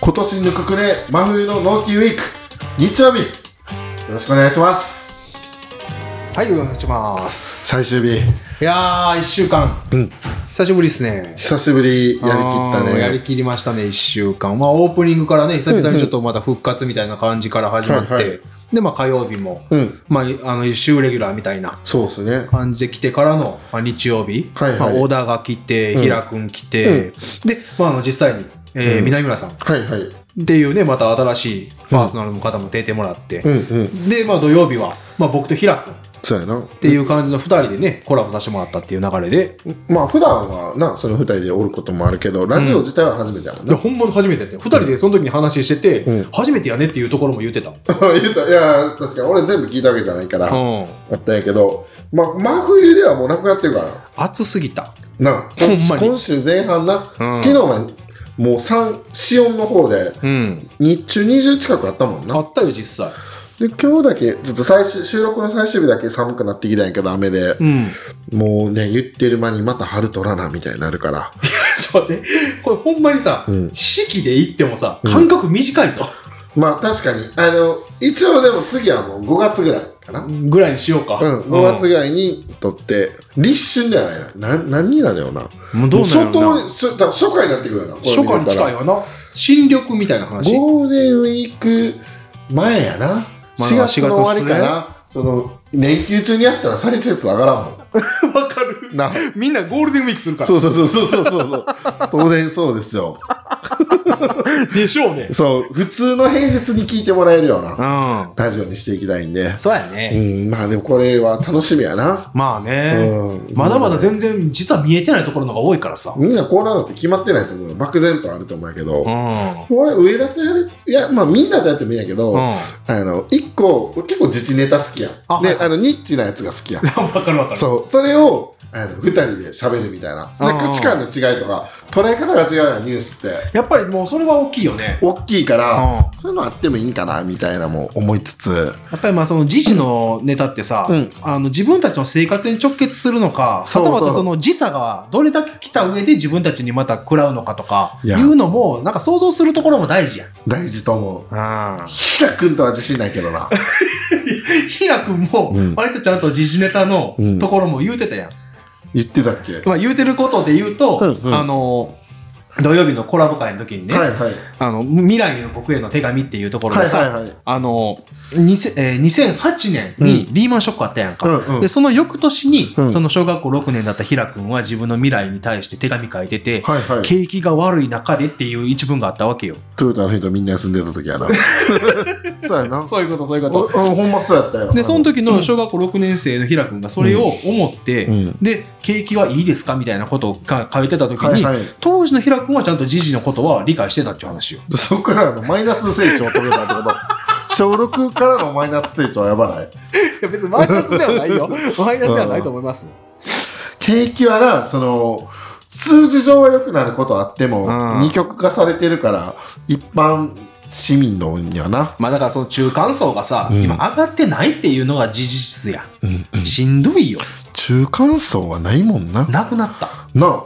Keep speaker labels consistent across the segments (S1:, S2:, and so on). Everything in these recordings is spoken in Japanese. S1: 今年ぬくくれ真冬の納期ウィーク日曜日よろしくお願いします
S2: はい、お願いします。
S1: 最終日
S2: いやー、一週間、
S1: うん
S2: 久しぶりですね。
S1: 久しぶりやりきった
S2: あー
S1: ね
S2: やりきりましたね、一週間。まあ、オープニングからね、久々にちょっとまた復活みたいな感じから始まって、
S1: はいはい
S2: で、まあ、火曜日も、
S1: うん
S2: まあ、あの、週レギュラーみたいな
S1: そうですね
S2: 感じで来てからの、まあ、日曜日、
S1: はいはい
S2: まあ、小田が来て、
S1: うん
S2: 平くん来て、で、まあ、あの、実際に、えー
S1: うん
S2: 南村さんっ
S1: はいはい
S2: ていうね、また新しいパーソナルの方も出てもらって、
S1: んうん
S2: で、まあ、土曜日は、まあ、僕と平くん、
S1: そうやな
S2: っていう感じの2人でねコラボさせてもらったっていう流れで
S1: まあ普段はなその二人でおることもあるけどラジオ自体は初めてやもん
S2: いや
S1: な、
S2: ほんまに初めてやって2人でその時に話してて、
S1: うん
S2: 初めてやねっていうところも言ってた、う
S1: 言うたいや確かに俺全部聞いたわけじゃないから、
S2: ん、
S1: あったんやけどまあ真冬ではもうなくなってるから
S2: 暑すぎた
S1: な
S2: ほんまに
S1: 今週前半な、
S2: うん
S1: 昨日はもう三四温の方で
S2: うん
S1: 日中20近くあったもん
S2: あ
S1: な
S2: ったよ実際
S1: で今日だけちょっと最終収録の最終日だけ寒くなってきたんやけど雨で、
S2: うん
S1: もうね言ってる間にまた春取らなみたいになるから
S2: ちょっと待ってこれほんまにさ、
S1: うん
S2: 四季で行ってもさ
S1: うん
S2: 間隔短いぞ、
S1: まあ確かにあの一応でも次はもう5月ぐらいかな
S2: ぐらいにしようか
S1: うん、5月
S2: が
S1: ぐらいに取って、立春じゃないな。な何になるよな。
S2: もうどうなる
S1: 初
S2: の
S1: 頭に、初だ初夏になってくるよな。これ
S2: 初夏に
S1: 見てた
S2: 近い
S1: ら
S2: わな新緑みたいな話
S1: ゴールデンウィーク前やな。
S2: まあ
S1: 4月の終わりか
S2: 4月
S1: な。その、連休中にやったら最節上がらんも
S2: わかる
S1: ん。な。
S2: みんなゴールデンウィークするか
S1: そうそうそうそうそうそうそう。当然そうですよ。
S2: らでしょうね
S1: そう、普通の平日に聞いてもらえるような
S2: うん
S1: ラジオにしていきたいんで。
S2: そうや
S1: う
S2: ね、
S1: ん、まあでもこれは楽しみやな。
S2: まあね、
S1: うん
S2: まだまだ全然実は見えてないところの方が多いからさ。
S1: みんなコーナーだって決まってないと思うよ。漠然とあると思うけど。
S2: ん。
S1: 俺上田とやるいやまあみんなとやってもいいんやけど、あ
S2: わ
S1: の一個俺結構自治ネタ好きやん
S2: あ
S1: で、
S2: はいはい
S1: あのニッチなやつが好きやん
S2: かるわかる。
S1: そうそれをあの2人で喋るみたいな
S2: うんうん
S1: で価値観の違いとか捉え方が違うやんニュースって
S2: やっぱりもうそれは大きいよね。
S1: 大きいから、
S2: や
S1: そういうのあってもいいんかなみたいなも思いつつ
S2: っぱりまあその時事のネタってさ、
S1: うん
S2: あの自分たちの生活に直結するのか、
S1: そうそう
S2: はたまたその時差がどれだけ来た上で自分たちにまた食らうのかとか、
S1: い
S2: い
S1: や
S2: うのも、なんか想像するところも大事やん。
S1: 大事と思う
S2: あ
S1: ひらくんとは自信ないけどな
S2: ひらくんも
S1: うん
S2: 割とちゃんと時事ネタの
S1: うん
S2: ところも言うてたやん。
S1: 言ってたっけ、
S2: まあ言うてることで言うと、
S1: うんうん
S2: あの、土曜日のコラボ会の時にね、
S1: はいはい
S2: あの未来の僕への手紙っていうところ
S1: は
S2: で
S1: い
S2: さ、
S1: はいはい
S2: あの、にせえー2008年にリーマンショックあったやんか。
S1: うんうん
S2: で、その翌年に、
S1: うん
S2: その小学校6年だった平君は自分の未来に対して手紙書いてて、
S1: はいはい
S2: 景気が悪い中でっていう一文があったわけよ。
S1: トヨタの人みんな休んでた時 やなそうやな
S2: そういうこと、そういう
S1: お。おほんまそうやったよ
S2: で、その時の小学校6年生の平君がそれを思って、
S1: うん
S2: で、景気はいいですかみたいなことが書いてた時に、
S1: はいはい
S2: 当時の平君はちゃんと時事のことは理解してたっていう話よ。
S1: そこからのマイナス成長を遂げたってこと小6からのマイナス成長はやばない
S2: いや、別にマイナスではないよ。マイナ
S1: スではないと
S2: 思います。
S1: 景気はなその数字上は良くなることはあっても、
S2: うん
S1: 二極化されてるから一般市民のにはな
S2: まあだからその中間層がさ、
S1: うん
S2: 今上がってないっていうのが事実や、しんどいよ
S1: 中間層はないもんな
S2: なくなった、
S1: な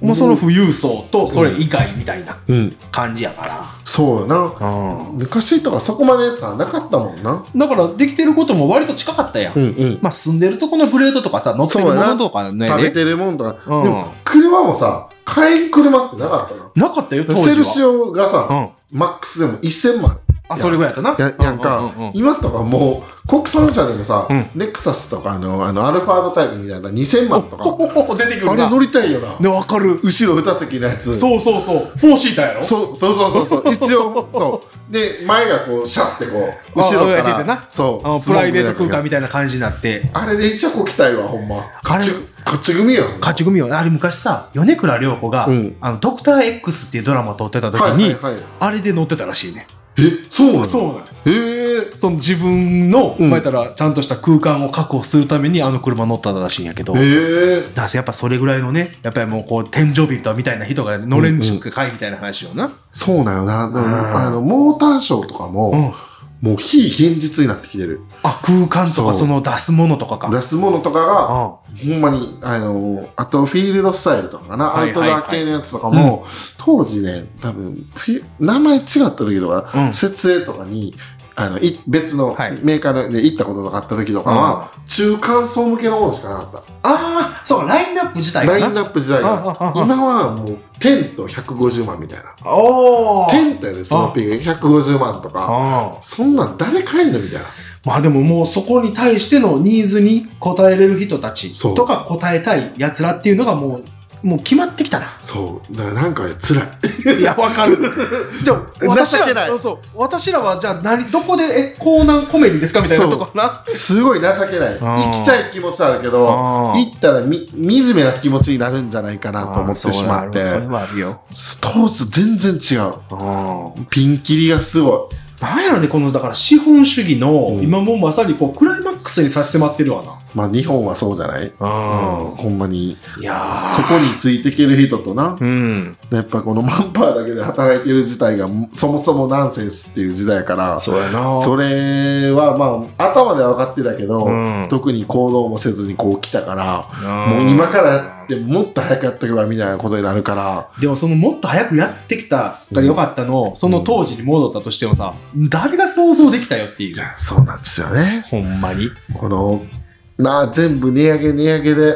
S2: もうその富裕層とそれ以外みたいな
S1: うん
S2: 感じやか
S1: そうよな
S2: ら、
S1: 昔とかそこまでさなかったもんな
S2: だからできてることも割と近かったやん、
S1: んうん
S2: まあ住んでるとこのグレードとかさ乗ってるものとかね
S1: 食べてるもんとか、
S2: うん
S1: でも車もさ買えん車ってなかったな
S2: なかったよ当時は
S1: セルシオがさ、
S2: うん
S1: マックスでも1000万
S2: あそれぐらいやったな
S1: ややんか、
S2: ううううん
S1: 今とかもう国産車でもさ、
S2: うん
S1: レクサスとかあのあのアルファードタイプみたいな2000万とか
S2: おおおお出てく
S1: あ
S2: る
S1: れ
S2: な
S1: 乗りたいよな
S2: でわかる
S1: 後ろ2席のやつ
S2: そうそうそうフォーシーターやろ
S1: そうそうそうそう そう一応そうで前がこうシャってこう後ろか
S2: ああ出て
S1: ら
S2: な
S1: そう
S2: あの
S1: ス
S2: プ
S1: モ
S2: ラ
S1: ー
S2: イ
S1: クみた
S2: ベ
S1: いな
S2: ート空間
S1: のが
S2: みたいな感じになって
S1: あれで一応こきたいわほんま勝ち
S2: あれ
S1: 勝ち組やん
S2: 勝ち組よあれ昔さ米倉涼子が、
S1: うん
S2: あの「ドクター x っていうドラマを撮ってた時に、
S1: はいはいはい、
S2: あれで乗ってたらしいね
S1: えそうなの
S2: そうなの
S1: へえ
S2: その自分の、
S1: うん
S2: まあ言ったらちゃんとした空間を確保するためにあの車乗ってたらしいんやけど、
S1: へえ
S2: だからやっぱそれぐらいのねやっぱりもうこう天井人みたいな人がのれんちかいみたいな話よな、
S1: そうなんよなでも
S2: うん
S1: あのモーターショーとかも、
S2: うん
S1: もう非現実になってきてる。
S2: あ、空間と
S1: そ
S2: か
S1: う
S2: その出すものとかか。
S1: 出すものとかが、
S2: あ
S1: ほんまに、あの、あとフィールドスタイルとかかな、
S2: は
S1: ア
S2: い
S1: ウト
S2: はいはい
S1: ドア系のやつとかも、当時ね、多分、フィ名前違った時とか、
S2: うん
S1: 設営とかに、あの、い別の
S2: はい
S1: メーカーで行ったこととかあった時とかは、中間層向けのものしかなかっ
S2: あー、そう、ラインナップ自
S1: た。ラ
S2: 体か
S1: イン
S2: な。
S1: ナップ時代
S2: あ
S1: が
S2: あ。ああ
S1: 今はもう、テント150万みたいな。
S2: おー。
S1: テントやで、スノーピング150万とか、
S2: あー
S1: そんなん誰買えんのみたいな。
S2: まあでももうそこに対してのニーズに応えれる人たち
S1: そう。
S2: とか応えたい奴らっていうのがもう、もう決まってきたな
S1: そう。だからなんか辛い。
S2: いや、わかる。 じゃあ、私
S1: 情けない
S2: ら、そう、私らはじゃあ何、どこで、え、コーナンコメディですかみたいな
S1: そう
S2: とこかな。
S1: すごい情けない。行きたい気持ちはあるけど、
S2: あー
S1: 行ったらみ惨めな気持ちになるんじゃないかなと思ってしまって
S2: あーそうなるそれはあるよ。
S1: 当時全然違うピンキリがすごい
S2: なんやろね、この、だから資本主義の、
S1: うん
S2: 今もうまさにこう、クライマックスに差し迫ってるわな。
S1: まあ日本はそうじゃない、うんほんまに
S2: いや
S1: そこについていける人とな
S2: ー。うん。
S1: やっぱこの マンパワーだけで働いてる自体がそもそもナンセンスっていう時代やから
S2: そうやな。
S1: それはまあ頭では分かってたけど、
S2: うん
S1: 特に行動もせずにこう来たから、
S2: も
S1: もう今からやってもっと早くやっとけばみたいなことになるから
S2: でもそのもっと早くやってきたからよかったのを、その当時に戻ったとしてもさ、誰が想像できたよっていう。
S1: そうなんですよね
S2: ほんまに。
S1: このなあ全部値上げ値上げで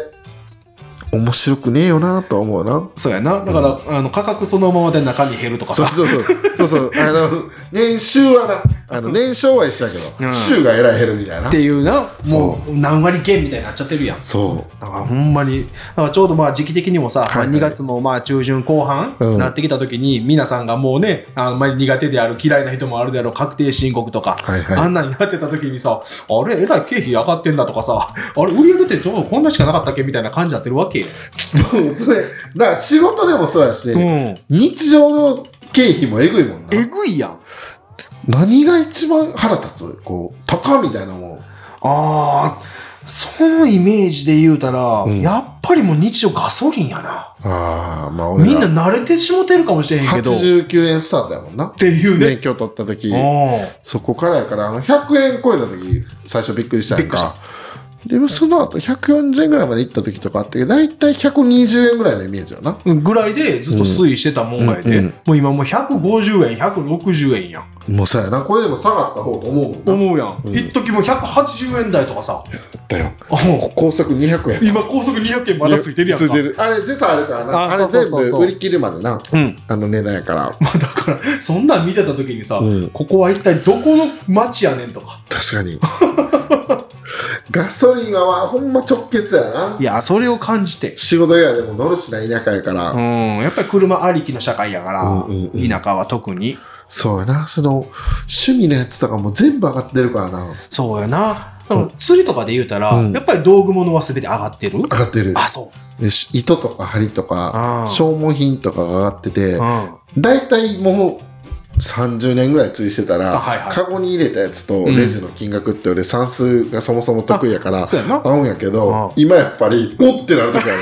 S1: 面白くねえよなとは思うな
S2: そうやな。だから、あの、価格そのままで中身減るとか
S1: そう
S2: さ。
S1: そうそうそう そうあの年収はなあの年商は一緒やけど、
S2: うん
S1: 週がえらい減るみたいな
S2: っていうな、も
S1: そう
S2: 何割減みたいになっちゃってるやん。
S1: そ
S2: だからほんまに、だからちょうどまあ時期的にもさ、
S1: はいはい
S2: まあ2月もまあ中旬後半
S1: うん
S2: なってきた時に、皆さんがもうね、あんまり苦手である嫌いな人もあるであろう確定申告とか、
S1: はいはい
S2: あんなになってた時にさ、あれ、えらい経費上がってんだとかさ、あれ、売り上げってちょうどこんなしかなかったっけみたいな感じになってるわけ。
S1: うもうそれだから仕事でもそうやし、
S2: ん。
S1: 日常の経費もえぐいもんな
S2: えぐいやん。
S1: 何が一番腹立つこう高みたいなもん
S2: あー、そのイメージで言うたら、
S1: うん
S2: やっぱりもう日常ガソリンやな。
S1: ああまあ俺
S2: みんな
S1: ら
S2: 慣れてしもてるかもしれへんけど。っ
S1: 89円スタートやもんな
S2: ていうね。
S1: 免許取った時
S2: うん
S1: そこからやから、あの、100円超えた時、最初びっくりしたやん
S2: びっくり
S1: か。でもその後140円ぐらいまで行った時とかあって、だいたい120円ぐらいのイメージよな。
S2: ぐらいでずっと推移してたもんがやで、
S1: うんうん
S2: もう今もう150円160円やん
S1: もうさやな、これでも下がった方と思うもんな。
S2: 思うやん、
S1: うん
S2: 一時もう180円台とかさ
S1: だよ。
S2: うん
S1: 高速200円。
S2: 今高速200円まだついてるやんか
S1: ついてる。あれ、時差あるからな。
S2: あ
S1: あれ
S2: そう
S1: 全
S2: そうそうそう
S1: 部売り切るまでな。
S2: うん
S1: あの値段やから。
S2: まあ、だからそんなん見てた時にさ、
S1: うん
S2: ここは一体どこの町やねんとか
S1: 確かに。 ガソリンはまあほんま直結やな。
S2: いやそれを感じて
S1: 仕事以外でも乗るしな、田舎やから。
S2: うんやっぱり車ありきの社会やから、
S1: うんうんうん
S2: 田舎は特に
S1: そうやな。その、趣味のやつとかも全部上がってるからな。
S2: そうやなだから釣りとかで言うたら、
S1: うん
S2: やっぱり道具物は全て上がってる、
S1: 上がってる。
S2: あそう
S1: でし糸とか針とか
S2: あー
S1: 消耗品とかが上がってて
S2: ん
S1: 大体もう30年ぐらい釣りしてたら、
S2: あはいはい
S1: カゴに入れたやつと
S2: うん
S1: レジの金額って俺算数がそもそも得意やから
S2: そうやな
S1: 合うんやけ
S2: あ
S1: ど
S2: ー
S1: 今やっぱりおってなる時あ る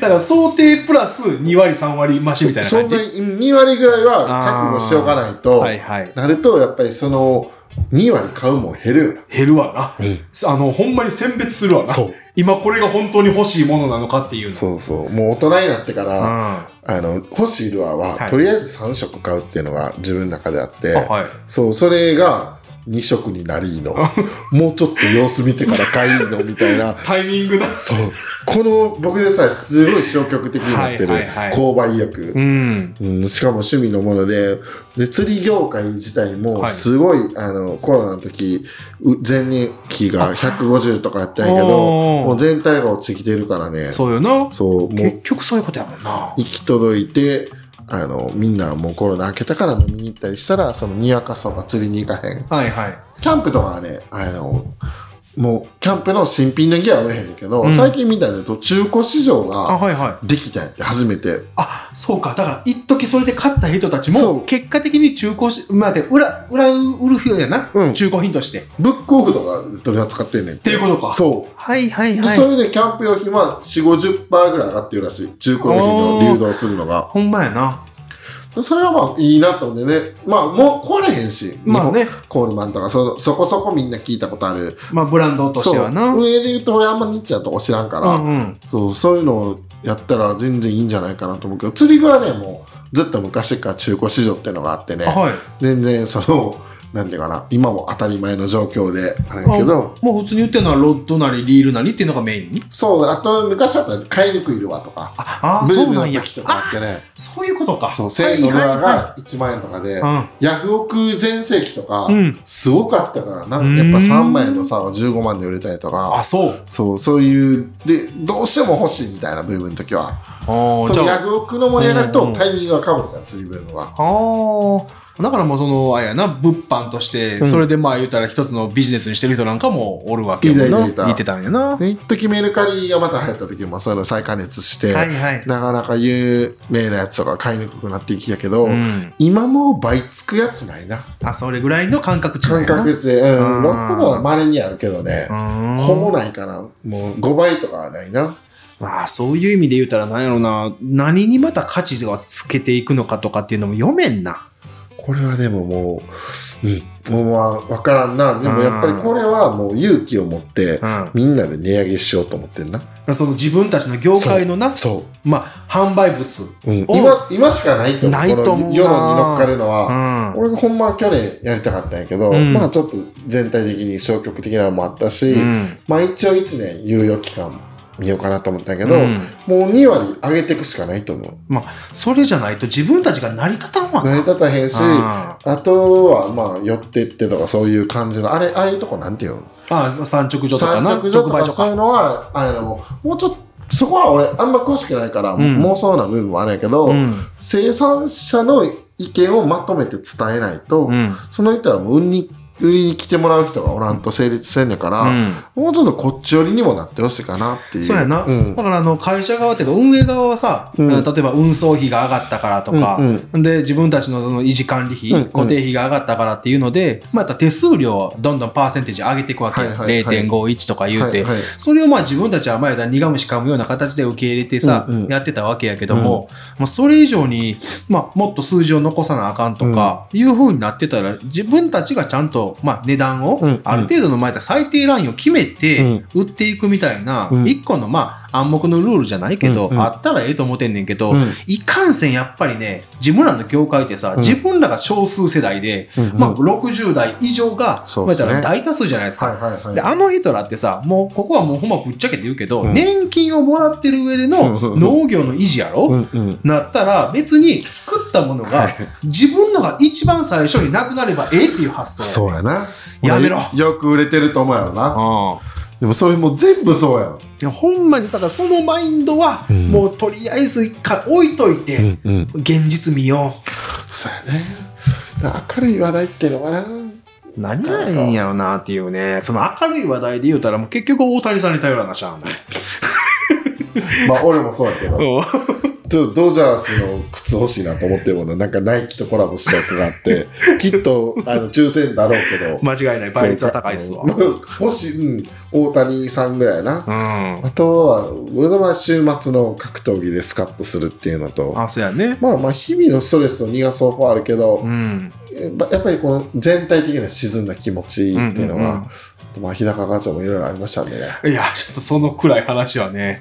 S2: だから想定プラス2割3割増しみたいな
S1: そ
S2: 感
S1: ん
S2: じ
S1: な2割ぐらいは覚悟しておかないと、
S2: はいはい
S1: なるとやっぱりその2割買うもん減るよな。
S2: 減るわな、あのほんまに選別するわな
S1: そう
S2: 今これが本当に欲しいものなのかっていうの
S1: そうそうもう大人になってから、
S2: あ
S1: あの欲しいルアーは、
S2: はい
S1: とりあえず3色買うっていうのが自分の中であって、
S2: あはい
S1: そう、それが2色になりの、もうちょっと様子見てから買いのみたいな、
S2: タイミングだ
S1: そう、この僕でさえすごい消極的になってる
S2: はいはいはい
S1: 購買意欲、
S2: ん
S1: うんしかも趣味のもので、で釣り業界自体も
S2: はい
S1: すごい、あのコロナの時、う前年期が150とかやったんやけど、
S2: おー
S1: もう全体が落ちてきてるからね、
S2: そうよな
S1: そう、もう
S2: 結局そういうことやもんな
S1: 行き届いて、あのみんなもうコロナ明けたから飲みに行ったりしたらそのにやかさが釣りに行かへん
S2: はいはい
S1: キャンプとかはね、あの、もう、キャンプの新品のギアは売れへんねんけど、
S2: うん
S1: 最近みたいなと中古市場
S2: あ
S1: が
S2: はいはい
S1: できたんやって、初めて。
S2: あそうかだから一時それで買った人たち
S1: そ
S2: も
S1: う
S2: 結果的に中古し待って裏裏売る人やな、
S1: うん
S2: 中古品としてっ
S1: ブックオフとかで取り扱ってんねんって
S2: いうことか
S1: そう。
S2: はいはい
S1: で
S2: はい
S1: それでキャンプ用品は4、50%ぐらい上がってるらしい。中古用品の流動するのが。
S2: ほんまやな
S1: だそれはまあいいなと思うんでね。まあもう壊れへんし。
S2: まあね、
S1: コールマンとかそ、そこそこみんな聞いたことある。
S2: まあブランドとしてはな。
S1: そう上で言うと俺あんまニッチなとこ知らんから、
S2: うんうん
S1: そう、そういうのをやったら全然いいんじゃないかなと思うけど、釣り具はね、もうずっと昔から中古市場っていうのがあってね、
S2: あはい。
S1: 全然その、なんていうかな、今も当たり前の状況で、あれやけど、
S2: もう普通に売ってるのはロッドなりリールなりっていうのがメインに。
S1: そう、あと昔だったら買いにくいるわとか、
S2: ああ、
S1: ブ
S2: そ
S1: ー
S2: う
S1: ムの
S2: なんや。
S1: 時とかあってね、
S3: そういうことか。
S1: そう、1000円のドラ
S2: はいはい
S1: が1万円とかで、
S2: うん
S1: ヤフオク全盛期とか、
S2: うん。
S1: すごかったから、なんかやっぱ3万円のさ、15万で売れたりとか
S3: あ、、そう。
S1: そう、そういう、で、どうしても欲しいみたいな部分の時は、
S2: ああ、
S1: そ
S2: じ
S1: の
S2: ゃ
S1: ヤ。
S2: あ
S1: フオクの盛り上がり
S2: うんう
S1: と
S2: ん
S1: タイミングがかぶった釣り部分は。
S2: あ
S3: あだからもうその、あれやな、物販として、
S1: うん
S3: それでまあ言うたら一つのビジネスにしてる人なんかもおるわけやもんな。
S1: いたいたいた
S3: 言ってたんやな。
S1: で、一時メルカリがまた流行った時もそういうの再加熱して、
S2: あ、はいはい。
S1: なかなか有名なやつとか買いにくくなっていきやけど、
S2: うん。
S1: 今もう倍つくやつないな。
S2: あ、それぐらいの感覚値なん
S1: 感
S2: やな
S1: 覚値。うん
S2: うん。
S1: ロットのは稀にあるけどね
S2: う。ーん
S1: ほぼないかな。もう5倍とかはないな。
S2: まあそういう意味で言うたら何やろうな何にまた価値をつけていくのかとかっていうのも読めんな
S1: これはでももう、うん、もうまあわからんな。でもやっぱりこれはもう勇気を持って、
S2: ん
S1: みんなで値上げしようと思ってんな。
S2: その自分たちの業界のな
S1: そう。
S2: まあ販売物
S1: うん、
S2: お
S1: 今今しかないと思う
S2: ないと思
S1: こ
S2: うな
S1: の世論に乗っかるの
S2: う
S1: は、
S2: ん
S1: 俺がほんまは去年やりたかったんやけど、
S2: うん
S1: まあちょっと全体的に消極的なのもあったし、
S2: うん
S1: まあ一応1年猶予期間見ようかなと思ったんやけど、
S2: うん
S1: もう2割上げていくしかないと思う
S2: それじゃないと自分たちが成り立たんわ
S1: 成り立たへんしあ
S2: あ
S1: とはまあ寄ってってとかそういう感じのあれああいうとこなんていうの
S2: あ産直所とか
S1: 産
S2: な
S1: 直所と
S2: 直
S1: か
S2: 売所
S1: そうい
S2: か
S1: うのはあのもうちょっとそこは俺あんま詳しくないから、
S2: うん
S1: 妄想な部分もあるんやけど、
S2: うん
S1: 生産者の意見をまとめて伝えないと、
S2: うん
S1: その人はもう売りに売りに来てもらう人がおらんと成立せんねんから、もうちょっとこっち寄りにもなってほしいかなっていう
S2: そうやな、
S1: うん
S2: だからあの会社側っていうか運営側はさ、
S1: うん
S2: あの例えば運送費が上がったからとか、
S1: うん
S2: で自分たちのその維持管理費、
S1: うんうん
S2: 固定費が上がったからっていうので、まあ、やっぱ手数料をどんどんパーセンテージ上げていくわけ、
S1: はいはいはい
S2: 0.51とか言うて、
S1: はいはい
S2: それをまあ自分たちは前だ苦虫噛むような形で受け入れてさ、
S1: うんうん
S2: やってたわけやけども、まあ、それ以上に、まあ、もっと数字を残さなあかんとかいうふうになってたら自分たちがちゃんと、まあ、値段を
S1: うんうん
S2: ある程度の前だ最低ラインを決めて売っていくみたいな
S1: うん
S2: 一個のまあ暗黙のルールじゃないけど、
S1: うんうん
S2: あったらええと思ってんねんけど、
S1: うん
S2: いかんせんやっぱりね自分らの業界ってさ、
S1: ん
S2: 自分らが少数世代で、
S1: うんうん
S2: まあ、60代以上が、
S1: そう
S2: ま
S1: です
S2: あ
S1: ね
S2: 言ったら大多数じゃないですか。
S1: はいはい
S2: で
S1: はい
S2: あの人らってさもうここはもうほんまぶっちゃけて言うけど、
S1: うん
S2: 年金をもらってる上で
S1: うんうん
S2: の
S1: うん
S2: 農業の維持やろ、
S1: うんうん
S2: なったら別に作ったものが自分のが一番最初になくなればええっていう発想
S1: そうやな
S2: やめろ
S1: 俺よく売れてると思うやろな
S2: あ
S1: でもそれもう全部そうやん
S2: いやほんまにただそのマインドは
S1: うん
S2: もうとりあえず一回置いといて
S1: んうん
S2: 現実見よ
S1: そうやねだから明るい話題っていうのかな
S2: う何がいいんやろなっていうねその明るい話題で言うたらもう結局大谷さんに頼らなしゃあない
S1: まあ俺もそうやけどちょっとドジャースの靴欲しいなと思ってるもの、なんかナイキとコラボしたやつがあって、 きっとあの抽選だろうけど、
S2: 間違いない倍率は高いっすわ
S1: そうかうん欲しい、うん、大谷さんぐらいやな。
S2: うん
S1: あとは、俺の場合週末の格闘技でスカッとするっていうのと、
S2: あそうやね
S1: まあまあ、日々のストレスを逃がす方法はあるけど、
S2: うん
S1: やっぱやっぱりこの全体的な沈んだ気持ちっていうの
S2: うんうん
S1: は、まあ、日高課長もいろいろありましたんでね。
S2: いやちょっとそのくらい話 はね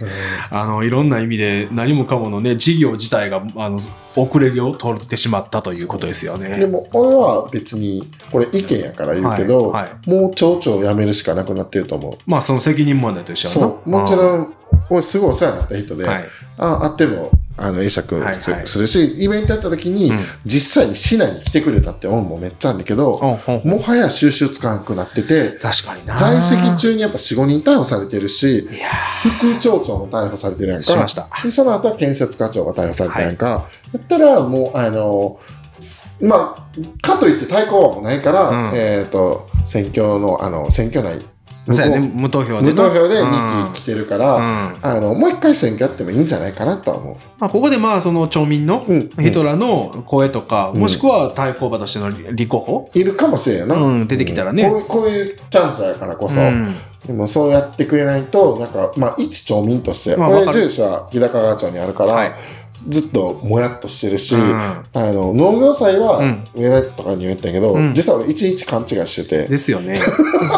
S2: あのいろんな意味で何もかものね事業自体があの遅れを取ってしまったということですよ
S1: うんで
S2: ね。
S1: も、俺は別に、これ意見やから言うけど、
S2: はいはい
S1: もう町長を辞めるしかなくなってると思う。
S2: まあその責任問題としては
S1: そうもち
S2: ん。
S1: ろん俺すごいお世話になった人で、
S2: はい、
S1: ああってもあの会釈
S2: はい
S1: す
S2: はい
S1: するし、イベントやった時に、
S2: うん
S1: 実際に市内に来てくれたって恩もめっちゃあるんだけど、もはや収集つかなくなってて
S2: 確かにな。
S1: 在籍中にやっぱ45人逮捕されてるし
S2: いや
S1: 副町長も逮捕されてるやん
S2: ー
S1: か
S2: しました。
S1: でその後は建設課長が逮捕されたやんか、やったらもうあのまあかといって対抗はもうないから、
S2: うん
S1: えっ、と選挙のあの選挙内
S2: そうやね、
S1: 無
S2: 無投票でな。
S1: 投票で
S2: うん
S1: 2期来てるから、
S2: うん
S1: あのもう一回選挙やってもいいんじゃないかなとは思
S2: まあ、ここでまあその町民の
S1: う。うん、
S2: 人らの声とか、
S1: うん
S2: もしくは対抗馬としての立候補、
S1: いるかもしれんよな、
S2: うん、出てきたらね。
S1: こういうこういうチャンスだからこそ、
S2: うん
S1: でもそうやってくれないとなんかまあ一町民として、
S2: まあ
S1: 俺
S2: わかる
S1: 住所は日高川町にあるから、
S2: はい
S1: ずっともやっとしてるし、
S4: うん
S1: あの農業祭は
S4: うん
S1: 上田とかに言ったけど、
S4: うん
S1: 実は俺一日勘違いしてて、
S4: ですよね。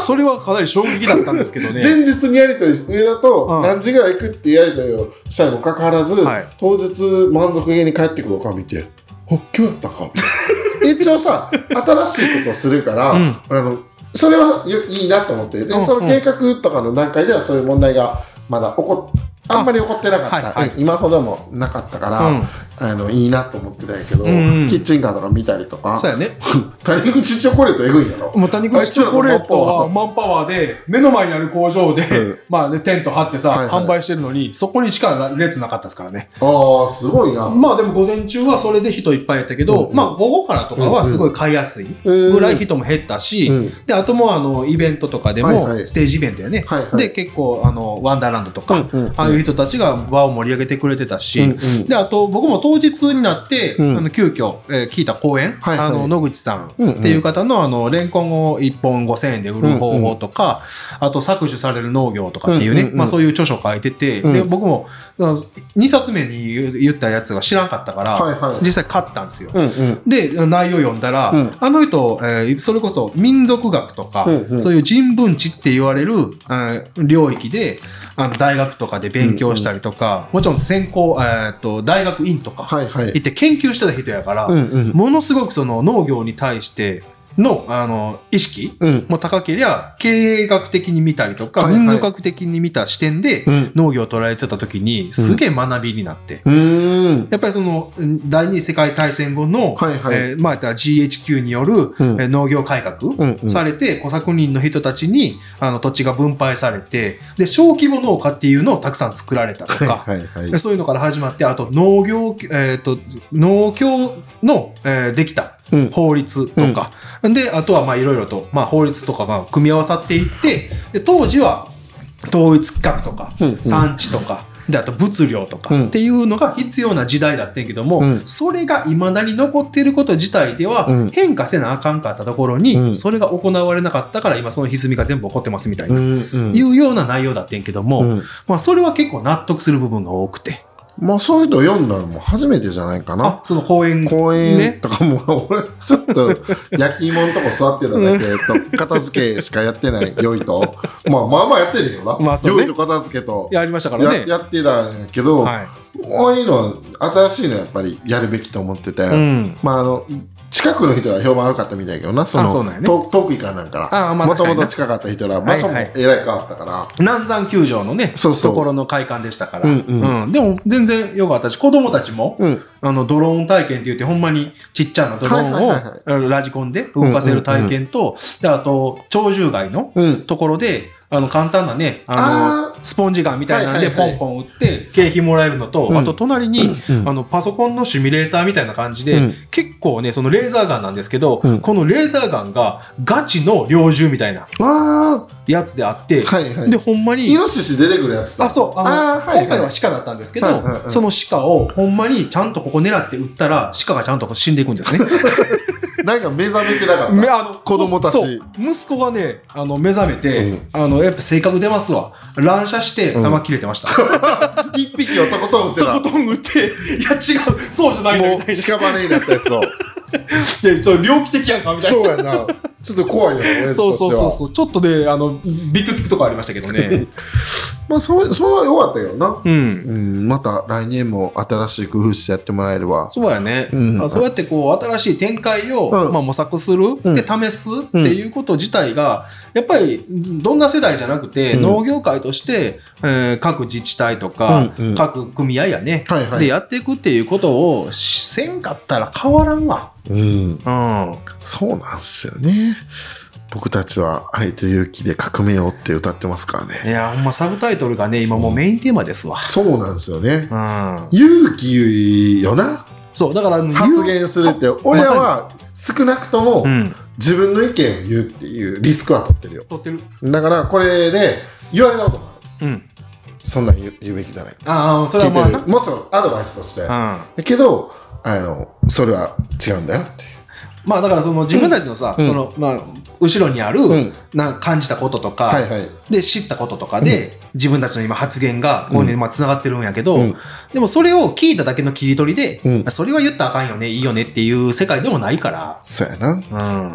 S4: それはかなり衝撃だったんですけどね。
S1: 前日にやり取りし上田
S4: う
S1: と
S4: ん
S1: 何時ぐらい行くってやり取りをしたにもかかわらず、
S4: はい
S1: 当日満足げに帰ってくるおかみって「あ今日やったか」 一応さ新しいことをするから、
S4: うん
S1: あのそれはよいいなと思ってで、
S4: うん
S1: その計画とかの段階ではそういう問題がまだ起こっあんまり起こってなかった、
S4: あはいは
S1: 今ほどもなかったから、
S4: うん
S1: あのいいなと思ってたんやけど、
S4: うんうん
S1: キッチンカーとか見たりとか
S2: そうやね。
S1: 谷口チョコレートえぐいんやろ
S4: もう谷口チョコレートはマンパワーで、目の前にある工場で、
S1: うん
S4: まあね、テント張ってさ、
S1: はいはい
S4: 販売してるのに、そこにしか列なかったですからね。
S1: ああすごいな、
S2: まあでも午前中はそれで人いっぱいやったけど、
S1: うんうん
S2: まあ午後からとかはすごい買いやすいぐらい人も減ったし、
S1: うん
S2: で、あともうあの、イベントとかで
S1: はいは
S2: も、
S1: い
S2: ステージイベントやね。
S1: はいはい
S2: で、結構あの、ワンダーランドとか、
S1: うんうん
S2: ああいう人たちが場を盛り上げてくれてたし、
S1: うんうん
S2: で、あと僕も当日になって、
S1: うん
S2: あの急遽、えー聞いた講演、
S1: はいはい
S2: あの、野口さんっ
S1: うんうん
S2: ていう方の、あの、レンコンを1本5000円で売る方法とか、あと搾取される農業とかっていうね、
S1: うんうんうん
S2: まあそういう著書を書いてて、
S1: うん
S2: で、僕も2冊目に言う言ったやつが知らんかったから、
S1: はいはい
S2: 実際買ったんですよ。
S1: うんうん
S2: で内容読んだら、
S1: うん
S2: あの人、えーそれこそ民族学とか、
S1: うんうん
S2: そういう人文知って言われる、あー領域であの大学とかで勉強したりとか、もちろん専攻、えー、と大学院とか
S1: はいはい
S2: 行って研究してた人やから、
S1: うんうん
S2: ものすごくその農業に対してのあの意識
S1: うん
S2: も高けりゃ経営学的に見たりとか、
S1: はいはい
S2: 民族学的に見た視点で
S1: うん
S2: 農業を捉えてた時にすげえ学びになって。
S1: うーん
S2: やっぱりそのうん第二次世界大戦後の、
S1: はいはい
S2: えーまあ、言ったら GHQ による、
S1: うん
S2: えー農業改革
S1: んうん
S2: されて、小作人の人たちにあの土地が分配されてで小規模農家っていうのをたくさん作られたとか、
S1: はいはい
S2: でそういうのから始まってあと農業、えー、と農協の、えーできた
S1: うん
S2: 法律とか、であとはまあいろいろと、まあ、法律とかが組み合わさっていってで当時は統一規格とか、
S1: うんうん
S2: 産地とかであと物量と
S1: う
S2: か
S1: ん
S2: っていうのが必要な時代だったんやけども、
S1: うん
S2: それがいまだに残っていること自体で
S1: うん
S2: は変化せなあかんかったところに、
S1: うん
S2: それが行われなかったから今その歪みが全部起こってますみたい
S1: ん
S2: な、
S1: うん
S2: いうような内容だったんやけども、
S1: うん
S2: まあ、それは結構納得する部分が多くて。
S1: まあそういうの読んだのも初めてじゃないかな
S2: あ、その公園。
S1: 公園
S2: ね。
S1: とかも、俺ちょっと焼き芋のとこ座ってただけと片付けしかやってない良いとまあまあまあやってるよな、
S4: まあそうね
S1: 良いと片付けと
S4: やりましたから
S1: や
S4: ね。
S1: やってたんやけど、
S4: はい。
S1: こういうのは新しいのやっぱりやるべきと思ってて、
S4: うん。
S1: まああの近くの人は評判悪かったみたいやけどなその
S2: あそうなんやね
S1: 遠遠く行かなんから
S2: あまあ
S1: もとも
S2: 確かに
S1: と
S2: な
S1: 近かった人ら
S2: は
S1: 場
S2: い
S1: 所も
S2: はい
S1: えらい変わったから
S2: 南山球場のね、
S1: そうそう
S2: ところの会館でしたから。
S1: うんうん
S2: でも、全然よかったし、子供たちも、
S1: うん
S2: あの、ドローン体験って言って、ほんまにちっちゃなドローンを、
S1: はいはいはい
S2: あのラジコンで動かせる体験と、で、あと、鳥獣害の
S1: うん
S2: ところで、あの、簡単なね、あの、スポンジガンみたいなんで、
S1: はいはい
S2: ポ
S1: は
S2: ン
S1: い
S2: ポン打って、景品もらえるのと、
S1: うん
S2: あと、隣に、
S1: うん
S2: あの、パソコンのシミュレーターみたいな感じで、
S1: うん
S2: 結構ね、そのレーザーガンなんですけど、
S1: うん
S2: このレーザーガンがガチの猟銃みたいな
S1: あ
S2: やつであって、
S1: あはいはい
S2: で、ほんまに
S1: イ、ノシシ出てくるやつだ
S2: あ、そう、あの、
S1: あーはいはい
S2: 今回は鹿だったんですけど、
S1: はいはいはい
S2: その鹿をほんまにちゃんとここ狙って撃ったら、鹿がちゃんと死んでいくんですね。
S1: なんか目覚 めてなかった
S2: めあ の
S1: 子供たち
S2: そう息子がねあの目覚めて、
S1: うん
S2: あのやっぱ性格出ますわ乱射して
S1: ん
S2: 弾切れてました、
S1: 一匹をとことん打ってた
S2: とことん撃ってい や違うそうじゃないの
S1: も
S2: み
S1: う
S2: た いな
S1: 近場になったやつ を
S2: でちょっと猟奇的やんかみたいな
S1: そうやなちょっと怖いよ 親父
S2: そ
S1: と
S2: う
S1: して
S2: そ
S1: は
S2: うそうそうちょっとねあのびくつくとこありましたけどね
S1: まあそうそうは良かったけどな
S2: う
S1: う
S2: ん
S1: んまた来年も新しい工夫してやってもらえれば
S2: そうやね、
S1: うん
S2: あそうやってこう新しい展開を、
S1: うん
S2: まあ、模索する、
S1: うん
S2: で試すっていうこと自体がやっぱりどんな世代じゃなくて、
S1: うん
S2: 農業界として、えー各自治体とか、
S1: うんうん
S2: 各組合やね、
S1: はいはい
S2: でやっていくっていうことをしせんかったら変わらんわ。
S1: うん
S2: うん、
S1: そうなんですよね。僕たちは愛と勇気で革命をって歌ってますからね。
S2: いやほんまサブタイトルがね今もうメインテーマですわ。
S1: そうなんですよね
S2: う。ん、
S1: 勇気よな
S2: そうだから
S1: 発言するって
S2: そう
S1: 俺ら
S2: ま
S1: は少なくとも
S2: さにうん、
S1: 自分の意見を言うっていうリスクは取ってるよ
S2: 撮ってる。
S1: だからこれで言われたこともある
S2: うん、
S1: そんなん言う言うべきじゃない
S2: ああそれ
S1: 聞
S2: は
S1: て
S2: いま
S1: る
S2: あな。
S1: もちろんアドバイスとして
S2: うん
S1: だけどあのそれは違うんだよって
S2: まあだからその自分たちのさ、
S1: うん
S2: そのまあ、後ろにある、
S1: うん
S2: なんか感じたこととか、
S1: はいはい。
S2: で知ったこととかで、自分たちの今発言がこういうのにまあつながってるんやけど、
S1: うん
S2: でもそれを聞いただけの切り取りで、
S1: うん
S2: それは言ったらあかんよねいいよねっていう世界でもないから、
S1: そうやな。
S2: うん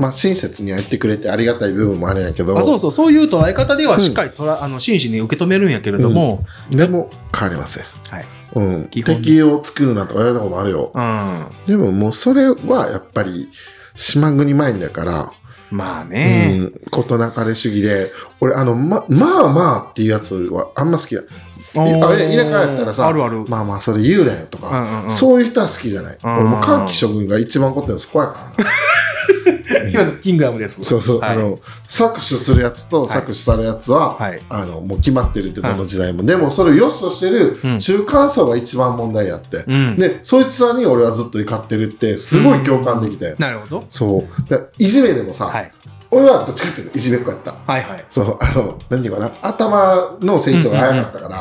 S1: まあ、親切にやってくれてありがたい部分もあるんやけど、
S2: あそうそうそういう捉え方ではしっかりとら、あの真摯に受け止めるんやけれども、
S1: でも、変わりません。
S2: はい
S1: うん。
S2: 基本
S1: 敵を作るなとか言われたこともあるよ。
S2: うん、
S1: でも、もうそれはやっぱり、島国マインだから、
S2: まあね、
S1: うん、ことなかれ主義で、俺、あの、ま、まあまあっていうやつはあんま好きだ。
S2: おー
S1: あれ田舎やったらさ
S2: あるある、
S1: まあまあ、それ言うなよとか、
S2: うんうんうん
S1: そういう人は好きじゃない。
S2: んうん
S1: 俺も歓喜諸君が一番怒ってるのそこや からな。
S2: 今のキングアムです
S1: そうそう、
S2: はい
S1: あの、搾取するやつと
S2: い
S1: 搾取されるやつは、
S2: はい
S1: あの、もう決まってるって、どの時代も。でも、それを良しとして
S2: うん
S1: る中間層が一番問題やって。
S2: うん
S1: で、そいつらに俺はずっと怒ってるって、すごい共感できたよ。
S2: なるほど、
S1: そう。だいじめでもさ、
S2: はい、
S1: 俺はどっちかっていうといじめっ子やった。
S2: はいはい
S1: そう、あの、何て言うかな、頭の成長が早かったから、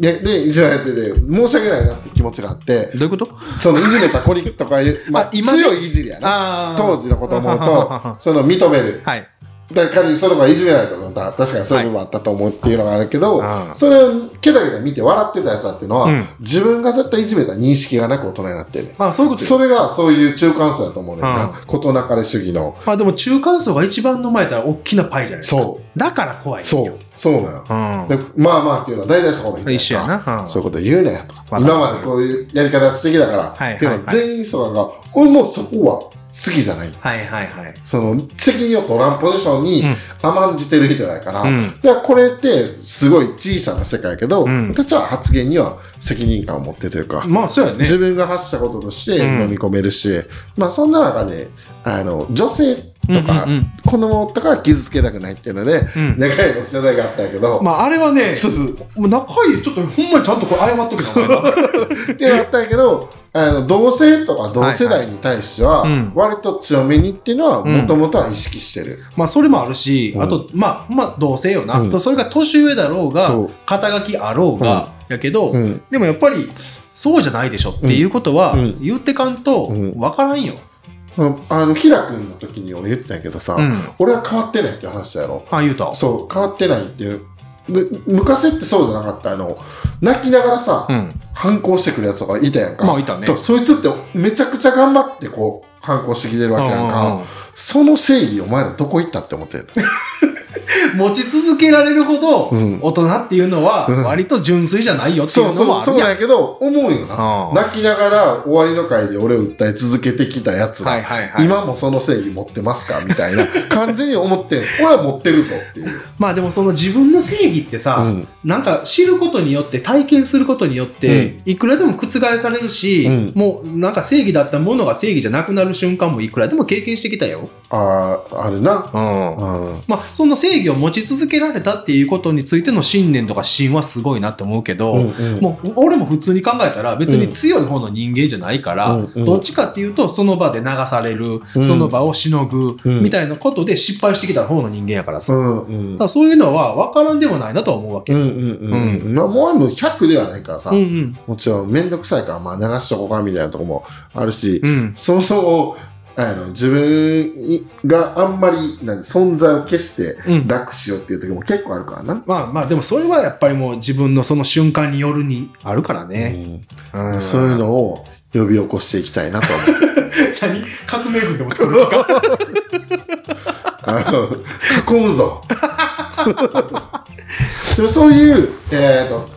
S1: で、で、いじめられてて、申し訳ないなって気持ちがあって、
S2: どういうこと
S1: そのいじめた子にとかいう、まあ、
S2: あ今ね
S1: 強いいじりやな。
S2: あ ー
S1: 当時のことを思う
S2: はははは
S1: と、その認める。
S2: はい
S1: だから仮にその子がいじめられたと思ったら、確かにそういう部分あったと思うっていうのがあるけど、
S2: はいうん
S1: それをケタケタ見て笑ってたやつだっていうのは、
S2: うん
S1: 自分が絶対いじめた認識がなく大人になってる、ね。
S2: まあそういうことよ
S1: それがそういう中間層だと思うねんな。
S2: う
S1: ことなかれ主義の。
S2: まあでも中間層が一番の前やったら大きなパイじゃないですか
S1: そ
S2: だから怖い
S1: そう、そうなの。
S2: うん
S1: でまあまあっていうのは大体そこまで言って
S2: 一緒やな、うん
S1: そういうこと言うなよとか
S2: わかる
S1: 今までこういうやり方素敵だから、
S2: はい
S1: っていうのは
S2: は
S1: い
S2: は
S1: 全員そうが俺もうそこは好きじゃない
S2: はいはいはい
S1: その責任を取らんポジションに
S2: うん
S1: 甘んじてる人だから、
S2: うん
S1: じゃあこれってすごい小さな世界やけど、
S2: うん
S1: 私は発言には責任感を持ってというか、
S2: まあそうやね
S1: 自分が発したこととして
S2: うん
S1: 飲み込めるし、まあそんな中であの女性とか、
S2: うんうんうん
S1: 子供とかは傷つけたくないっていうので、
S2: うん
S1: 長いの世代があったんやけど、
S2: まああれはね
S1: そうそう
S2: もう中井ちょっとほんまにちゃんとこれ謝っとくなお前な
S1: ってなったんやけどあの同性とか同世代に対しては
S2: はいはいうん
S1: 割と強めにっていうのは
S2: うん
S1: もともとは意識してる、
S2: まあそれもあるし、
S1: うん
S2: あとまあまあ同性よな、
S1: うん
S2: とそれが年上だろうが
S1: そう
S2: 肩書きあろうが、やけど、
S1: うん
S2: でもやっぱりそうじゃないでしょっていうことは、
S1: うん
S2: 言ってかんと
S1: うん
S2: わからんよ、
S1: あのキラ君の時に俺言ったんやけどさ、
S2: うん
S1: 俺は変わってないって話だやろ
S2: あ言うた
S1: そう変わってないっていうで昔ってそうじゃなかったあの泣きながらさ、
S2: うん
S1: 反抗してくるやつとかいたやんか、
S2: まあいたね
S1: とそいつってめちゃくちゃ頑張ってこう反抗してきてるわけやんか、
S2: うんうんうん
S1: その正義お前らどこ行ったって思ってる
S2: 持ち続けられるほど
S1: うん
S2: 大人っていうのは
S1: うん
S2: 割と純粋じゃないよってい
S1: そう
S2: うの
S1: そ
S2: も
S1: う
S2: あ
S1: そ
S2: る
S1: うなん
S2: やん。
S1: やけど思うよな、
S2: うん
S1: 泣きながら終わりの会で俺を訴え続けてきたやつが、
S2: はいはいはい。
S1: 今もその正義持ってますかみたいな感じに思ってん俺は持ってるぞって いう、
S2: まあでもその自分の正義ってさ、
S1: うん
S2: なんか知ることによって体験することによっていくらでも覆されるし、
S1: うん
S2: もうなんか正義だったものが正義じゃなくなる瞬間もいくらでも経験してきたよ。
S1: あああるな、うん
S2: まあその正義を持ち続けられたっていうことについての信念とか信はすごいなって思うけど、
S1: うんうん
S2: もう俺も普通に考えたら別に強い方の人間じゃないから、
S1: うんうん
S2: どっちかっていうとその場で流される、
S1: うん
S2: その場をしのぐ、
S1: うん
S2: みたいなことで失敗してきた方の人間やからさ、だ
S1: うんうん
S2: からそういうのは分からんでもないなとは思うわけ、
S1: うんうんうんうんまあもう俺も100ではないからさ、
S2: うんうん
S1: もちろん面倒くさいからまあ流しとこうかみたいなとこもあるし、
S2: うん
S1: そもそもあの自分があんまり何存在を消して
S2: うん
S1: 楽しようっていう時も結構あるからな、
S2: まあまあでもそれはやっぱりもう自分のその瞬間によるにあるからね、
S1: うん
S2: うん
S1: そういうのを呼び起こしていきたいなと思って
S2: 何革命軍でも作るのか
S1: あの囲むぞ でもそういうえっ、と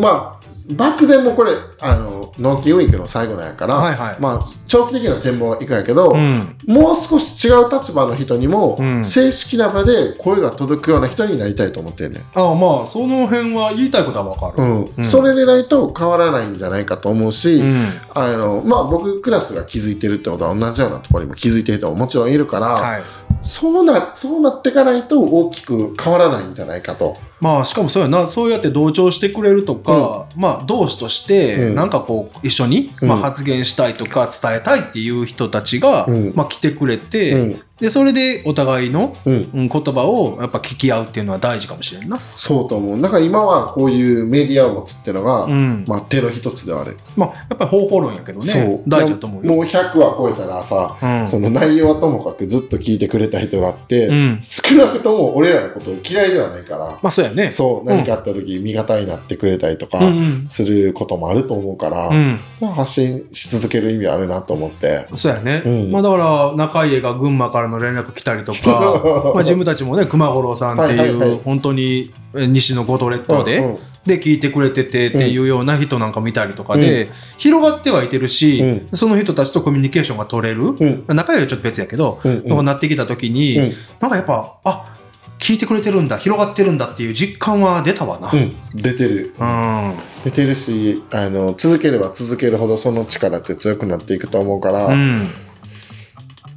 S1: まあ漠然もこれあのノンキーウィンクの最後なんやから、
S2: はいはい
S1: まあ、長期的な展望はいくんやけど、
S2: うん
S1: もう少し違う立場の人にも、
S2: うん
S1: 正式な場で声が届くような人になりたいと思ってんねん
S2: ああまあその辺は言いたいことは分か
S1: う
S2: る、
S1: ん
S2: うん
S1: それでないと変わらないんじゃないかと思うし、
S2: うん
S1: あのまあ、僕クラスが気づいてるってことは同じようなところにも気づいてる人ももちろんいるから、
S2: はい、
S1: そうなそうなっていかないと大きく変わらないんじゃないかと。
S2: まあしかもそうやなそうやって同調してくれるとか、まあ同志として
S1: うん
S2: なんかこう一緒に、
S1: うん
S2: まあ、発言したいとか伝えたいっていう人たちが、
S1: うん
S2: まあ、来てくれて、
S1: うん
S2: でそれでお互いの
S1: うん、
S2: うん言葉をやっぱ聞き合うっていうのは大事かもしれんな。
S1: そうと思う。だから今はこういうメディアを持つってのが、
S2: ん
S1: まあ手の一つではある。
S2: まあやっぱり方法論やけどね大事だと思うよ。
S1: もう100は超えたらさ、
S2: うん
S1: その内容はともかくずっと聞いてくれた人があって、
S2: うん
S1: 少なくとも俺らのこと嫌いではないから、
S2: まあそうやね。
S1: そう、何かあった時味方になってくれたりとか
S2: うんうん
S1: することもあると思うから、
S2: うん
S1: 発信し続ける意味あるなと思って。
S2: そうやね、
S1: うん
S2: まあだから中家が群馬からの連絡来たりとか まあ自分たちもね熊五郎さんっていう、
S1: はいはいはい
S2: 本当にえ西の五島列島で、
S1: うんうん
S2: で聞いてくれててっていうような人なんか見たりとかで、広がってはいてるし、
S1: うん
S2: その人たちとコミュニケーションが取れる、
S1: うん
S2: 中家はちょっと別やけど、
S1: うん
S2: とかなってきた時に、
S1: うん
S2: なんかやっぱあ聞いてくれてるんだ広がってるんだっていう実感は出たわな。
S1: うん出てる
S2: うん
S1: 出てるしあの続ければ続けるほどその力って強くなっていくと思うから、
S2: うん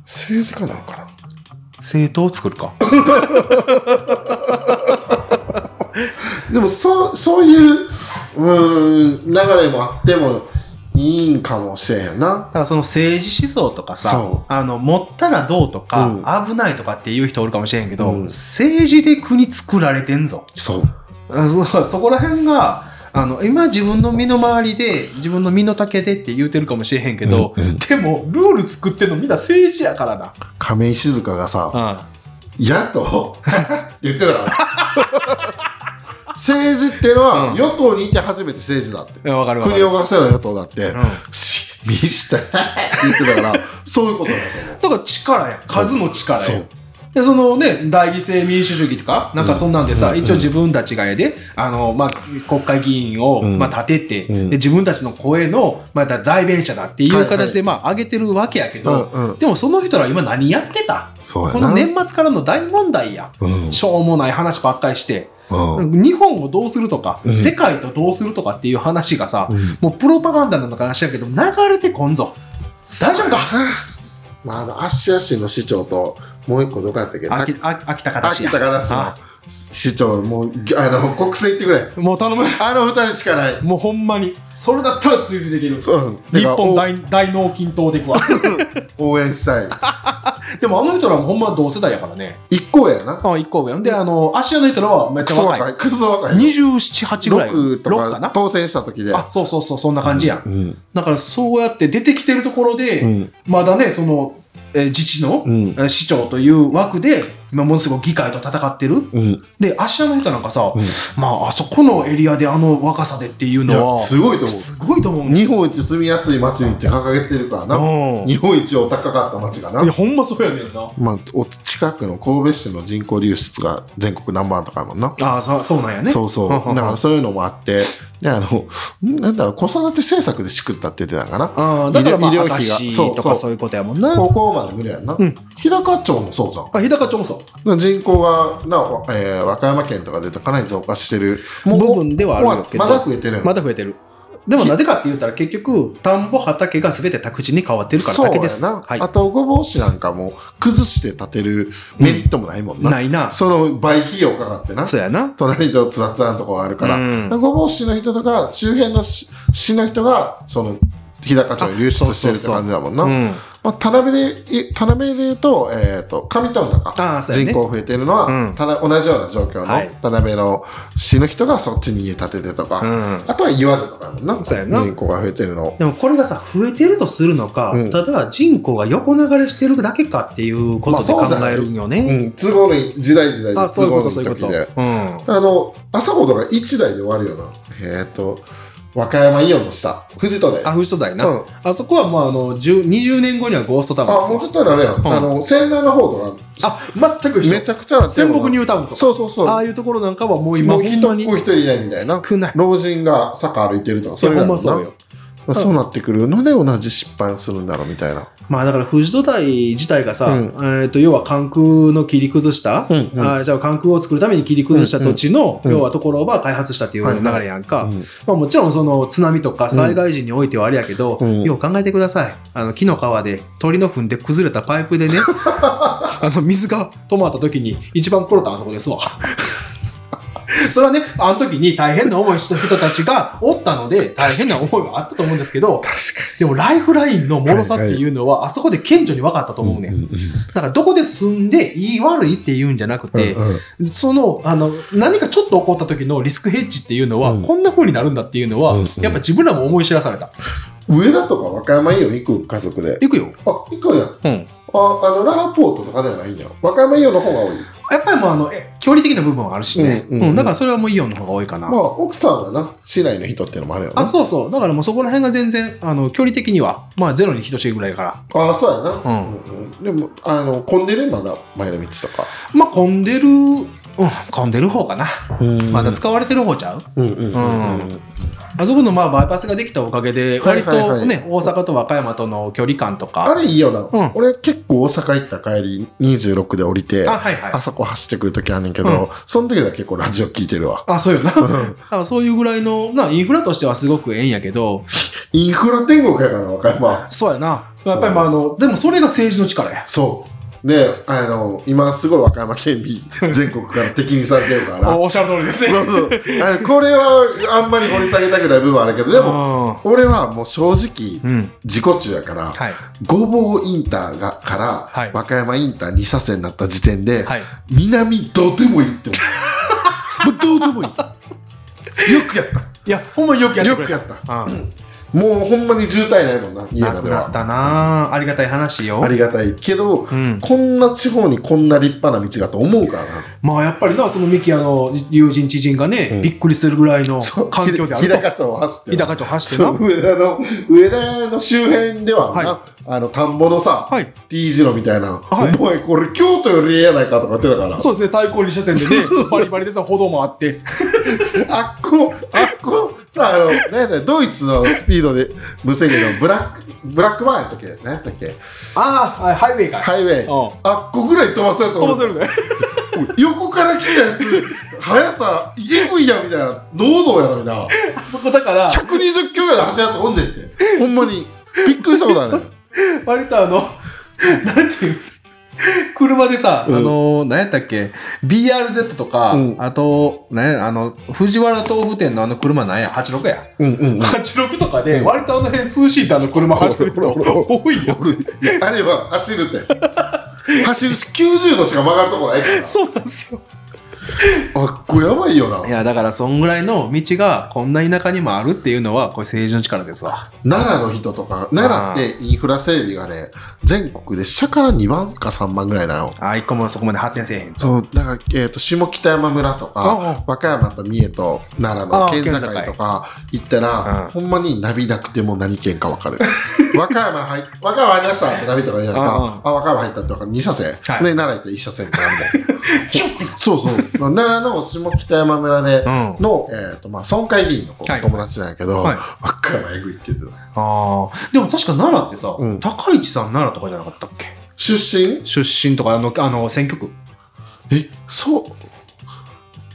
S1: 政治家なのかな
S2: 政党を作るか。
S1: でもそうそういううーん流れもあってもいいんかもしれんよな
S2: だからその政治思想とか
S1: そ
S2: さあの持ったらどうとか、危ないとかっていう人おるかもしれへんけど、
S1: うん
S2: 政治で国作られてんぞ
S1: そう
S2: あそそこら辺があの今自分の身の回りで自分の身の丈でって言うてるかもしれへんけど、でもルール作ってんのみんな政治やからな、
S1: 亀井静香がさ「野党」 って言ってたから政治ってのは、
S2: うん
S1: 与党にいて初めて政治だって
S2: いやわかるわか
S1: 国
S2: る、
S1: を動かせるのは与党だって、
S2: うん、
S1: し見したって言ってたからそういうことだと
S2: だから力や数の力
S1: そ
S2: や
S1: う
S2: でそのね代議制民主主義とかなんかそんなんでさ、一応自分たちがやであの、まあ、国会議員を、
S1: うん
S2: まあ、立てて、
S1: うん
S2: で自分たちの声の、まあ、だ代弁者だってい
S1: はいうはい
S2: 形で、まあ上げてるわけやけど、
S1: 思う、うんうん、
S2: でもその人ら今何やってた
S1: そうやな
S2: この年末からの大問題や、
S1: うん
S2: しょうもない話ばっかりして、
S1: うん
S2: 日本をどうするとか、
S1: うん
S2: 世界とどうするとかっていう話がさ、
S1: うん
S2: もうプロパガンダの話やけど流れてこんぞ大丈夫か
S1: まあ、あのアッシュアッシュの市長ともう一個どこやったっけ
S2: 秋秋秋田からし
S1: 秋
S2: や
S1: 田から市の
S2: あ
S1: 市長もうぎあの国政行ってくれ
S2: もう頼む
S1: あの二人しかない
S2: もうほんまにそれだったら追随できる
S1: そう
S2: 日本
S1: 大
S2: 大大脳筋党でいくわ
S1: 応援したい
S2: でもあの人らもほんま同世代やからね
S1: 一個やな
S2: あ一個上であの芦屋の人らはめっち
S1: ク
S2: ゃ
S1: ソ
S2: 若
S1: 若
S2: い
S1: いクソ若い
S2: 278ぐらい
S1: 6と
S2: 6
S1: か
S2: な
S1: 当選した時で
S2: あそうそうそうそんな感じやん、
S1: うん
S2: だからそうやって出てきてるところで、
S1: ん
S2: まだねその、えー自治の、
S1: うん
S2: えー市長という枠で今ものすごく議会と戦ってる
S1: うん
S2: で芦屋の人なんかさ、
S1: うん
S2: まああそこのエリアであの若さでっていう
S1: い
S2: の
S1: や
S2: は
S1: すごいと思
S2: すごいと思う
S1: う日本一住みやすい街にって掲げてるからな
S2: うん
S1: 日本一お高かった街がない
S2: やほんまそうやねんな
S1: まあ、お近くの神戸市の人口流出が全国ナンバーワンとかやもんな
S2: ああそそうなんやね
S1: そうそう。
S2: ははは
S1: だからそういうのもあって、であの、なんだろう、子育て政策でしくったって言ってたんかな。
S2: ああだからまあ
S1: 医療
S2: 明
S1: 費が
S2: 石
S1: そう
S2: と
S1: そう
S2: かそういうことやもんな
S1: 高校まで無理やんな。
S2: うん
S1: 日高町もそうじゃん。
S2: あ日高町もそう
S1: 人口がな、わえー和歌山県とかでかなり増加してる。
S2: 部分ではあるけど
S1: まだ増えてるよ
S2: まだ増えてるでもなぜかって言ったら結局田んぼ畑が全て宅地に変わってるからだけです
S1: そうやな、
S2: はい
S1: あとごぼう市なんかも崩して建てるメリットもないもんな、
S2: ないな
S1: その倍費用かかってな
S2: そうやな
S1: 隣とつらつらのとこがあるから、
S2: うん
S1: ごぼう市の人とか周辺の市市の人がその日高町に流出してるって感じだもんな
S2: うん
S1: まあ、田辺で、田辺で言うと、えっ、と、上富中
S2: ああそうやね
S1: 人口増えてるのは、
S2: うん
S1: 田中同じような状況の、
S2: はい
S1: 田辺の市の人がそっちに家建ててとか、
S2: うん
S1: あとは岩手とかやもんな、
S2: そうやな
S1: 人口が増えてるの。
S2: でもこれがさ増えてるとするのか、
S1: うん
S2: ただ人口が横流れしてるだけかっていうことで
S1: まあそうじゃ
S2: 考
S1: ない
S2: えるんよ
S1: う
S2: ね、
S1: ん、都合のいい、時代時代
S2: あ
S1: で
S2: そうい
S1: 都
S2: うこ
S1: 合
S2: と
S1: の
S2: そう
S1: い
S2: いう
S1: い
S2: こと
S1: 時で。
S2: うん
S1: あの、朝ほどが1台で終わるよな。えっ、と、和歌山イオンの下、藤戸で。
S2: あ、富士だよな、
S1: うん
S2: あそこはもうあの10 20年後にはゴーストタウン
S1: あ
S2: で、す
S1: もうちょっとであれやん。
S2: ん
S1: あの、仙台の方とか、
S2: あ全く一
S1: め
S2: 緒
S1: ちゃくちゃな
S2: 仙北ニ
S1: ュ
S2: ュータウンとか
S1: そうそうそう。
S2: ああいうところなんかはもう今
S1: も
S2: ほ
S1: うん人
S2: ま
S1: っ
S2: に
S1: 子一人いないみたいな。
S2: 少ない
S1: 老人が坂歩いてるとか
S2: いや
S1: れ
S2: ほ
S1: ら
S2: ん
S1: の
S2: ま
S1: な
S2: そうよ
S1: まあそうなってくるので同じ失敗をするんだろうみたいな。
S2: まあだから富士土台自体がさ、
S1: うん
S2: えー、と要は関空の切り崩した、
S1: うんうん
S2: あーじゃあ関空を作るために切り崩した土地の、
S1: うんうん
S2: 要はところは開発したっていう流れやんか、
S1: うん
S2: まあ、もちろんその津波とか災害時においてはあれやけど、
S1: うん
S2: よう考えてくださいあの木の皮で鳥の糞で崩れたパイプで ねあの水が止まった時に一番転ったのあそこですわ それはね、あの時に大変な思いした人たちがおったので、大変な思いはあったと思うんですけど、でもライフラインの脆さっていうのは、あそこで顕著に分かったと思うねん。だからどこで住んでいい悪いっていうんじゃなくて、その、あの、何かちょっと起こった時のリスクヘッジっていうのは、こんな風になるんだっていうのは、やっぱ自分らも思い知らされた。
S1: 上田とか和歌山イオン行く家族で。
S2: 行くよ。
S1: あ、行くんやん。
S2: うん。
S1: あ、あの、ララポートとかではないんや。和歌山イオンの方が多い。
S2: やっぱりもうあの、え距離的な部分はあるしね。
S1: う
S2: うんん
S1: うん
S2: だからそれはもうイオンの方が多いかな。
S1: まあ、奥さんがな、市内の人っていうのもあるよな。
S2: あ、そうそう。だからもうそこら辺が全然、あの、距離的には、まあゼロに等しいぐらいだから。
S1: あそうやな。
S2: うん
S1: うんうんでも、あの、混んでるまだ、前の道とか。
S2: まあ混んでる、うん、混んでる方かな。
S1: うん
S2: まだ使われてる方ちゃう
S1: うんうんうんうん。
S2: あそこのまあバイパスができたおかげで、
S1: はい
S2: 割
S1: はいはい
S2: とね、大阪と和歌山との距離感と
S1: あ
S2: か。
S1: れいいよな。
S2: うん
S1: 俺結構大阪行った帰り、26で降りて、
S2: あ、はいはい。
S1: あそこ走ってくる時あんねんけど、その時だけ結構ラジオ聞いてるわ。
S2: あ、そうよな。だからそういうぐらいの、な、インフラとしてはすごくええんやけど、
S1: インフラ天国やから、和歌山。
S2: そうやな。
S1: そう
S2: やっぱりまああの、でもそれが政治の力や。
S1: そう。で、あの、今すごい和歌山県 民、全国から敵にされてるから。
S2: っしゃる通りです
S1: そうそう。あのこれはあんまり掘り下げたくない部分はあるけど、でも、
S2: も、
S1: 俺はもう正直、
S2: うん。
S1: 自己中やから、
S2: はい。
S1: ごぼうインターがから、
S2: はい
S1: 和歌山インター2車線になった時点で、
S2: はい。
S1: 南どうでもいいって 思うもうどうでもいいよくやっ
S2: いや、ほんまによく
S1: た
S2: やって
S1: よ
S2: くれ
S1: く
S2: た。
S1: やった
S2: うん
S1: もうほんまに渋滞ないもんな家
S2: な
S1: ま
S2: く
S1: で
S2: なっ
S1: は
S2: たなあありがたい話よ
S1: あ。りがたいけど、
S2: うん。
S1: こんな地方にこんな立派な道がと思うからな
S2: まあやっぱりな、そのミキアの友人知人がね、
S1: うん
S2: びっくりするぐらいの
S1: そう
S2: 環境であ
S1: ひ
S2: る
S1: だ日。高
S2: と
S1: 町を走って
S2: 日
S1: な
S2: 高町走って
S1: そう。
S2: な
S1: 上田の上田の周辺ではな、
S2: は
S1: あの田んぼのさ、
S2: はい。
S1: T 字路みたいな、
S2: はい
S1: お前これ京都よりええやないかとか言ってたから
S2: そうですね、対向2車線でね、バリバリでさ、歩道もあって。
S1: あっこ、あっこ、さあ、あの、何やったっけドイツのスピードで無制限のブラック、ブラックバーンやったっけ何やったっけ
S2: ああ、はいハイウェイかい。
S1: ハイウェイ。
S2: うん
S1: あっこぐらい飛ばすやつお
S2: 飛
S1: る
S2: ばせるね。
S1: 横から来たやつ、速さ、えぐいやんみたいな、濃度やのにな。
S2: あ そこだから、
S1: 120キロぐらいで走るやつおんねんって。ほんまに。びっくりしたことあるねん。
S2: 割とあの、なんていう。車でさ、
S1: うん
S2: あの何やったっけ BRZ とか、
S1: うん
S2: あと、ね、あの藤原豆腐店のあの車なんや86や
S1: うんうん
S2: 86とかで割とあの辺ツーシーターの車走ってる人多いよ
S1: いやあれは走るって。走るし、90度しか曲がるとこないから。
S2: そうなんですよ。
S1: あっこやばいよない
S2: やだからそんぐらいの道がこんな田舎にもあるっていうのはこれ政治の力ですわ
S1: 奈良の人とか、奈良ってインフラ整備がね、全国で社から2万か3万ぐらいなの。
S2: あ一個もそこまで発展せえへん
S1: そう、だから、えっ、と、下北山村と
S2: あ
S1: か、和歌山と三重と奈良の
S2: あ
S1: 県
S2: 県
S1: 境とか行ったら、
S2: うん
S1: ほんまにナビなくても何県か分かる。 和歌山入っ、和歌山入りましたってナビとか言うやん
S2: うんう
S1: か
S2: ん、
S1: あ、和歌山入ったって分かる。2車線。
S2: はい
S1: ね、奈良行って1車線ってなんで。 そうそう。奈良の下北山村で、
S2: ん
S1: の、えっ、と、まあ、村会議員の子
S2: はい
S1: 友達なんやけど、
S2: はい
S1: 和歌山えぐいって言ってた。
S2: あーでも確か奈良ってさ、
S1: うん
S2: 高市さん奈良とかじゃなかったっけ
S1: 出身
S2: 出身とかあのあの選挙区
S1: えそう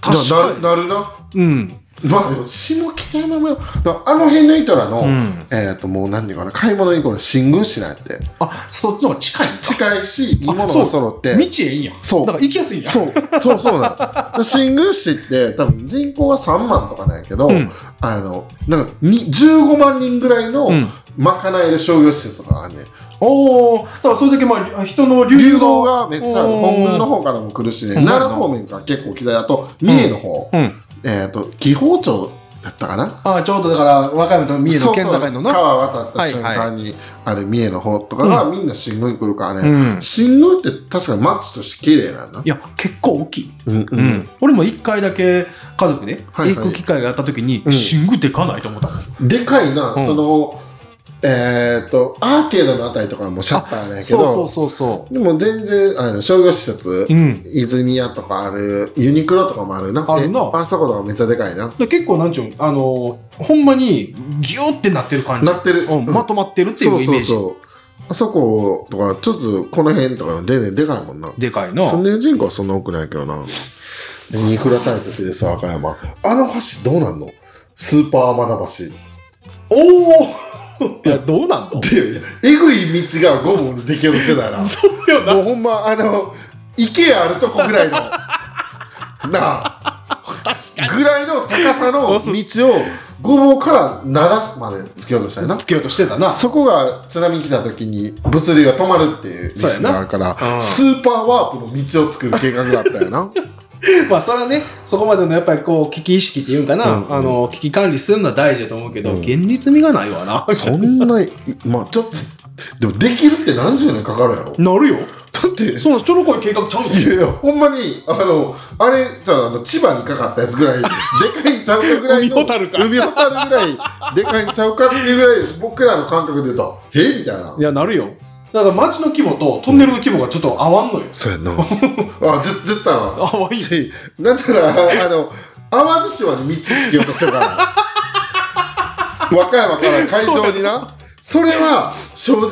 S2: 確
S1: な
S2: か
S1: なるなるな
S2: うん
S1: まあでも下北山村だあの辺の人らの、
S2: うん
S1: えっ、ともう何ていうかな買い物にこれ新宮市なんやって
S2: あそっちの方が近いんだ
S1: 近いしいいものが
S2: あそう
S1: 揃って
S2: 道ええんや
S1: そう
S2: だから行きやすいんや
S1: そうそうそうなの 新宮市って多分人口は3万とかなんやけど、
S2: うん
S1: あのなんかに15万人ぐらいの
S2: うん
S1: まかないで商業施設とかがあんねん
S2: おおだからそれだけまあ人の流
S1: 流動
S2: 動
S1: がめっちゃある
S2: おー
S1: 本宮の方からも来るしね
S2: ほんまや
S1: 奈
S2: な
S1: 良方面から結構来たりあと三重の方、
S2: うん
S1: えっ、と紀宝町だったかな
S2: ああちょうどだから和歌山と三重の県境のな
S1: そうそう川渡った瞬間に、あれ三重の方とかがみんな新宮に来るからね、新宮って確かに町として綺麗なんだ
S2: いや結構大きい、
S1: うんうん
S2: 俺も一回だけ家族で
S1: はいはい
S2: 行く機会があった時に
S1: うん
S2: 新宮でかないと思ったもん
S1: でかいな、
S2: うん
S1: そのえっ、とアーケードのあたりとかはもうシャッターないけど
S2: そうそうそうそ
S1: でも全然あの商業施設、
S2: ううん
S1: 泉屋とかあるユニクロとかもあるな
S2: あるな
S1: えあそことかめっちゃでかいな
S2: で結構なんちゅうんあのーほんまにギューってなってる感じ
S1: なってる、
S2: うん、まとまってるっていう
S1: そう
S2: イ
S1: そ
S2: メー
S1: う
S2: ジ
S1: そうあそことかちょっとこの辺とか全然でかいもんな
S2: でかいな
S1: 住んでる人口はそんな多くないけどな。インフラ大国でさ、和歌山。あの橋どうなんのスーパーマダ橋。
S2: おおいやどうな んの
S1: で、えぐい道がゴムに出来ようとしてたよな。
S2: そうよ
S1: もうほ んま、あの、池あるとこぐらいの。なあ。
S2: 確
S1: ぐらいの高さの道をごぼうから7までつけようとしたよな
S2: つけようとしてたな。
S1: そこが津波来た時に物流が止まるっていうリスクがあるから、
S3: そうやなうん
S1: スーパーワープの道を作る計画だったよな
S2: まあそれはね、そこまでのやっぱりこう、危機意識っていうんかな、
S1: うん
S2: あの、危機管理するのは大事だと思うけど、
S1: うん
S2: 現実味がないわな。
S1: そんないまあちょっとでもできるって何十年かかるやろだ
S2: なるよ。
S1: って
S2: そう、ちょのこい計画ちゃうの
S1: いやいやほんまにあのあれじゃああの千葉にかかったやつぐらいでかいんちゃうかぐらいの
S2: 海ホタルか
S1: 海ホタルぐらいでかいんちゃうかっていうぐらい僕らの感覚で言うと「えみたいない
S2: や、なるよ。だから街の規模とトンネルの規模がちょっと合わんのよ。
S1: そうやんな あぜ絶対は
S2: 合わんよ。
S1: しなんならあの淡路島に道つけようとしてるから和歌山から会場になそれは正直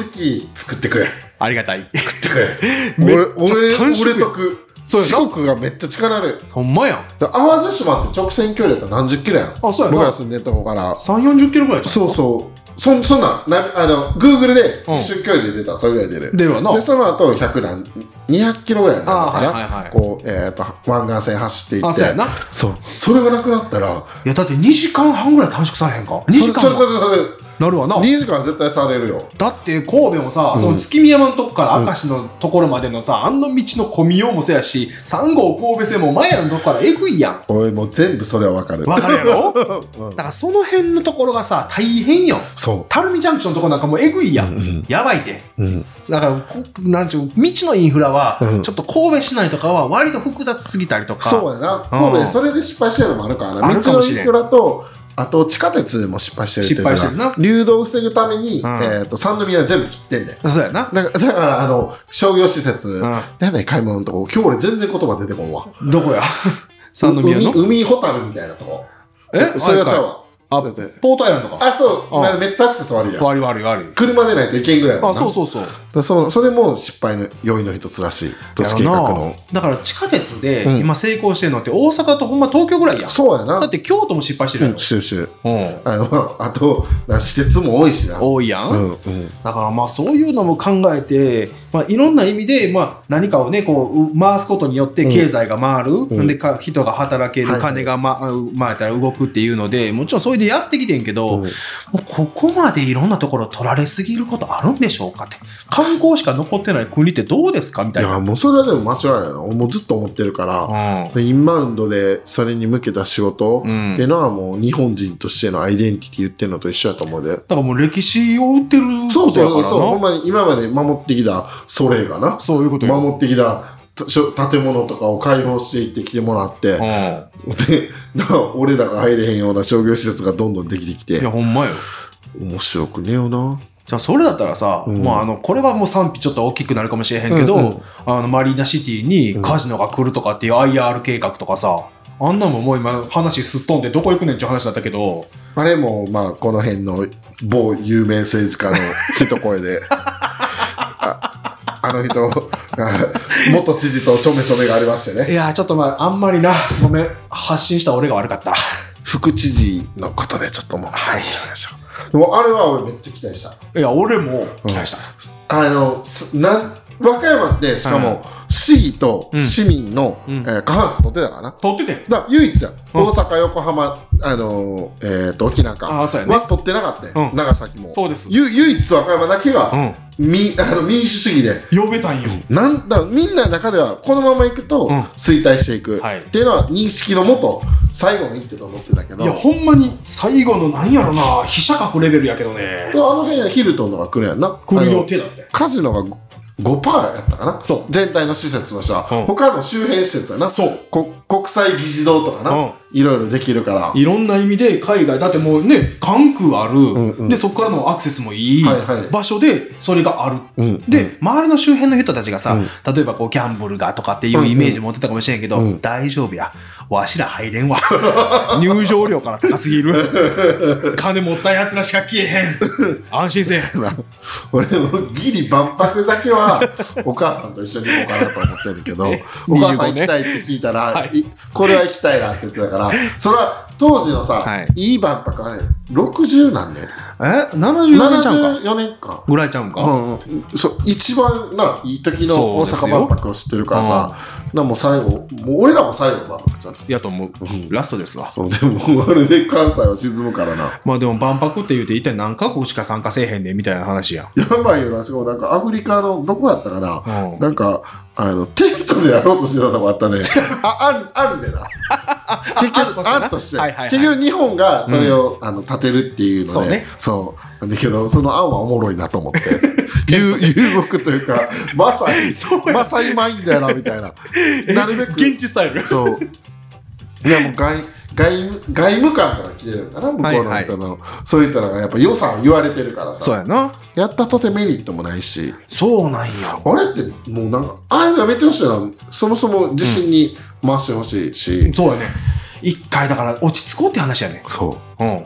S1: 作ってくれ
S2: ありがたい。
S1: 作ってくれ
S2: めっ
S1: 俺
S2: ちゃ
S1: 俺
S2: 短縮や
S1: 俺とく
S2: そうやな
S1: 四国がめっちゃ力ある
S2: ほんまやん。
S1: だから淡路島って直線距離だったら何十キロやん
S2: あそうやな
S1: 僕ら住んでたとこから
S2: 3、40キロぐらいじ
S1: そうそうそんそんなんなあの Google で
S2: うん
S1: 一瞬距離で出たらそれぐらい出
S2: ゃん。
S1: る
S2: 出るわな。
S1: でその後100何200キロぐらいになったか
S2: あー
S1: な、
S2: はいはいはい
S1: こう、えー、と湾岸線走っていって
S2: あ、そうやな。
S1: そう。それがなくなったら、
S2: いや、だって2時間半ぐらい短縮されへんか。2時間
S1: それそ
S2: 半
S1: れそれそ
S2: なるわな。
S1: れ、2時間絶対されるよ。
S2: だって神戸もさ、その月見山のとこから明石のところまでのさ、あの道の混みようもせやし、3号神戸線も前のとこからえぐいやん。
S1: 俺もう全部それはわかる。
S2: わかるやろだ
S1: うん
S2: からその辺のところがさ、大変よ。
S1: そ
S2: 垂水ジャンクションのとこなんかもうえぐいや
S1: う
S2: ん。
S1: んうん
S2: やばいで。
S1: う。うん。
S2: だからこ、なんちゅう、未知のインフラは、
S1: うん
S2: ちょっと神戸市内とかは割と複雑すぎたりとか。
S1: そうやな。神
S2: う
S1: 戸、
S2: ん
S1: それで失敗してるのもあるから
S2: あ
S1: な。
S2: る
S1: 道
S2: か
S1: の
S2: もし
S1: イ
S2: れん
S1: ンフラと、あと地下鉄も失敗してるっていうから
S2: 失敗してるな
S1: 流動を防ぐために、
S2: うん
S1: えっと、三宮全部切ってんだよ。
S2: そうやな。
S1: だから、だからあの、商業施設、
S2: ん
S1: なんだ買い物のとこ、今日俺全然言葉出てこんわ。
S2: どこや三宮
S1: 海、
S2: の
S1: 海ホタルみたいなとこ。
S2: え
S1: それがちゃうわ。
S2: あ
S1: そうやって
S2: ポートアイランドか。
S1: あ、そう。
S2: うん
S1: まあめっちゃアクセス悪いやん。
S2: 悪い悪い悪い。
S1: 車でないといけんぐらいやもん
S2: あ、
S1: な
S2: そうそうそう。
S1: だそそれも失敗の要因の一つらしい都市計画の
S2: だから地下鉄で
S1: うん
S2: 今成功してるのって大阪とほんま東京ぐらいやん。
S1: そうやな
S2: だって京都も失敗してる
S1: う
S2: や
S1: ん収集
S2: ろ。うん。
S1: あのあ とな施設も多いしな
S2: 多いやん、
S1: うんうん
S2: だからまあそういうのも考えて、まあ、いろんな意味でまあ何かをねこうう回すことによって経済が回る、
S1: ん
S2: でか人が働ける、
S1: はいはい
S2: 金が、ま、回ったら動くっていうのでもちろんそれでやってきてんけど、
S1: うん
S2: もうここまでいろんなところ取られすぎることあるんでしょうかって観光しか残ってない国ってどうですかみた
S1: い
S2: いな。
S1: やもうそれはでも間違いないのもうずっと思ってるから、
S2: う
S1: インバウンドでそれに向けた仕事って
S2: ん
S1: いうのはもう日本人としてのアイデンティティ言ってるのと一緒やと思うで
S2: だからもう歴史を売ってる
S1: そう
S2: ことやか
S1: そう
S2: らな
S1: そうほんまに今まで守ってきたそれがな
S2: そういうことよ、
S1: 守ってきたしょ建物とかを開放していってきてもらって、
S2: うん
S1: でだから俺らが入れへんような商業施設がどんどんできてきて
S2: いやほんまよ
S1: 面白くねえよな
S2: じゃあそれだったらさ、
S1: うん
S2: まあ、あのこれはもう賛否ちょっと大きくなるかもしれへんけど、
S1: うんうん
S2: あのマリーナシティにカジノが来るとかっていう IR 計画とかさあんなんももう今話すっ飛んでどこ行くねんっていう話だったけど
S1: あれもまあこの辺の某有名政治家の一声で ああの人が元知事とちょめちょめがありまして
S2: い
S1: ね
S2: やちょっとまああんまりなごめん発信した俺が悪かった
S1: 副知事のことでちょっともう入っちゃいましょうでもあれは俺めっちゃ期待した
S2: いや俺も期待した、
S1: あのすなん和歌山ってしかも市議と市民の、
S2: うんうん
S1: えー過半数取ってたからな
S2: 撮ってて
S1: だから唯一やん
S2: うん
S1: 大阪横浜あのーえー、と沖縄か
S2: ああそうやね
S1: は取ってなかったよ、
S2: うん
S1: 長崎も
S2: そうです
S1: ゆ唯一和歌山だけが、
S2: ん
S1: みあの民主主義で
S2: 呼べたんよ
S1: なんだみんなの中ではこのままいくと
S2: うん
S1: 衰退していく、
S2: はい
S1: っていうのは認識のもと最後の一手と思ってたけど
S2: いやほんまに最後のなんやろな飛車角レベルやけどね
S1: あの辺はヒルトンとか来るやんな
S2: 来る
S1: あ
S2: 予
S1: の
S2: 定だって
S1: カジノが5 5%やったかな
S2: そう
S1: 全体の施設としては、
S2: うん
S1: 他の周辺施設やな
S2: そう
S1: こ国際議事堂とかな、
S2: うん
S1: いろいろできるから
S2: いろんな意味で海外だってもうね関空ある、
S1: んうん
S2: でそこからのアクセスもいい、
S1: はいはい
S2: 場所でそれがある、
S1: うん
S2: で、周りの周辺の人たちがさ、
S1: うん
S2: 例えばこうギャンブルがとかっていうイメージ持ってたかもしれんけど、
S1: うんうん
S2: 大丈夫やわしら入れんわ 入場料から高すぎる金持ったやつらしか消 えへん安心せえ
S1: な俺もギリ万博だけ はお母さんと一緒に行こうかなと思ってるけどお母さん行きたいって聞いたら、
S2: はい
S1: いこれは行きたいなって言ってたからそれは当時のさ、
S2: はい
S1: い、い万博あれ60何年
S2: え ?74 年ちゃうんか
S1: 74年か。
S2: ぐらいちゃうんか、
S1: うん、そう一番ないい時の
S2: そう
S1: 大
S2: です
S1: 阪
S2: よ
S1: 万博を知ってるからさ、なもう最後もう俺らも最後の万博じゃん
S2: やと思う、ラストですわ
S1: そうでもあれで関西は沈むからな
S2: まあでも万博って言うて一体何カ国しか参加せえへんねんみたいな話やん
S1: やばいよなしかもなんかアフリカのどこやったかな、
S2: うん
S1: なんかあのテントでやろうとしてたとこあったねああんあんで な結局あんとして、
S2: はいはいはい
S1: 結局日本がそれを、あの立てるっていうので
S2: そうね
S1: そうなんだけどその案はおもろいなと思 って遊遊国というかまさに
S2: そうや
S1: マサイマインだよなみたい ななるべく
S2: 現地スタイル
S1: そういやもう外外務外務官から来てるんだな向こうの人の、そういったのがやっぱ予算言われてるからさ
S2: そうやな
S1: やったとてメリットもないし
S2: そうなんや
S1: あれってもうなんかああいうのやめてほしいなそもそも自信に回してほしいし、
S2: そうやね一回だから落ち着こうって話やね
S1: そう
S2: うん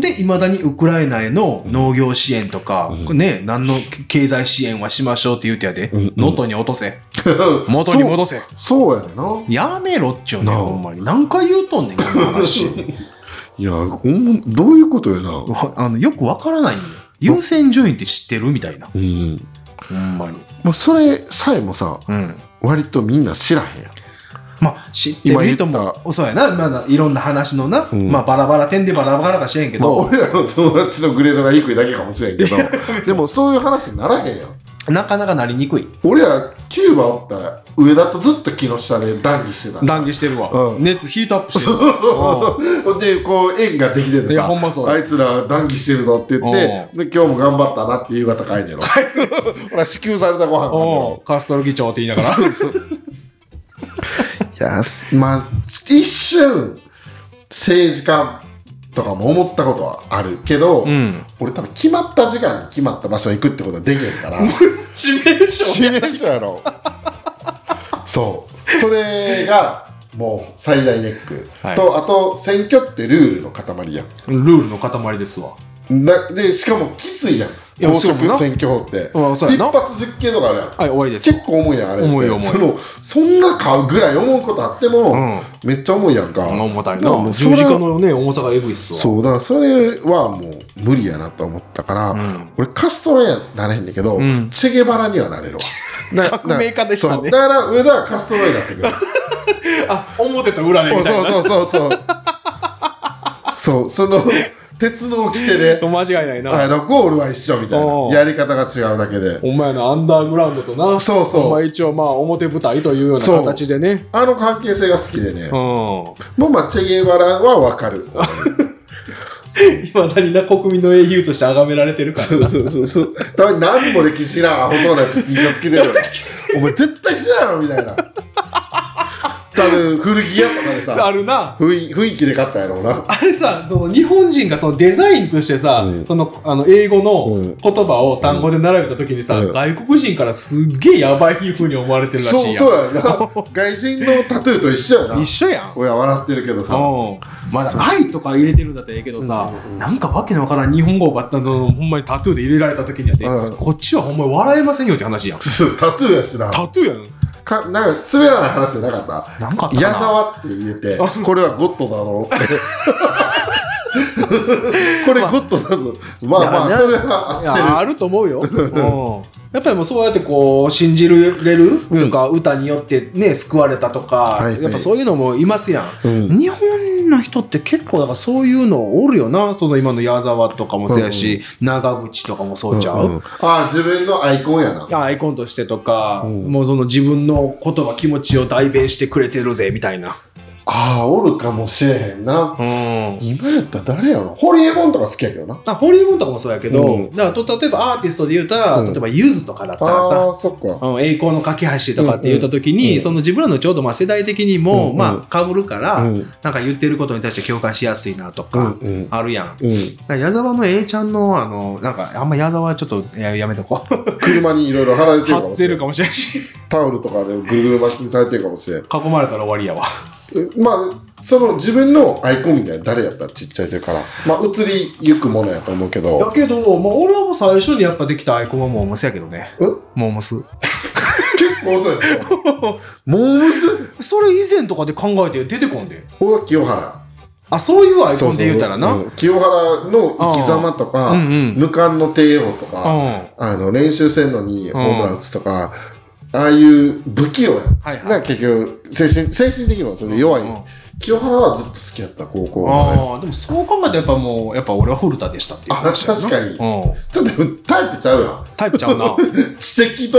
S2: でいまだにウクライナへの農業支援とか、
S1: うん
S2: ね何の経済支援はしましょうって言うてやで
S1: うんうん
S2: 能登、に落とせ 元に戻せ
S1: そうそうやねんな
S2: やめろっちゅうねん
S1: なあ
S2: ほんまに何回言うとんねんこの 話
S1: いやほんまどういうことやな
S2: わあのよくわからないんよ優先順位って知ってるみたいな
S1: うん
S2: ほんまに
S1: もうそれさえもさ
S2: うん
S1: 割とみんな知らへんやん
S2: まあ知ってる人
S1: 今言
S2: も
S1: っ
S2: そうやな、まあ、いろんな話のな、
S1: うん
S2: まあバラバラ点でバラバラかしれんけ
S1: まあ、
S2: ど、
S1: 俺らの友達のグレードが低いだけかもしれんけど でもそういう話にならへんやん
S2: なかなかなりにくい
S1: 俺らキューバおったら上田とずっと木下で談義してた
S2: 談義してるわ、
S1: うん
S2: 熱ヒートアップして
S1: そ
S2: る
S1: うそうそうでこう縁ができてて
S2: いや
S1: さ
S2: ほんまそう
S1: あいつら談義してるぞって言ってで今日も頑張ったなって夕方帰んねやろほら支給されたご飯なんねや
S2: お
S1: ろ
S2: うカストロ議長って言いながら
S1: いやすまあ一瞬政治家とかも思ったことはあるけど、
S2: ん
S1: 俺多分決まった時間に決まった場所に行くってことはできへん から
S2: 致命傷
S1: 指名書やろそうそれがもう最大ネック、
S2: はい
S1: とあと選挙ってルールの塊やん
S2: ルールの塊ですわ
S1: なでしかもきついやん
S2: や
S1: 公
S2: そうやな
S1: 職選挙法って
S2: うんそうや
S1: 一
S2: な
S1: 発実刑とかあるやん
S2: はい終わりです
S1: 結構重いやんあれって
S2: 重い重い
S1: そのそんなかぐらい思うことあっても、
S2: うん
S1: めっちゃ重いやんか
S2: 重たい
S1: だからも
S2: な
S1: うそれ
S2: 十字架のね重さがエグいっすわ
S1: そうだからそれはもう無理やなと思ったから、
S2: ん
S1: 俺カストロにはなれへんねんけど、
S2: うん
S1: チェゲバラにはなれるわな
S2: 革命家でした
S1: そ
S2: ね
S1: うだから上田はカストロにな ってくる
S2: あ表と裏で
S1: そう
S2: みたいな
S1: そうそうそうそうそうその鉄の掟で
S2: 間違いないな
S1: あのゴールは一緒みたい
S2: おう
S1: なやり方が違うだけで
S2: お前のアンダーグラウンドとな
S1: そうそう
S2: まあ一応まあ表舞台というような
S1: そう
S2: 形でね
S1: あの関係性が好きでね、
S2: う
S1: もうまあチェゲバラはわか る
S2: んいまだにな国民の英雄として崇められてるか
S1: そうそうそうそうたまに何も歴史なアホそうなやつ T シャツ着てるよ ねお前絶対知らんやろみたいな多分古着屋とかで
S2: らあ
S1: さ
S2: るな
S1: 雰囲雰囲気で買ったやろうな
S2: あれさ、その日本人がそのデザインとしてさ、
S1: うん
S2: そのあの英語の
S1: ん
S2: 言葉を単語で並べた時にさ、
S1: うん
S2: 外国人からすっげえやばい風に思われてるらしい
S1: そう
S2: や
S1: そ
S2: ん。
S1: うやな外人のタトゥーと一緒 やな
S2: 一緒やん。
S1: 親笑ってるけどさ
S2: うんまだ愛とか入れてるんだったらええけどさ、なんかわけのわからん日本語をバッタのほんまにタトゥーで入れられた時にはね、
S1: うん
S2: こっちはほんまに笑えませんよって話やん。
S1: そう タトゥーやしな
S2: タトゥーやん。
S1: かなんか滑らない話じゃなかった
S2: なんかあったかな
S1: 矢沢って入れてこれはゴッドだ ろうってこれゴッドだぞ、まあ、まあ
S2: いやな
S1: それは合っ
S2: い
S1: てる
S2: やあると思 うよ、うんやっぱりもうそうやってこう信じれるとか、歌によってね救われたとか、
S1: いはい
S2: やっぱそういうのもいますやん、
S1: うん
S2: 日本の人って結構だからそういうのおるよなその今の矢沢とかもそうやし、長渕とかもそうちゃう、
S1: ああ自分のアイコンやな
S2: アイコンとしてとか、
S1: うん
S2: もうその自分の言葉気持ちを代弁してくれてるぜみたいな、
S1: ああおるかもしれへんな今やったら誰やろホリエモンとか好きやけどな
S2: あホリエモンとかもそうやけど、
S1: うん
S2: だからと例えばアーティストで言うたら、
S1: うん
S2: 例えばユズとかだったらさ
S1: ああそっか
S2: あの栄光の架け橋とかって言った時に、
S1: うんうん
S2: その自分らのちょうどまあ世代的に
S1: うん
S2: も
S1: うん
S2: まあ被るから、
S1: うん
S2: なんか言ってることに対して共感しやすいなとか
S1: うんうん
S2: あるやん。だか
S1: うん、
S2: ら矢沢の A ちゃんのあのなんかあんま矢沢はちょっとややめとこう
S1: 車にいろいろ貼られてるか
S2: 張
S1: も
S2: って
S1: しれ
S2: る
S1: ん
S2: かもしれんし
S1: タオルとかでぐるぐる巻きにされてるかもしれん
S2: 囲まれたら終わりやわ
S1: えまあその自分のアイコンみたいな誰やったらちっちゃい時からまあ移りゆくものやと思うけ
S2: だ
S1: ど
S2: けど、まあ、俺はもう最初にやっぱできたアイコンはモームスやけどね
S1: え
S2: モームス
S1: 結構遅いでしょモームス
S2: それ以前とかで考えて出てこんで
S1: 俺は清原
S2: あ、そういうアイコンで言うたらな。
S1: そうそううん清原の生き様とか、
S2: うんうん
S1: 無冠の帝王と
S2: う
S1: か、
S2: ん。
S1: あの練習せんのにホームラン打つとか、ああいう不器用やん、
S2: はいはい
S1: なんか結局精神精神的にもそれ弱い、
S2: うん
S1: 清原はずっと好きやった高校のね
S2: ああ、でもそう考えたらやっぱもう、やっぱ俺は古田でしたっていう
S1: あ
S2: 話
S1: 確かに、
S2: に。うん。
S1: ちょっとでもタイプちゃうや
S2: タイプちゃ うな。
S1: ん知的と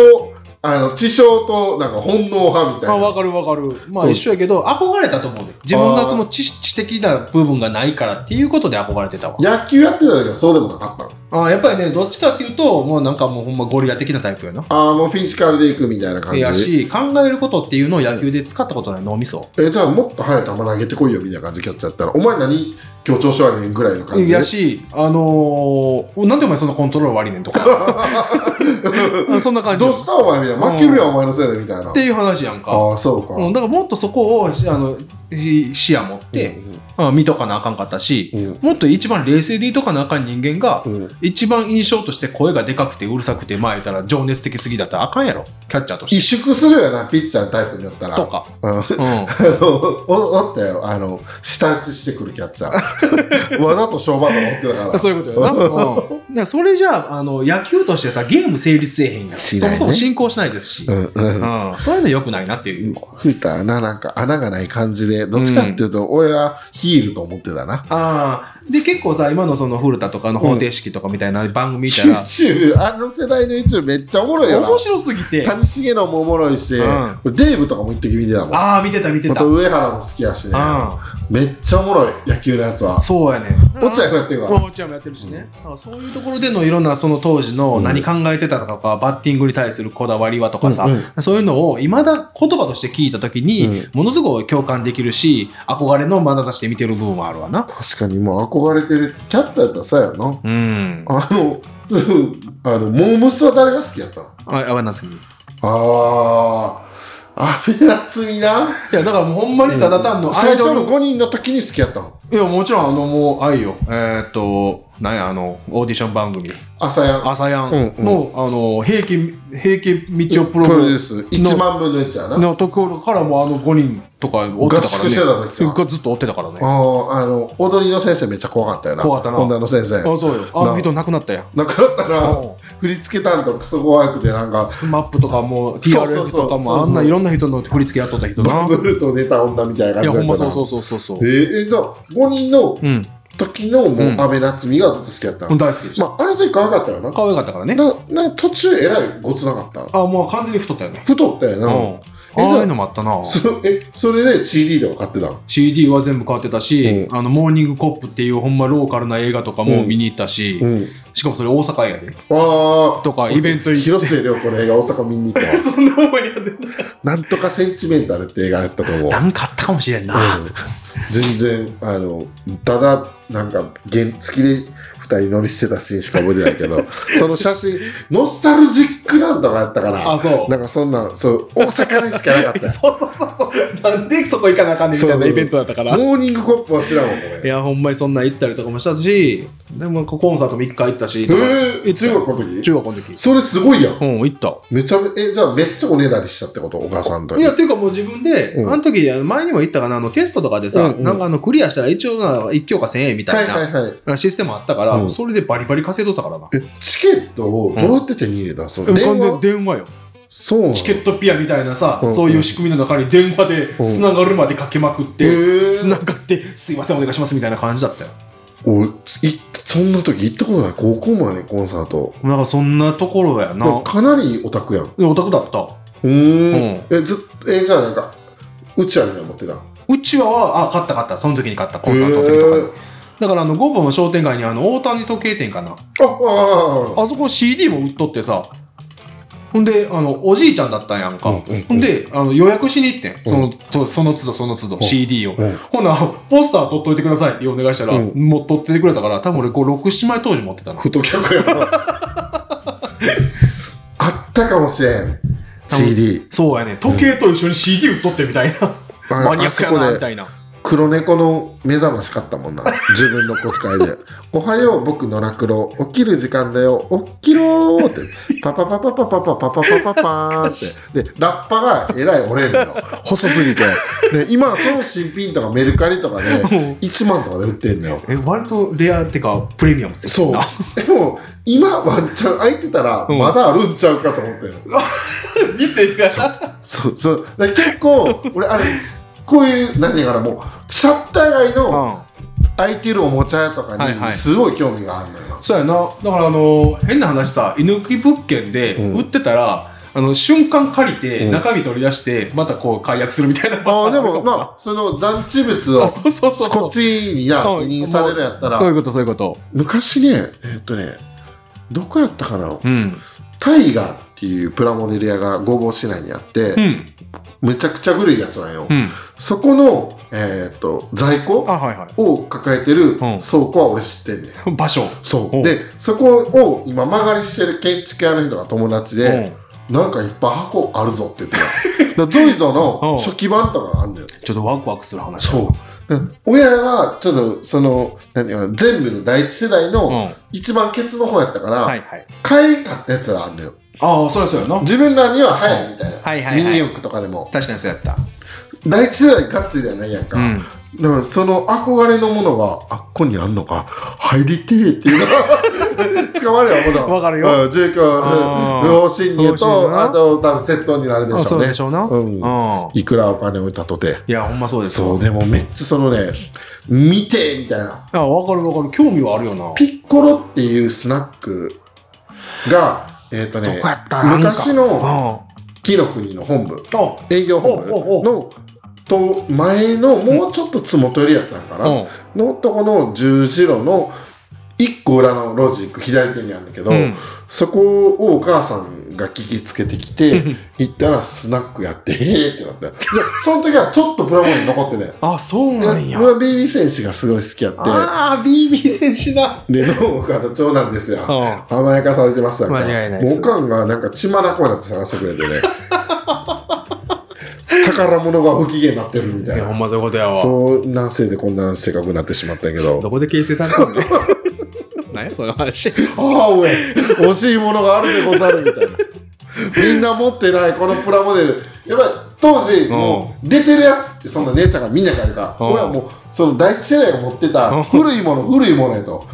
S1: あの知性となんか本能派みたい
S2: まあ
S1: な
S2: わかるわかる。ま
S1: そ
S2: あ
S1: う
S2: 一緒やけど、憧れたと思うね。自分がその知知的な部分がないからっていうことで憧れてたわ。
S1: 野球やってた時はそうでもなかったの
S2: ああ、やっぱりね、どっちかっていうと、もうなんかもうほんまゴリラ的なタイプやな。
S1: あーもうフィジカルでいくみたいな感じ
S2: やし、考えることっていうのを野球で使ったことない脳みそ。
S1: えじゃあもっと早い球投げてこいよみたいな感じでキャッチャーやったらお前何強調し悪いねんぐらいの感じで
S2: やし、あのー、なんでお前そんなコントロール悪いねん とか。あそんな感じや
S1: ど
S2: ん。
S1: う
S2: っ
S1: したお前みたいな負けるやんお前のせいでみたいな
S2: ていう話やんか。
S1: ああそうか、
S2: うん、だからもっとそこをしあのし視野持って、あ見とかなあかんかったし、
S1: うん
S2: もっと一番冷静でいとかなあかん人間が、
S1: うん
S2: 一番印象として声がでかくてうるさくて、まあ言ったら情熱的すぎだったらあかんやろ。キャッチャーと
S1: 萎
S2: して。
S1: 縮するよなピッチャーのタイプになったら
S2: とか。
S1: うんあ
S2: うん。
S1: のおおったよあの下打ちしてくるキャッチャーわざと勝負球持ってたから
S2: そういうことやな。うん、だからそれじゃああの、野球としてさ、ゲーム成立せえへんやん、
S1: し
S2: そ
S1: ないね
S2: もそも進行しないですし。
S1: うんうん
S2: うん、そういうの良くないなっていう。
S1: 古田はな、なんか穴がない感じで、どっちかっていうと、俺はヒールと思ってたな。
S2: ああ。で、結構さ、今のその古田とかの方程式とかみたいな番組見 たら、
S1: YouTube、あの世代の YouTube めっちゃおもろいよな
S2: 面。白すぎて、あ
S1: 谷重野もおもろいし、
S2: うん
S1: 俺デーブとかも一時見てたもん。
S2: あー、見てた見て
S1: ま
S2: た。
S1: た上原も好きやしね。
S2: う
S1: めっちゃおもろい、野球のやつは
S2: ん。。そうやね。
S1: 落合もやってるから。
S2: 落合もやってるしね。だからそういうところでのいろんなその当時の何考えてたとか、バッティングに対するこだわりはとかさ、
S1: うん
S2: そういうのを未だ言葉として聞いたときに、ものすごい共感できるし、憧れの眼差しで見てる部分はあるわな。
S1: 確かにもう憧れてるキャッチャーやったらさやな。
S2: うん。
S1: あの、あの、モームスは誰が好きやったの
S2: あ、やばいなすぎ。い
S1: あー、阿部夏美な。
S2: や、だからもうほんまにただ単のア
S1: 最
S2: イド
S1: 初の
S2: ル。
S1: 5人の時に好きやったの。
S2: いや、もちろんあの、もう愛よ。えーっと、なんや、あの、オーディション番組、
S1: 朝やん。
S2: 朝やん
S1: うんうん
S2: の、あの、平均、平均道夫プロ
S1: プ
S2: デュ
S1: ロデュ
S2: ー
S1: ー
S2: ス
S1: ス1万分の1やな。
S2: のところからもあの5人とか追って
S1: 合
S2: たから
S1: 宿してた
S2: ね。
S1: 時か。
S2: がずっと追ってたからね。
S1: ああ、あの、踊りの先生めっちゃ怖かったよな。
S2: 怖かったな
S1: 女の先生。
S2: あ、そうよ。あ
S1: な
S2: の人亡くなったやん。
S1: なくなったら
S2: うん、
S1: 振り付け担当クソ怖くて、なんか、
S2: スマップとかも、
S1: そうそう
S2: TRF
S1: そう
S2: とか
S1: そう
S2: も、あんないろんな人の振り付けやっとった人
S1: バ
S2: な。
S1: ブルと出た女みたいない
S2: や、
S1: 感じ
S2: ほ
S1: だ
S2: んま
S1: った
S2: そ
S1: な
S2: う。そうそうそうそう
S1: え。ーえじゃあ、5人の
S2: うん。
S1: 時の、も
S2: う
S1: う、
S2: ん
S1: 安倍夏実がずっと好きやったの。
S2: 大好きでした。
S1: まあ、あの時可愛かったよな。
S2: 可愛かったからね。
S1: な、な、途中えらいごつなかった。
S2: あ、もう完全に太ったよね。
S1: 太ったよ
S2: うん。
S1: な。
S2: あ
S1: えじゃあ
S2: あいうのもあったな。
S1: そえ、それで CD とか買ってたの
S2: CD は全部買ってたし
S1: う、
S2: あの、モーニングコップっていうほんまローカルな映画とかも見に行ったし、
S1: ん。
S2: しかもそれ大阪やで。
S1: ああ。
S2: とかイベント行っ
S1: 広
S2: て
S1: 末涼子の映画大阪見に行ったわ
S2: そんな思いになって
S1: なんとかセンチメンタルって映画やったと思う。
S2: なんかあったかもしれんな。
S1: うん全然あのただなんか原付きで2人乗りしてたシーンしか覚えてないけど その写真ノスタルジックなんとかやったから
S2: あ、そう。
S1: なんかそんなんそう大阪にしかなかった
S2: そうそうそうそう。なんでそこ行かなあかんねんみたい
S1: そうそう
S2: な
S1: そう
S2: イベントだったから。
S1: モーニングコップは知らんもんこ
S2: い
S1: れ
S2: や、ほんまにそんなん行ったりとかもしたし、でもコンサートも一回行ったし、とか
S1: えー、中学の時
S2: 中学の時。
S1: それすごいやん
S2: うん、行った。
S1: めちゃめえじゃあめっちゃおねだりしたってことお母さんと
S2: いや、っていうかもう自分で、
S1: うん
S2: あの時、あの前にも言ったかな、あのテストとかでさ、
S1: うんうん
S2: なんかあのクリアしたら一応な、1教科1000円み
S1: は
S2: た
S1: い
S2: い
S1: はいはい
S2: なシステムあったから、
S1: うん
S2: それでバリバリ稼いとったからな。
S1: えチケットをどうやって手に入れたの、その
S2: で
S1: 電
S2: も完全
S1: 話
S2: に電話よ。
S1: そうなの
S2: チケットピアみたいなさ、
S1: うん
S2: そういう仕組みの中に電話で
S1: うん
S2: 繋がるまでかけまくっ
S1: え
S2: て、
S1: ー
S2: 繋がって、すいません、お願いしますみたいな感じだったよ。
S1: 俺いそんな時行ったことない高校もないコンサート
S2: なんかそんなところやな。
S1: かなりオタクやん
S2: でオタクだった。
S1: う
S2: うん
S1: んえずえじゃあなんかうちわみたいなの持ってた
S2: うちわは、あ、買った買った。その時に買った。コンサートの時とかに。だから、あの、ゴボの商店街に、あの、大谷時計店かな。
S1: えーあああ
S2: あそこ CD も売っとってさ。ほんで、あの、おじいちゃんだったんやんか。
S1: うんうんうん
S2: ほんで、あの、予約しに行ってん。その、とその都度その都度 CD を。
S1: うん
S2: ほな、ポスター取っといてくださいってお願いしたら、
S1: うん
S2: もう取っててくれたから、多分俺、こう、6、7枚当時持ってたな。
S1: 太客や なあったかもしれん CD
S2: そうやね。時計と一緒に CD 売っとってみたいな。
S1: あ
S2: マニアックや
S1: あそ
S2: な、み
S1: こで
S2: たいな。
S1: 黒猫の目覚まし買ったもんな 自分の小遣いで「おはよう僕の落語起きる時間だよ起きろ」って「パパパパパパパパパパパパー」ってでラッパがえらいオレンジの細すぎてで今その新品とかメルカリとかで1万とかで売ってんのよ
S5: え割とレアってかプレミアムついて
S1: そ
S5: る
S1: う
S5: な
S1: でも今ワンチャン空いてたらまだあるんちゃうかと思ってる
S5: 店が
S1: そうそうだから結構俺あれこういう何やからもうシャッター街
S2: う
S1: の
S2: ん
S1: 空いてるおもちゃ屋とか
S2: はいは
S1: に
S2: い
S1: すごい興味があるのよな、
S2: そうやなだからあの変な話さ居抜き物件で
S1: うん
S2: 売ってたら、あの瞬間借りて
S1: うん
S2: 中身取り出してまたこう解約するみたいな
S1: ああでも
S2: ま
S1: まあその残置物を
S2: あそうそうそうそう
S1: こっちにな
S2: うん
S1: 委任されるやった
S2: そう
S1: ら
S2: いうことそういうこと
S1: 昔ねえーっとねどこやったかな
S2: うん
S1: タイガーっていうプラモデル屋が御坊市内にあって、
S2: うん
S1: めちゃくちゃ古いやつなんよ、
S2: うん
S1: そこの、えーっと在庫
S2: あはいは
S1: を抱えてる
S2: ん
S1: 倉庫は俺知ってんねん
S2: い場所
S1: そ
S2: お
S1: う
S2: う
S1: でそこを今曲がりしてる建築屋の人が友達で、なんかいっぱい箱あるぞって言ってただからゾイゾ
S2: お
S1: の
S2: う
S1: 初期版とかがあんのよ
S2: ちょっとワクワクする話
S1: そうだから親はちょっとその何て言うの全部の第一世代
S2: うん
S1: の
S2: は
S1: 一番ケツの方やったから、
S2: いはい
S1: 買い買ったやつがあんのよ
S2: ああそりゃそうやな
S1: 自分らには早いみたいな、
S2: はいはいはい
S1: ミニ四駆とかでも
S2: 確かにそうやった
S1: 第一世代ガッツリではないやんか、
S2: うん
S1: だからその憧れのものがあっこにあんのか入りてーっていうのが 捕まるよもちろん
S2: わかるよ
S1: うん、住居
S2: あー
S1: 不法侵入
S2: 不法侵入
S1: と
S2: な
S1: あと多分窃盗になるで
S2: あ
S1: しょ
S2: そうう
S1: ね
S2: でしょうな
S1: う
S2: うん
S1: ん
S2: い
S1: いくらお金をいたとて
S2: やほんまそうです
S1: そうでもめっちゃそのね見てーみたいな
S2: あわかるわかる興味はあるよな
S1: ピッコロっていうスナックがえっ、とね
S2: ったなんか
S1: 昔
S2: うん
S1: の
S2: あ
S1: 紀の国の本部
S2: あ
S1: 営業本
S2: おうお
S1: 部のと前のもうちょっとつもとよりやったんかな、
S2: うん
S1: のとこの十字路の一個裏の路地行く左手にあるんだけど、
S2: うん
S1: そこをお母さんが聞きつけてきて行ったらスナックやってへえってなってでその時はちょっとプラモデル残ってね
S2: あそうなん
S1: で
S2: や
S1: 俺は BB 選手がすごい好きやっ
S2: ああ BB 選手だ
S1: てで農家の長男ですよ
S2: うん
S1: 甘やかされてますやんか
S2: 間違いないで
S1: も
S2: す
S1: うおかんがなんか血まなこになって探してくれてね 宝物が不機嫌になってるみたい
S2: いやほん
S1: な
S2: まそういうことやわ
S1: そんなせいでこんな性格になってしまったんやけど
S2: どこで形成されたんだよ 何やその話
S1: 母上欲しいものがあるでござるみたいなみんな持ってないこのプラモデルやっぱり当時もう出てるやつってそんな姉ちゃんがみんなからやるから
S2: うん
S1: 俺はもうその第一世代が持って
S2: う
S1: た
S2: ん
S1: 古いもの古いものやと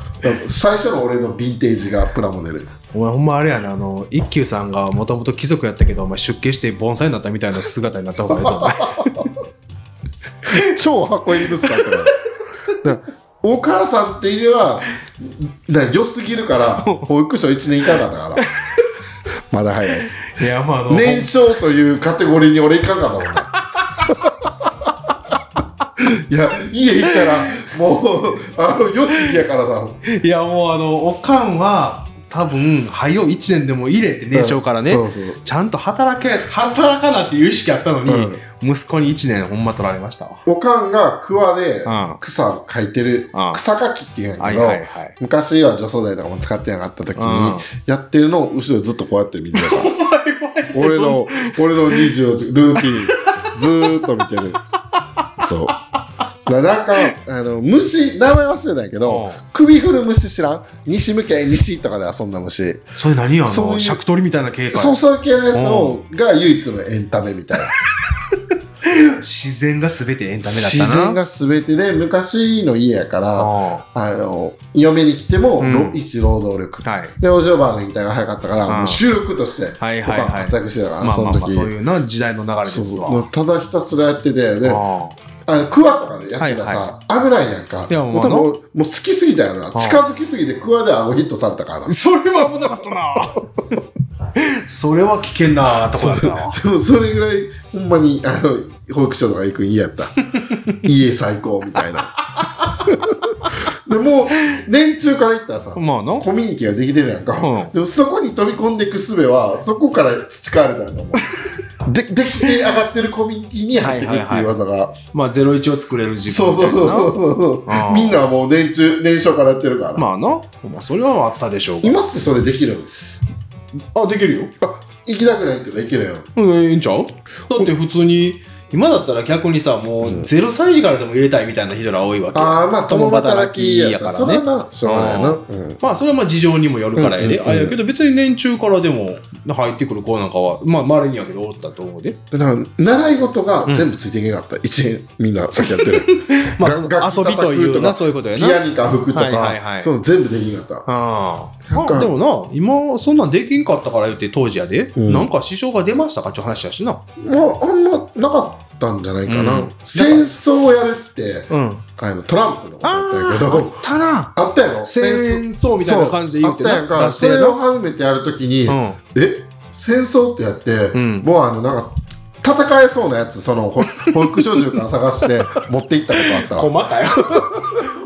S1: 最初の俺のヴィンテージがプラモデル
S2: お前ほんまあれやなあの一休さんがもともと貴族やったけどお前出家して盆栽になったみたいな姿になった方がいいぞ お前
S1: 超箱入り息子やったからだからお母さんっていうのはだから良すぎるから保育所1年いかんかったからまだ早い
S2: いやまああの、
S1: 年少というカテゴリーに俺いかんか ったもんないや家行ったらもうあの四つ木やからさ
S2: いやもうあのおかんは多分早よ1年でも入れて年少からね、
S1: そうそう
S2: ちゃんと働け働かなっていう意識あったのに、
S1: うん
S2: 息子に1年ほんま取られましたわ
S1: おかんが桑で
S2: うん
S1: 草をかいてる
S2: うん
S1: 草かきっていうんや
S2: は
S1: け
S2: い
S1: ど、
S2: はいはい
S1: 昔は除草剤とかも使ってなかった時
S2: うん
S1: にやってるのを後ろずっとこうやって見て た俺の俺の24時ルーティンずーっと見てるそうななんかあの虫名前忘れたんやけど、
S2: うん
S1: 首振る虫知らん西向け西とかで遊んだ虫
S2: それ何あ
S1: そうい
S2: の
S1: う
S2: 尺取りみたいな経過
S1: そうそう系のやつをが唯一のエンタメみたいな
S2: 自然が全てエンタメだったな
S1: 自然が全てで昔の家やから
S2: あ
S1: あの嫁に来ても、
S2: うん
S1: ろ一労働力
S2: はい
S1: でお嬢ばの引退が早かったから、
S2: うん
S1: もう収録として
S2: はい
S1: 他
S2: はいはい
S1: 活躍してたから、
S2: まあ
S1: そ
S2: ま
S1: の
S2: あ
S1: 時、
S2: まあそういうな時代の流れです
S1: そう
S2: わ
S1: もうただひたすらやっててで
S2: ああ
S1: あのクワとかでやってたらさ、危ないやんか
S2: いやもう
S1: 多分もうもう好きすぎたよな、
S2: ん
S1: 近づきすぎてクワで顎ヒットされたから
S2: それは危なかっ たなそれは危険なとこだったな
S1: でもそれぐらいほんまにあの保育所とか行く家やった 家最高みたいなでもう年中から行ったらさ
S2: まあな
S1: コミュニティができてるやんか、
S2: うん
S1: でもそこに飛び込んでいく術はそこから培われたんだもんでできて上がってるコミュニティに入ってくっていう技が、
S2: まあゼロ一を作れる時間
S1: そうそうそう
S2: う
S1: そう
S2: あー
S1: みんなはもう年中年少からやってるから、
S2: まあな、まあ、それはあったでしょうが
S1: 今ってそれできるの
S2: あできるよ
S1: 行きたくないって言うか行けるやん
S2: うんええんちゃうだって普通に今だったら逆にさ、も
S1: う
S2: うん0歳児からでも入れたいみたいな人ら多いわけ。
S1: ああまあ共働きやからねそ
S2: 共
S1: れは
S2: 働きやか
S1: な
S2: らね。
S1: しょうがないな、うん
S2: まあそれはまあ事情にもよるからやで。
S1: うんうんうん
S2: あれやけど別に年中からでも入ってくる子なんかは、まあ稀にやけどおったと思うで。
S1: だから習い事が全部ついていけなかった、一年みんな先やって る
S2: まあ
S1: ガンガン
S2: 遊びという
S1: 叩くと
S2: な、
S1: か
S2: そういうことやな。
S1: ピアニカ服とか、
S2: はいはいはい
S1: その全部できなかった
S2: ああ
S1: なんか
S2: まあでもな今そんなんできんかったから言って当時やで、
S1: うん
S2: なんか支障が出ましたかっていう話やしな
S1: まああんまなかったんじゃないかな、
S2: うん
S1: 戦争をやるって
S2: うんあ
S1: あのトランプのことだ
S2: あ
S1: ったけど
S2: あったな
S1: あったやろ
S2: 戦争みたいな感じで言って
S1: そうあ
S2: な
S1: ったやんか
S2: 出し
S1: そ
S2: て
S1: れを
S2: な
S1: 初めてやるときに、
S2: うん
S1: え戦争ってやって、
S2: ん
S1: もうあのなんか戦えそうなやつそのほ 保育所中から探して持って行ったことあ っ
S2: 細かよ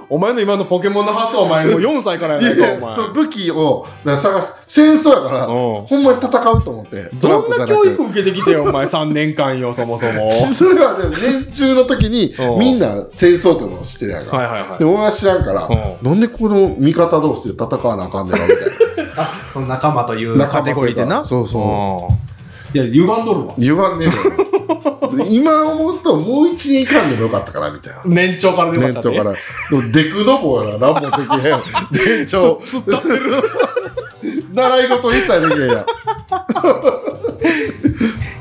S2: お前の今のポケモンの発想お前もう4歳から
S1: た
S2: や
S1: い
S2: な
S1: や
S2: い
S1: い
S2: かお
S1: やその武器をなんか探す戦争やから
S2: 前
S1: ほんまに戦うと思って
S2: うん
S1: トラン
S2: どん
S1: プじゃ
S2: な
S1: なく
S2: 教
S1: て
S2: 育受けてきてよお前3年間よそもそ も
S1: それはでも年中の時に
S2: うん
S1: みんな戦争ってのを知ってるやんか、
S2: はいはいは
S1: で俺は知らんから、
S2: う
S1: なんでこの味方同士で戦わなあかんねんなみたい
S2: い仲間という
S1: な
S2: カテゴリーでな
S1: そうそう
S2: うんいや歪んどるわ
S1: 歪んねえ のよ今思うともう一年いかんでもよかったからみたいな
S2: 年長からで
S1: 年
S2: よかった
S1: 長
S2: で
S1: からでもデクドボやな何もできへん年長
S2: つつったってる
S1: 習い事一切できへんやん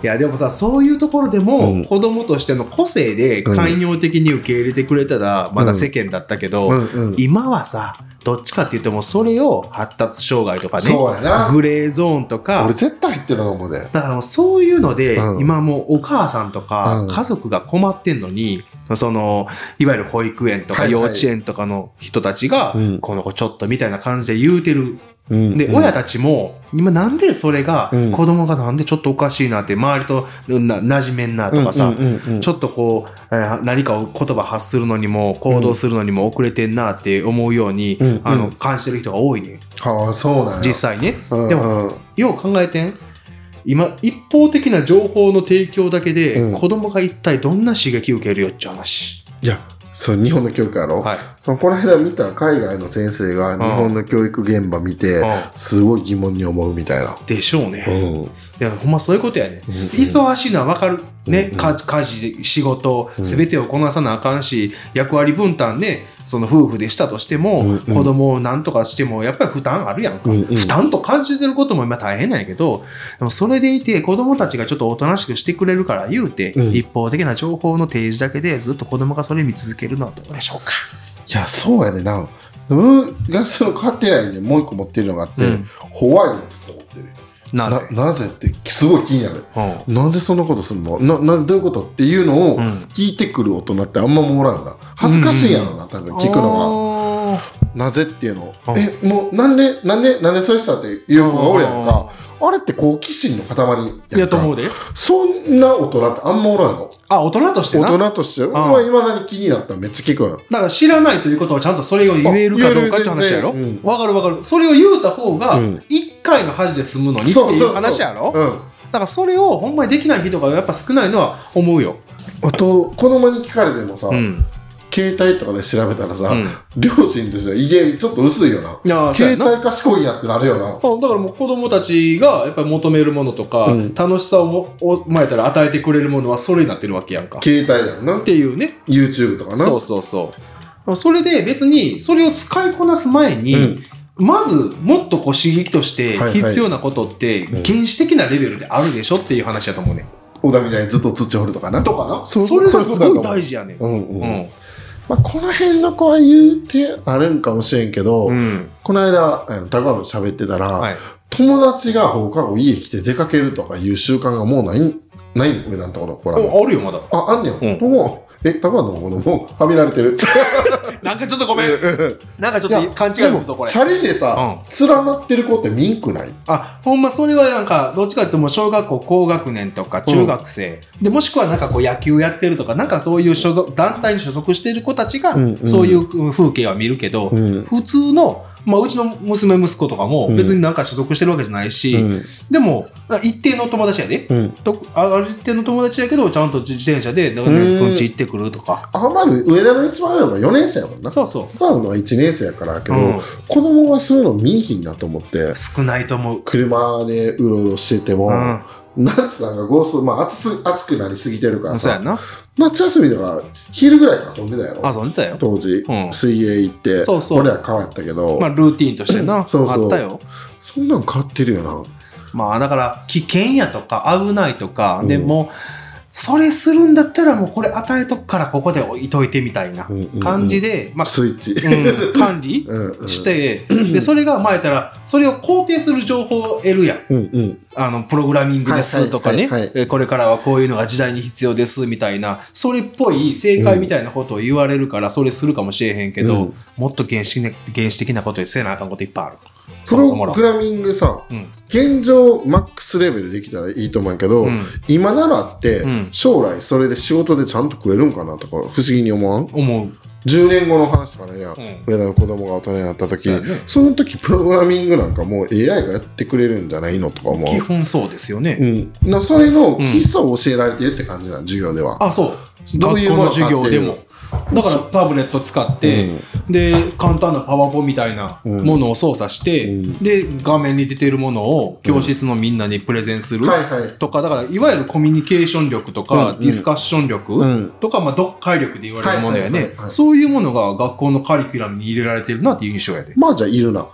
S2: いやでもさそういうところでも、
S1: うん
S2: 子供としての個性で
S1: うん
S2: 寛容的に受け入れてくれたらまだ世間だったけど、
S1: うんうん
S2: 今はさどっちかって言ってもそれを発達障害とかね
S1: そうやな
S2: グレーゾーンとか
S1: 俺絶対入ってたと思うで
S2: だからもうそういうので、
S1: うん
S2: 今もうお母さんと
S1: う
S2: か
S1: ん
S2: 家族が困ってんのに、そのいわゆる保育園とか
S1: はい
S2: 幼
S1: はい
S2: 稚園とかの人たちが、
S1: うん
S2: この子ちょっとみたいな感じで言うてるで、
S1: で
S2: 親たちも今なんでそれが、
S1: うん
S2: 子供がなんでちょっとおかしいなって周りとな馴染めんなとかさ、ち
S1: ょ
S2: ょっとこうえー何かを言葉発するのにも行動するのにも遅れてんなって思うように、
S1: うん
S2: あ
S1: う
S2: の
S1: ん
S2: 感じてる人が多いね
S1: ああそうなんや
S2: 実際ね。
S1: うん
S2: でも
S1: うん
S2: よう考えてん今一方的な情報の提供だけで、
S1: うん
S2: 子供が一体どんな刺激を受けるよっちゅう話。
S1: いやそう日本の教育やろ、
S2: はい
S1: この間見た海外の先生が日本の教育現場見て、すごい疑問に思うみたいな。
S2: でしょうね。
S1: うん
S2: いやほんまそういうことやね。忙しいのは分かる、ね
S1: うん
S2: 家家事仕事
S1: うん
S2: 全てをこなさなあかんし、役割分担ねその夫婦でしたとしても、
S1: うんうん
S2: 子供を何とかしてもやっぱり負担あるやんか、
S1: うんうん
S2: 負担と感じてることも今大変なんやけどでもそれでいて子供たちがちょっとおとなしくしてくれるから言うて、
S1: うん
S2: 一方的な情報の提示だけでずっと子供がそれ見続けるのはどうでしょうか。
S1: いやそうやでな俺がその勝てないでもう一個持ってるのがあって、
S2: うん
S1: ホワイトつって思ってる
S2: な
S1: な
S2: ぜ
S1: なぜってすごい気になる
S2: うん
S1: なんでそんなことすんのななどういうことっていうのを
S2: うん
S1: 聞いてくる大人ってあんまもらうな恥ずかしいやろな多分聞くの
S2: の
S1: がなぜっていうのを
S2: うん
S1: えもうなんでなんでなんでそうしたっていうのがおるやんかあれって好奇心の塊
S2: い
S1: や
S2: や
S1: ん
S2: と
S1: か
S2: 思うで
S1: そんな大人ってあんまおらんの
S2: あ大人としてな
S1: 大人として俺はいまだに気になったらめっちゃ聞くよ
S2: だから知らないということをちゃんとそれを言えるかどうかって話やろ
S1: 言える全然うん
S2: わかるわかるそれを言うた方が
S1: うん
S2: 1回の恥で済むのにっていう話やろだ
S1: うん
S2: からそれをほんまにできない人がやっぱ少ないのは思うよ
S1: あと子供に聞かれてもさ、
S2: ん
S1: 携帯とかで調べたらさ、
S2: うん
S1: 両親としては威厳ちょっと薄いよない
S2: やそう
S1: 携
S2: やな
S1: 帯賢いやってなるよな
S2: あだからもう子供たちがやっぱり求めるものとか、
S1: うん
S2: 楽しさをおまえたら与えてくれるものはそれになってるわけやんかっ
S1: 携帯やんな
S2: ていうね
S1: YouTube とかな
S2: そうそうそうそれで別にそれを使いこなす前に、
S1: うん
S2: まずもっとこう刺激として
S1: はいはい
S2: 必要なことっ
S1: う
S2: て
S1: ん
S2: 原始的なレベルであるでしょっていう話だと思うね。
S1: 小田みたいにずっと土掘るとかな
S2: とかなそ
S1: そう
S2: れ
S1: そういう
S2: が
S1: こ
S2: す
S1: とだと
S2: ご
S1: 思
S2: いう大事やね。
S1: うんうん
S2: うん
S1: まあ、この辺の子は言うてあるんかもしれんけど、
S2: うん
S1: この間あの高野と喋ってたら、
S2: はい
S1: 友達が放課後家来て出かけるとかいう習慣がもうないないん上なんとこの子らも
S2: おあるよまだ。
S1: ああんねん、もうえ高野の子供はみられてる
S2: なんかちょっとごめん。なんかちょ
S1: い
S2: っ
S1: や
S2: と勘 違いもぞこれ
S1: シ。ャレでさ、連なってる子ってミンクない
S2: あほんまそれはなんかどっちかっていうともう小学校高学年とか中学生、でもしくはなんかこう野球やってるとかなんかそういう所属団体に所属している子たちが
S1: うんうん
S2: そういう風景は見るけど、
S1: うん
S2: 普通の、まあ、うちの娘息子とかも別になんか所属してるわけじゃないし、でも、あ一定の友達やで。
S1: うん
S2: とあある一定の友達やけど、ちゃんと自自転車で、なんか
S1: う
S2: ね、
S1: ん
S2: こんち行ってくるとか。
S1: あまず上田の一番上のが4年生やもんな
S2: そうそ
S1: 普段のは1年生やからやけ
S2: う。
S1: ど、
S2: うん
S1: 子供はそういうの見いひんなと思って
S2: 少ないと思う。
S1: 車でうろうろしてても、
S2: うん
S1: 夏さんがゴースト、まあ、暑す暑くなりすぎてるから
S2: そうや
S1: さ
S2: な。
S1: 夏休みとか昼ぐらいから遊んでたやろ
S2: 遊んでたよ。
S1: 当時、
S2: うん
S1: 水泳行って
S2: そうそう
S1: 俺は川やったけど、
S2: まあ、ルーティンとしてな、
S1: そうそう
S2: あったよ。
S1: そんなん変わってるよな
S2: まあ、だから、危険やとか、危ないとか、で
S1: うん
S2: もう、それするんだったら、もうこれ与えとくから、ここで置いといてみたいな
S1: うんうんうん
S2: 感じで、まあ、
S1: スイッチ、
S2: うん管理
S1: うんうん
S2: して、で、それが、まあ、言ったら、それを肯定する情報を得るやん。
S1: うんうん
S2: あの、プログラミングですとか
S1: は
S2: ね
S1: いはいはい、
S2: えこれからはこういうのが時代に必要ですみたいな、それっぽい正解みたいなことを言われるから、それするかもしれへんけど、
S1: うん
S2: もっと原始,、ね、原始的なことでせなあかんこといっぱいある。
S1: プ
S2: そもそも
S1: ロ
S2: の
S1: グ。ラミングさ
S2: うん。
S1: 現状マックスレベルできたらいいと思うんやけど、
S2: うん
S1: 今ならって、
S2: うん
S1: 将来それで仕事でちゃんと食えるんかなとか不思議に思わん
S2: 思う。
S1: 10年後の話とかねや、
S2: ん
S1: 上田の子供が大人になった時
S2: そうや
S1: そ,、
S2: ね
S1: の時プログラミングなんかもう AI がやってくれるんじゃないのとか思
S2: 基
S1: う、
S2: 本そうですよね。
S1: うん、なそれの基礎を教えられてるって感じなん授業では
S2: あ、そう。
S1: どういう
S2: 学校
S1: もの
S2: の
S1: かっていう
S2: 授業でも。だからタブレット使って、で、簡単なパワポみたいなものを操作して、
S1: うん
S2: で、画面に出てるものを教室のみんなにプレゼンする。
S1: はいはい
S2: とか、だから、いわゆるコミュニケーション力と
S1: う
S2: か、
S1: んうん
S2: ディスカッション
S1: うん
S2: 力とか、まあ、読解力で言われるものや
S1: はいはい
S2: ね
S1: はいは。い
S2: そういうものが学校のカリキュラムに入れられてるなっていう印象やで。
S1: まあじゃあいる な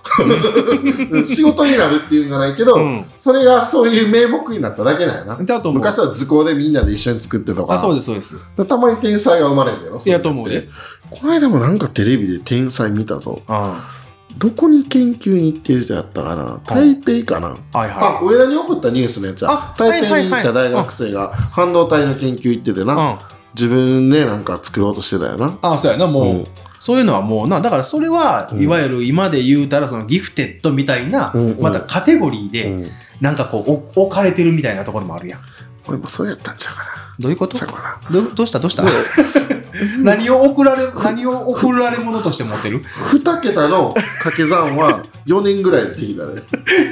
S1: 仕事になるっていうんじゃないけど、
S2: うん
S1: それがそういう名目になっただけなんやな
S2: だと思う
S1: 昔は図工でみんなで一緒に作ってとか
S2: あ、そうです、そうです。
S1: たまに天才が生まれるんだよ
S2: いやと思うで
S1: この間もなんかテレビで天才見たぞ
S2: あ
S1: どこに研究に行ってる人やったかな台北かな、
S2: はい
S1: あ
S2: は
S1: 上田に送ったニュースのやつや
S2: あ
S1: 台北
S2: はいは
S1: に
S2: い
S1: 行
S2: はい
S1: った大学生が半導体の研究行ってて
S2: い。う。
S1: なん自分でなんか作ろうとしてたよな
S2: あそうやな、もう、
S1: うん
S2: そういうのはもうな、だからそれは
S1: う、ん
S2: いわゆる今で言うたら、そのギフテッドみたいな、
S1: うんうん
S2: またカテゴリー
S1: う
S2: で、
S1: ん
S2: なんかこう、お置かれてるみたいなところもあるやん。
S1: 俺もそうやったんちゃうかな
S2: どういうこと
S1: そうやかな
S2: どどうしたどうした 何を送られ、何を送られ物として持ってる
S1: 2桁の掛け算 は4年ぐらいでできたね、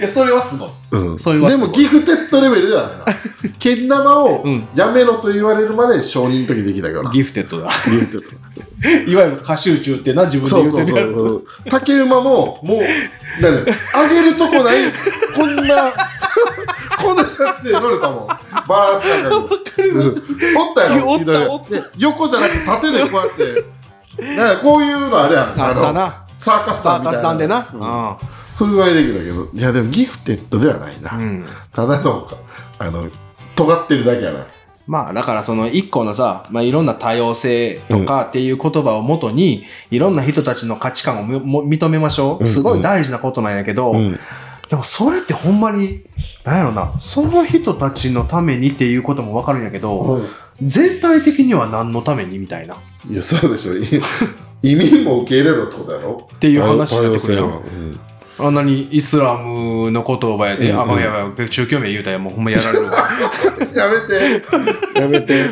S2: いや、それはすごい。
S1: うん
S2: それは
S1: です
S2: ごい
S1: もギフテッドレベルではないなけん玉を
S2: うん
S1: やめろと言われるまで承認の時できたけどなギ
S2: ギフテッドだ。
S1: フテッド
S2: いわゆる過集中ってな、自
S1: そ
S2: 分
S1: う
S2: で言
S1: そうう
S2: て
S1: そ
S2: るや
S1: うそう竹馬ももうなんだよ上げるとこないこんな こんな感じで乗れたもんバランス感覚うんおったやろ
S2: おった
S1: 左
S2: おった
S1: で横じゃなくて縦でこうやってなんかこういうのあれやん
S2: つ。あ
S1: あ
S2: った
S1: の
S2: な。
S1: サーカス
S2: サ
S1: さん
S2: ー
S1: みた
S2: カ
S1: いな
S2: スさんでな。
S1: それぐらいできたけどいやでもギフテッドではないな、
S2: うんうん
S1: ただのかあの尖ってるだけやな
S2: まあだからその一個のさ、まあ、いろんな多様性とかっていう言葉をもとに、いろんな人たちの価値観をもも認めましょ
S1: うん
S2: う。すごい大事なことなんやけど、でもそれってほんまに、なんやろな、その人たちのためにっていうこともわかるんやけど、全体的には何のためにみたいな。っ
S1: い やそうでしょい移民も受け入れろってことやろって
S2: いう話になってくるやん
S1: ん
S2: あんなにイスラムの言葉やで、
S1: うん
S2: あ、まあやばいやばい、中京名言うたらもうほんまやられるわ。
S1: やめて、 やめて。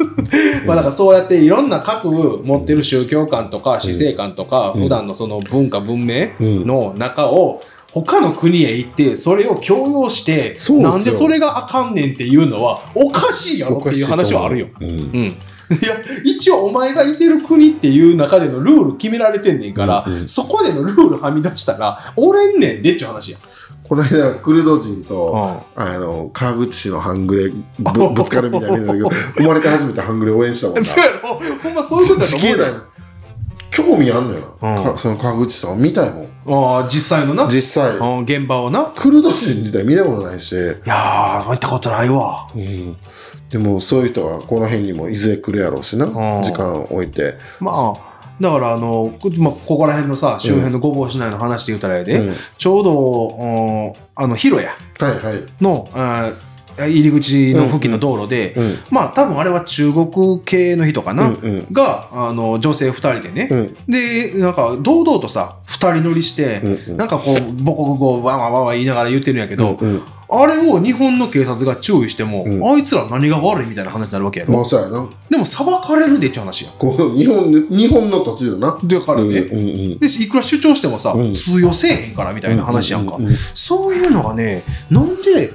S2: まあなんかそうやっていろんな各持ってる宗教観とか死生観とか
S1: うん
S2: 普段のその文化文明
S1: うん
S2: の中を他の国へ行ってそれを強要して
S1: そうっすよ
S2: なんでそれがあかんねんっていうのはおかしいやろっていう話はあるよ。
S1: うん。
S2: うん、いや一応お前がいてる国っていう中でのルール決められてんねんから、
S1: うんうん
S2: そこでのルールはみ出したら折れんねんでっちゅう話や。
S1: この間、クルド人と、
S2: あ
S1: あの、川口市の半グレぶぶつかるみたいなの見たけど、生まれて初めて半グレ応援したもんな。
S2: そうやろほんまそういうことやと
S1: 地
S2: 思
S1: 形
S2: う
S1: だ
S2: よ
S1: よ。興味あんのよな、
S2: うん
S1: かその川口さんを見たいもん。
S2: ああ実際のな
S1: 実際、
S2: うん現場をな。
S1: クルド人自体見たことないし、う
S2: いやー、行ったことないわ。
S1: ん。でも、そういう人はこの辺にもいずれ来るやろうしな、
S2: ん
S1: 時間を置いて。
S2: まあ、だから、あの、こまあ、ここら辺のさ、周辺のごぼう市内の話で言うたらやで、
S1: うん
S2: ちょうど、うんあの、広屋
S1: はいはい。
S2: の、あー入り口の付近の道路で、
S1: うん。
S2: まあ、多分あれは中国系の人かな、
S1: うんうん
S2: が、あの、女性二人でね、
S1: うん
S2: で、なんか、堂々とさ、二人乗りして、
S1: うんうん
S2: なんかこう、母国語をわんわんわんわん言いながら言ってるんやけど、
S1: うん。
S2: あれを日本の警察が注意しても、
S1: うん
S2: あいつら何が悪いみたいな話になるわけやろ。
S1: まあ、そうやな。
S2: でも、裁かれるでって話や。
S1: こう日本で日本の土地だな。
S2: だからね、
S1: うんうんうん
S2: でいくら主張してもさ、
S1: うん
S2: 通用せえへんからみたいな話やんか、
S1: ううううん
S2: そういうのがねなんで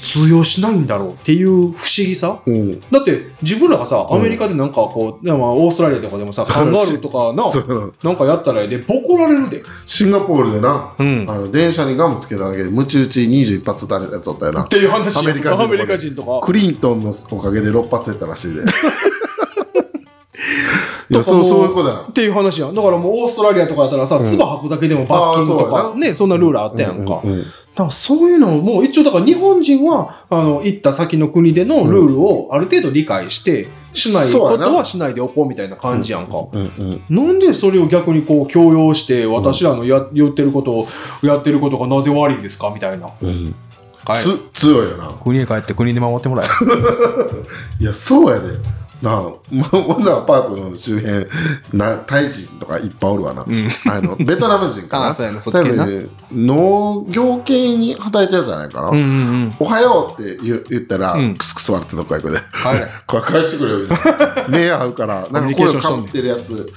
S2: 通用しないんだろうっていう不思議さ
S1: うん
S2: だって自分らがさ
S1: うん
S2: アメリカでなんかこう、でまあオーストラリアとかで もさカンガルーとかな
S1: そうなの
S2: なんかやったらええでボコられるで、
S1: シンガポールでな
S2: うん、っ
S1: あの電車にガムつけただけでムチ打ち21発撃たれたやつおったよな
S2: ていう話
S1: アメリカ人とかね
S2: アメリカ人とか
S1: クリントンのおかげで6発撃ったらしいで い
S2: とかも
S1: やそうそういうことだ
S2: っていう話やんだからもうオーストラリアとかやったらさ、
S1: ん
S2: 唾吐くだけでも罰
S1: あーそ
S2: 金と
S1: う
S2: か
S1: や
S2: ねそんなルールあったやんか、
S1: うんうん
S2: だからそういうのをもう一応だから日本人はあの行った先の国でのルールをある程度理解して、しない
S1: そう
S2: こ
S1: やな
S2: とはしないでおこうみたいな感じやんか。
S1: うんうん
S2: なんでそれを逆にこう強要して私らのや、言ってることをやってることがなぜ悪いんですかみたいな。
S1: うん
S2: つ
S1: つ強いよな
S2: 国へ帰って国で守ってもらえ。
S1: いやそうやでなあ、ま、俺のアパートの周辺なタイ人とかいっぱいおるわな、
S2: ん
S1: あのベトナム人かな
S2: あそうやなそっち系な
S1: 多分ね農業系に働いたやつじゃないかな、
S2: うんうんうん。
S1: おはようって言う言ったら、
S2: うん
S1: クスクス笑ってどっか行くで
S2: 帰れ。
S1: これ返してくれよみたいな目合う から
S2: コ
S1: な
S2: ミ
S1: ん
S2: ュニ
S1: か
S2: ケーシ
S1: 声
S2: ョ
S1: を
S2: ンし
S1: かぶ
S2: とんねん
S1: ってるやつ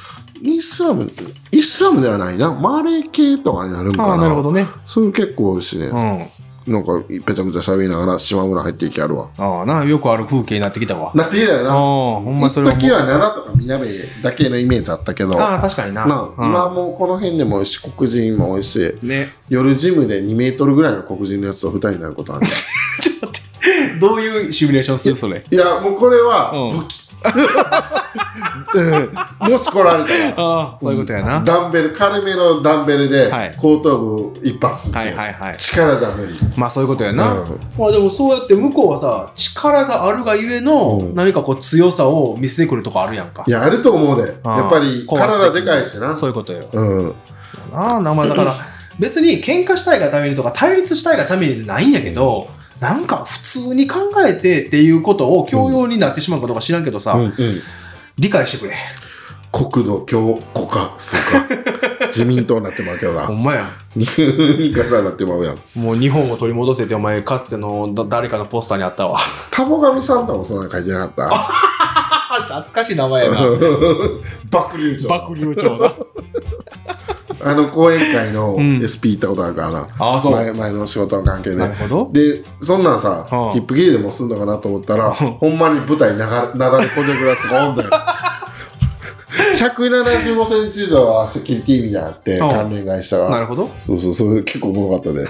S1: イスラムイスラムではないなマーレー系とかになるんか
S2: あ
S1: な
S2: あ、なるほどね。
S1: そういう結構おるしね、
S2: うん。
S1: なんかぺちゃくちゃ喋りながら島村入っていきあるわ
S2: ああ、な、よくある風景になってきたわ。あ
S1: なってきたよ
S2: あ、
S1: な
S2: ほんまそれ
S1: 一
S2: はも
S1: 時
S2: う。
S1: は7とか南だけのイメージあったけど
S2: あ
S1: な
S2: あ、確かにな。うん
S1: 今もうこの辺でも四国人も多いし
S2: ね。
S1: 夜ジムで2メートルぐらいの黒人のやつと2人になる ことある
S2: どういうシミュレーションするそれ。
S1: いやもうこれは
S2: うん
S1: 武器、うん もし来られたら
S2: ああ、そういうことやな。
S1: ダンベル軽めのダンベルで
S2: はい
S1: 後頭部一発、
S2: はいはいはい。
S1: 力じゃ無理
S2: まあそういうことやな。
S1: うん
S2: まあでもそうやって向こうはさ、力があるがゆえの
S1: うん
S2: 何かこう強さを見せてくるとかあるやんか
S1: い。やあると思うで
S2: あー
S1: やっぱり
S2: 高圧的
S1: 体
S2: に
S1: でかいしな
S2: そういうことよ。
S1: うん
S2: なあ、まあ だから別に喧嘩したいがためにとか対立したいがためにでないんやけど、なんか普通に考えてっていうことを教養になってしまうことか知らんけどさ、
S1: うんうん
S2: 理解してくれ。
S1: 国土強固化そうか 自民党になってまうけどな
S2: ほんまやん。
S1: にかさになってまうやん
S2: もう日本を取り戻せってお前かつてのだ誰かのポスターにあったわ。
S1: タボガミさんとかもそんなの書いてなかっ
S2: 懐かしい名前や
S1: た
S2: な。
S1: 爆流長
S2: 爆流長 だ。
S1: あの講演会の
S2: うん
S1: SP 行ったことあるからな、
S2: ああ、そう。
S1: 前前の仕事の関係
S2: な
S1: で
S2: るほど。
S1: でそんなんさ
S2: はあ
S1: 切符切りでもすんのかなと思ったらほんまに舞台ながなだれ込んでくるやつがお んだよ175センチ以上はセキュリティみたいなのあって
S2: はあ
S1: 関連会社
S2: なる
S1: が
S2: ほど。
S1: そうそうそれ結構おもろかったね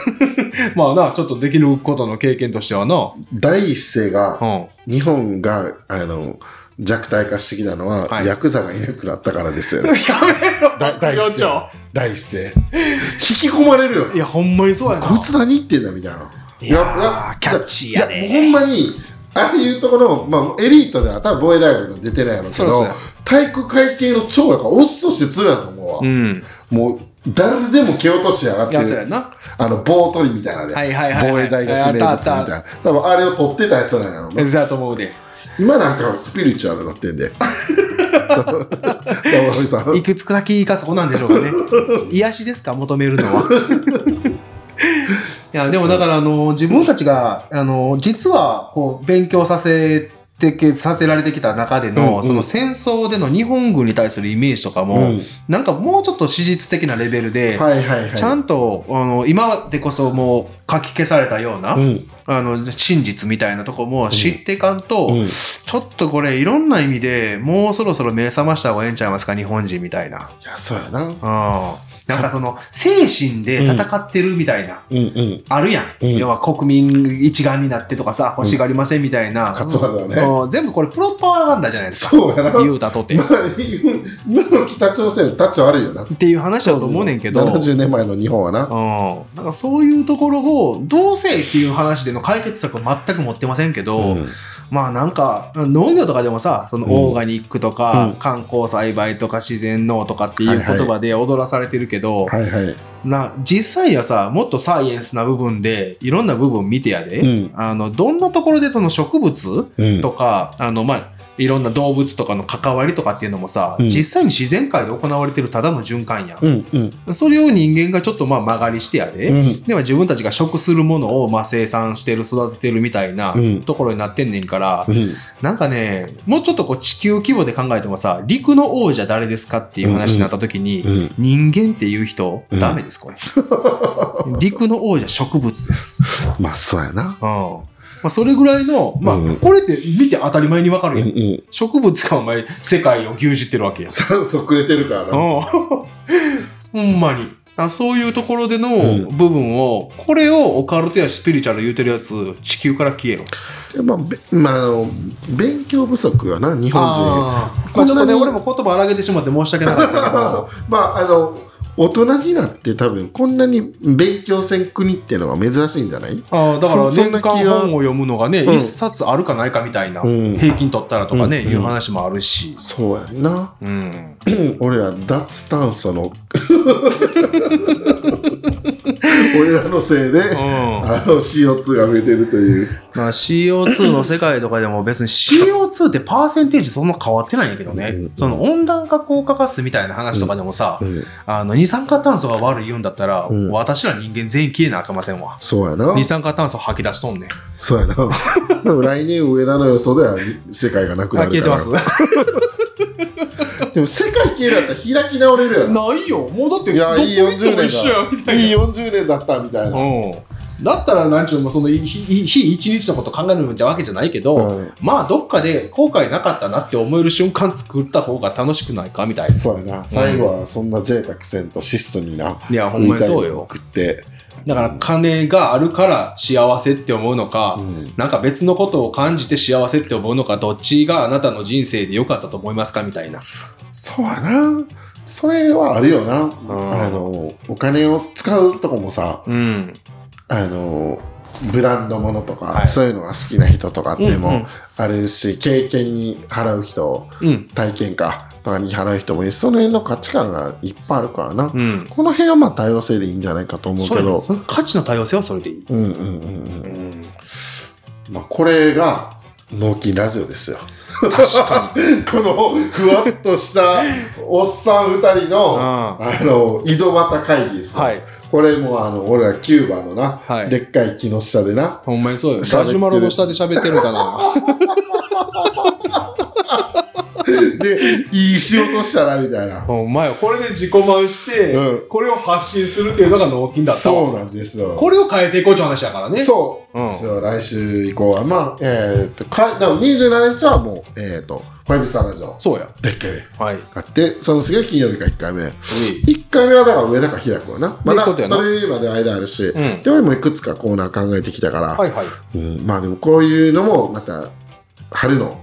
S2: まあな、ちょっとできることの経験としてはな。
S1: 第一声が
S2: ん。
S1: 日本があの弱体化してきたのは、
S2: はい
S1: ヤクザがいなくなったからです よねだ第一声第一声引き込まれるよ
S2: いや、ほんまにそうやな。
S1: こいつ何言ってんだみたいない
S2: やー
S1: な
S2: キャッチーやね
S1: いやもうほんまにああいうところ、まあ、エリートでは多分防衛大学の出てないやろうけ
S2: そうそ
S1: ど
S2: うや
S1: 体育会系の長やからオスとして強いやと思うわ、
S2: うん。
S1: もう誰でも蹴落としやがっ
S2: い
S1: て
S2: や、そうやな。
S1: あの棒取りみたいなね、
S2: はいはいはいはい
S1: 防衛大学名
S2: あ
S1: 物
S2: っ
S1: み
S2: た
S1: た
S2: あ
S1: い
S2: った
S1: な多分あれを取ってたやつなんやろうな
S2: え、だと思うで。
S1: 今なんかスピリチュアルになってんで。山上さん。
S2: いくつか先かそこなんでし ょうかね。癒しですか、求めるのは。 いや、でもだから、あの、自分たちが、あの、実は、こう、勉強させてけ、させられてきた中での、
S1: うんうん
S2: その戦争での日本軍に対するイメージとかも、
S1: うん
S2: なんかもうちょっと史実的なレベルで、
S1: はいはいはい。
S2: ちゃんとあの今でこそもう書き消されたような、
S1: うん
S2: あの真実みたいなとこも知っていかんと、
S1: うん
S2: ちょっとこれいろんな意味でもうそろそろ目覚ました方がええんちゃいますか日本人みたいな。
S1: いや、そうやな。うん
S2: うんなんかその精神で戦ってるみたいな、
S1: うん。
S2: あるや
S1: う
S2: ん、
S1: ん
S2: 要は国民一丸になってとかさ欲しがりませんみたいな、
S1: カツオだね
S2: うん全部これプロパガンダじゃないですか
S1: そうやな。
S2: 言うたとって、
S1: まあ、今の北朝鮮、立ち悪いよな。
S2: っていう話だと思うねんけど
S1: 70年前の日本はな。
S2: うん、なんかそういうところを同性っていう話での解決策を全く持ってませんけど、
S1: うん
S2: まあなんか農業とかでもさその
S1: うん
S2: オーガニックとか、
S1: うん
S2: 観光栽培とか自然農とかっていう言
S1: はいはい
S2: 葉で踊らされてるけど、
S1: はいはい。
S2: な実際にはさもっとサイエンスな部分でいろんな部分見てやで、
S1: うん。
S2: あのどんなところでその植物
S1: うん
S2: とか、あのまあいろんな動物とかの関わりとかっていうのもさ、
S1: うん
S2: 実際に自然界で行われてるただの循環やん、
S1: うんうん
S2: それを人間がちょっとまあ曲がりしてやで、
S1: うん
S2: では自分たちが食するものをまあ生産してる育ててるみたいな
S1: うん
S2: ところになってんねんから、
S1: うん
S2: なんかねもうちょっとこう地球規模で考えてもさ陸の王者誰ですかっていう話になった時に、
S1: うん
S2: 人間っていう人、
S1: うん
S2: ダメ ですこれ陸の王者植物です、
S1: まあそうやな
S2: うん、まあ、それぐらいの、まあ
S1: うん、
S2: これって見て当たり前にわか
S1: うんう
S2: るやん。
S1: ん、
S2: 植物がお前、世界を牛耳ってるわけや。
S1: 酸素くれてるから
S3: う
S1: な
S3: んほ んまに。あそういうところでの
S1: う
S3: 部分を、これをオカルトやスピリチュアル言うてるやつ、地球から消えろ。
S1: やっぱべまああの勉強不足よな日本人
S2: あーまあちょっとね、俺も言葉荒げてしまって申し訳なかったけ ど、
S1: まああの大人になって多分こんなに勉強せん国っていうのは珍しいんじゃない
S2: あーだから
S1: そそん
S2: 年
S1: な
S2: 間
S1: 気が
S2: 本を読むのがね、
S1: うん
S2: 一冊あるかないかみたいな、
S1: うん
S2: 平均取ったらとかね、
S1: うん
S2: いう話もあるし、
S1: そうやんな
S2: うん、
S1: 俺ら脱炭素の 俺らのせいで、あの CO2 が増えてるという
S2: まあ CO2 の世界とかでも別に CO2 ってパーセンテージそんな変わってないんやけどね、
S1: うん
S2: その温暖化効果ガスみたいな話とかでもさ、
S1: うん
S2: あの二酸化炭素が悪い言うんだったら、
S1: うん
S2: 私ら人間全員消えなあかませんわ。
S1: そうやな
S2: 二酸化炭素吐き出しとんねん。
S1: そうやな でも来年上田の予想では世界がなくな
S2: あ消え
S1: る
S2: て
S1: か
S2: ま
S1: ら
S2: す
S1: でも世界消えるやったら開き直れるやろ
S2: ないよ。もうだって
S1: いやいい
S2: どこ行って
S1: 40
S2: も
S1: 年
S2: 一緒やみた
S1: だ
S2: いな。
S1: いい40年だったみたいな、
S2: うん、だったらなんちゅうのそのひひ非一日のこと考えるんじゃわけじゃないけど、
S1: うん
S2: まあどっかで後悔なかったなって思える瞬間作った方が楽しくないかみたいな。
S1: そうやな最後はそんな贅沢せんと質素にな、
S2: いやほ
S1: 食
S2: ん
S1: い
S2: まに
S1: たいも
S2: そ
S1: ん
S2: うよ。
S1: 食って、
S2: だから金があるから幸せって思うのか、
S1: うん
S2: なんか別のことを感じて幸せって思うのかどっちがあなたの人生で良かったと思いますかみたいな。
S1: そうやなそれはあるよな、
S2: ん
S1: あのお金を使うとこもさ
S2: うん。
S1: あのブランドものとか、
S2: はい
S1: そういうのが好きな人とかで
S2: うんうん
S1: もあるし、経験に払う人
S2: うん。
S1: 体験かとかに払う人もいるしその辺の価値観がいっぱいあるからな、
S2: うん。
S1: この辺はまあ多様性でいいんじゃないかと思うけ
S2: そう
S1: ど
S2: よその価値の多様性はそれでいい。
S1: うんうんうんうんまあ、これが脳筋ラジオですよ。
S2: 確か に。
S1: このふわっとしたおっさん二人 の、
S2: は
S1: あの、井戸端会議ですよ。
S2: い。
S1: これもあの、俺らキューバのな、
S2: はい
S1: でっかい木の下でな、
S2: ほんまにそうよ。
S1: 喋ってる
S2: ラジュマロの下で喋ってるんかな。
S1: で、いい仕事したな、みたいな。
S2: ほんまよ。これで自己満して、
S1: うん
S2: これを発信するっていうのが納金だったわ
S1: そうなんですよ。
S2: これを変えていこうって話だからね。
S1: そう、
S2: うん
S1: そう来週以降は、まあ、えーっと、かだから27日はもう、えーっと、ファイブスターラジオ、
S2: そうや。
S1: でっかいね
S2: はい。
S1: 買って、その次が金曜日か1回目。1回目はだから上だから開くわな。ま
S2: で
S1: だ
S2: ことやな
S1: 取れればで間あるし、
S2: ん
S1: で俺もいくつかコーナー考えてきたから、
S2: はいはい。
S1: うん、まあでもこういうのもまた春の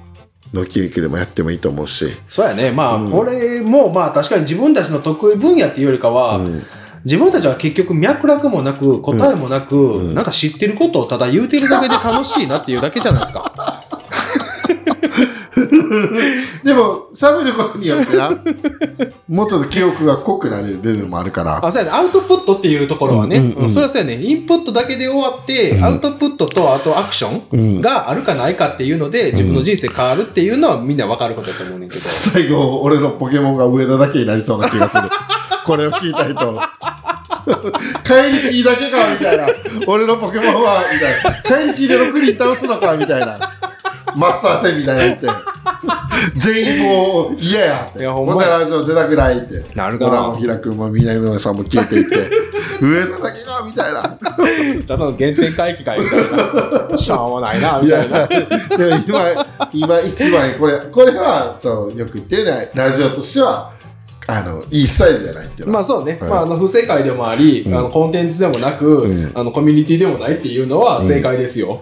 S1: のきゆきでもやってもいいと思うし、
S2: そうやね。まあ、
S1: うん
S2: これも、まあ確かに自分たちの得意分野っていうよりかは、
S1: うん
S2: 自分たちは結局脈絡もなく、答えもなく、
S1: ん
S2: なんか知ってることをただ言うてるだけで楽しいなっていうだけじゃないですか。
S1: でも喋ることによって なもうちょっと記憶が濃くなる部分もあるから
S2: あそうやね、アウトプットっていうところはね、
S1: うんうんうん
S2: うんそれはそうやね、インプットだけで終わって、アウトプットとあとアクションがあるかないかっていうので、自分の人生変わるっていうのはみんな分かることだと思うねんけど。
S1: 最後俺のポケモンが上田だけになりそうな気が するこれを聞いた人帰り聞いだけかみたいな俺のポケモンはみたいな帰り聞いで6人倒すのかみたいなマスター戦みたいな言って全員もう嫌やって
S2: いやほんまや
S1: こなラジオ出たくないって
S2: なるか
S1: 小
S2: な
S1: 田も平君も南野さんも消えてい って上田だけかみたいな
S2: ただの原点回帰かよみたいな。しょうもないな、
S1: い
S2: みた
S1: や
S2: いな。
S1: でも今今一番これこれはそうよく言ってるねラジオとしてはあのいいスタイルじゃないっていうのは
S2: まあそうね、
S1: はい
S2: まあ、あの不正解でもあり、あのコンテンツでもなく、
S1: うん
S2: あのコミュニティでもないっていうのは正解ですよ。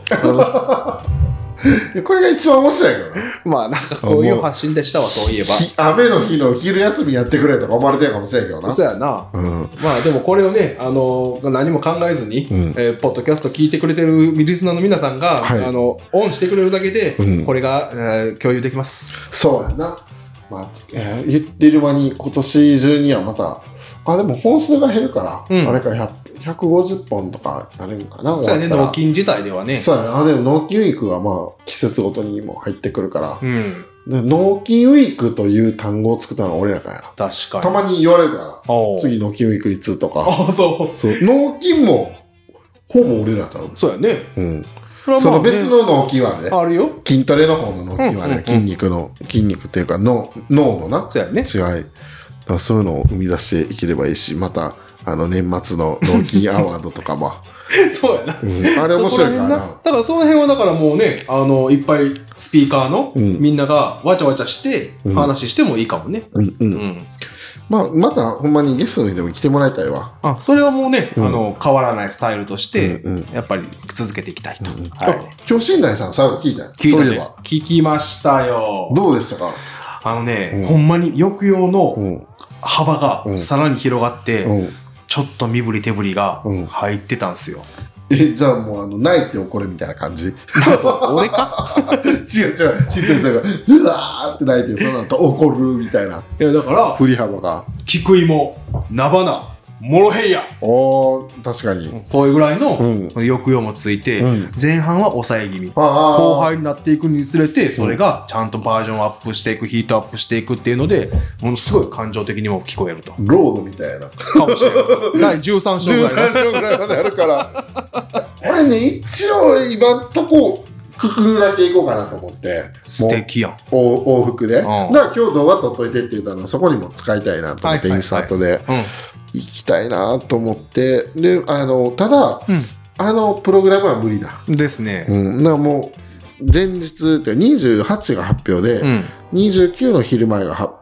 S1: でこれが一番面白いけどな
S2: まあなんかこういう発信でしたわ、そういえば。
S1: ひ雨の日の昼休みやってくれとか思われてるかもしれんけどな
S2: そうやな。
S1: うん
S2: まあでもこれをね、あの何も考えずに、
S1: うん
S2: えーポッドキャスト聞いてくれてるリスナーの皆さんが、
S1: はい
S2: あのオンしてくれるだけで、
S1: うん
S2: これが、えー共有できます。
S1: そうやなまあ、えー言ってる間に今年中にはまたあでも本数が減るから、
S2: うん
S1: あれか100 150本とかなるんかな
S2: そうやね、
S1: 終わった
S2: 納
S1: ら
S2: 金自体ではね。
S1: そうやなあでも納金ウィークはまあ季節ごとにも入ってくるから、
S2: うん、
S1: で納金ウィークという単語を作ったのは俺らからやな
S2: 確
S1: た
S2: かに。
S1: まに言われるから
S2: おう
S1: 次納金ウィークいつとか
S2: ああ、そ
S1: そう納金もほぼ俺らちゃう
S2: う。、そうやね。
S1: うん、
S2: これは
S1: そ
S2: まあ
S1: の
S2: ね
S1: 別の脳筋はね、
S2: あるよ。
S1: 筋トレの方の脳筋は
S2: うんうんう
S1: ね
S2: ん、
S1: 筋肉の、筋肉っていうか脳、脳のな、
S2: そうやね。
S1: 違い。だ からそういうのを生み出していければいいし、また、あの、年末の脳筋アワードとかも
S2: そうやな。
S1: うん、あれ面白いから
S2: そこら
S1: な
S2: 辺。だからその辺はだからもうね、あの、いっぱいスピーカーの
S1: うん
S2: みんながわちゃわちゃして
S1: うん
S2: 話してもいいかもね。
S1: うんう、
S2: うんん。
S1: まあまたほんまにゲストにでも来てもらいたいわ。
S2: あ、それはもうね、あ
S1: うん
S2: の、変わらないスタイルとして
S1: うんうん、
S2: やっぱり続けていきたいと。
S1: うん
S2: は
S1: あ
S2: い。
S1: 今日新内さん最後聞いたよ
S2: 聞いた
S1: そ
S2: ね
S1: ういえば
S2: 聞きましたよ。
S1: どうでしたか、
S2: あのね、
S1: うん
S2: ほんまに抑揚の
S1: ん
S2: 幅
S1: う
S2: が
S1: ん
S2: さらに広がって、
S1: うん、
S3: ちょっと身振り手振りが
S1: うん
S3: 入ってたんす よ。
S1: えじゃあもうあの泣いて怒るみたいな感じ 違う
S3: 俺か
S1: 違う新内さんがうわーって泣いてその後怒るみたいない
S2: や、だから、
S1: 振り幅が
S2: 菊芋、菜花、モロヘイヤ、
S1: おー確かに、
S2: こういうぐらいの
S1: うん
S2: 抑揚もついて、
S1: うん
S2: 前半は抑え気味。
S1: あー
S2: 後輩になっていくにつれてそれがちゃんとバージョンアップしていくヒートアップしていくっていうのでものすごい感情的にも聞こえるとか
S1: ロードみたいな
S2: もしれない第13章ぐらい
S1: 13章ぐらいまであるから俺ね一応今んとこくくらていこうかなと思って
S2: 素敵やん
S1: お往復で、だ
S2: ん
S1: から今日動画撮っといてって言ったのそこにも使いたいなと思って、
S2: はいはいはい
S1: インサートで
S2: うん
S1: 行きたいなと思ってであのただ、
S2: うん
S1: あのプログラムは無理だ、
S2: ですね
S1: うん、なもう前日って28が発表で、
S2: うん
S1: 29の昼前がは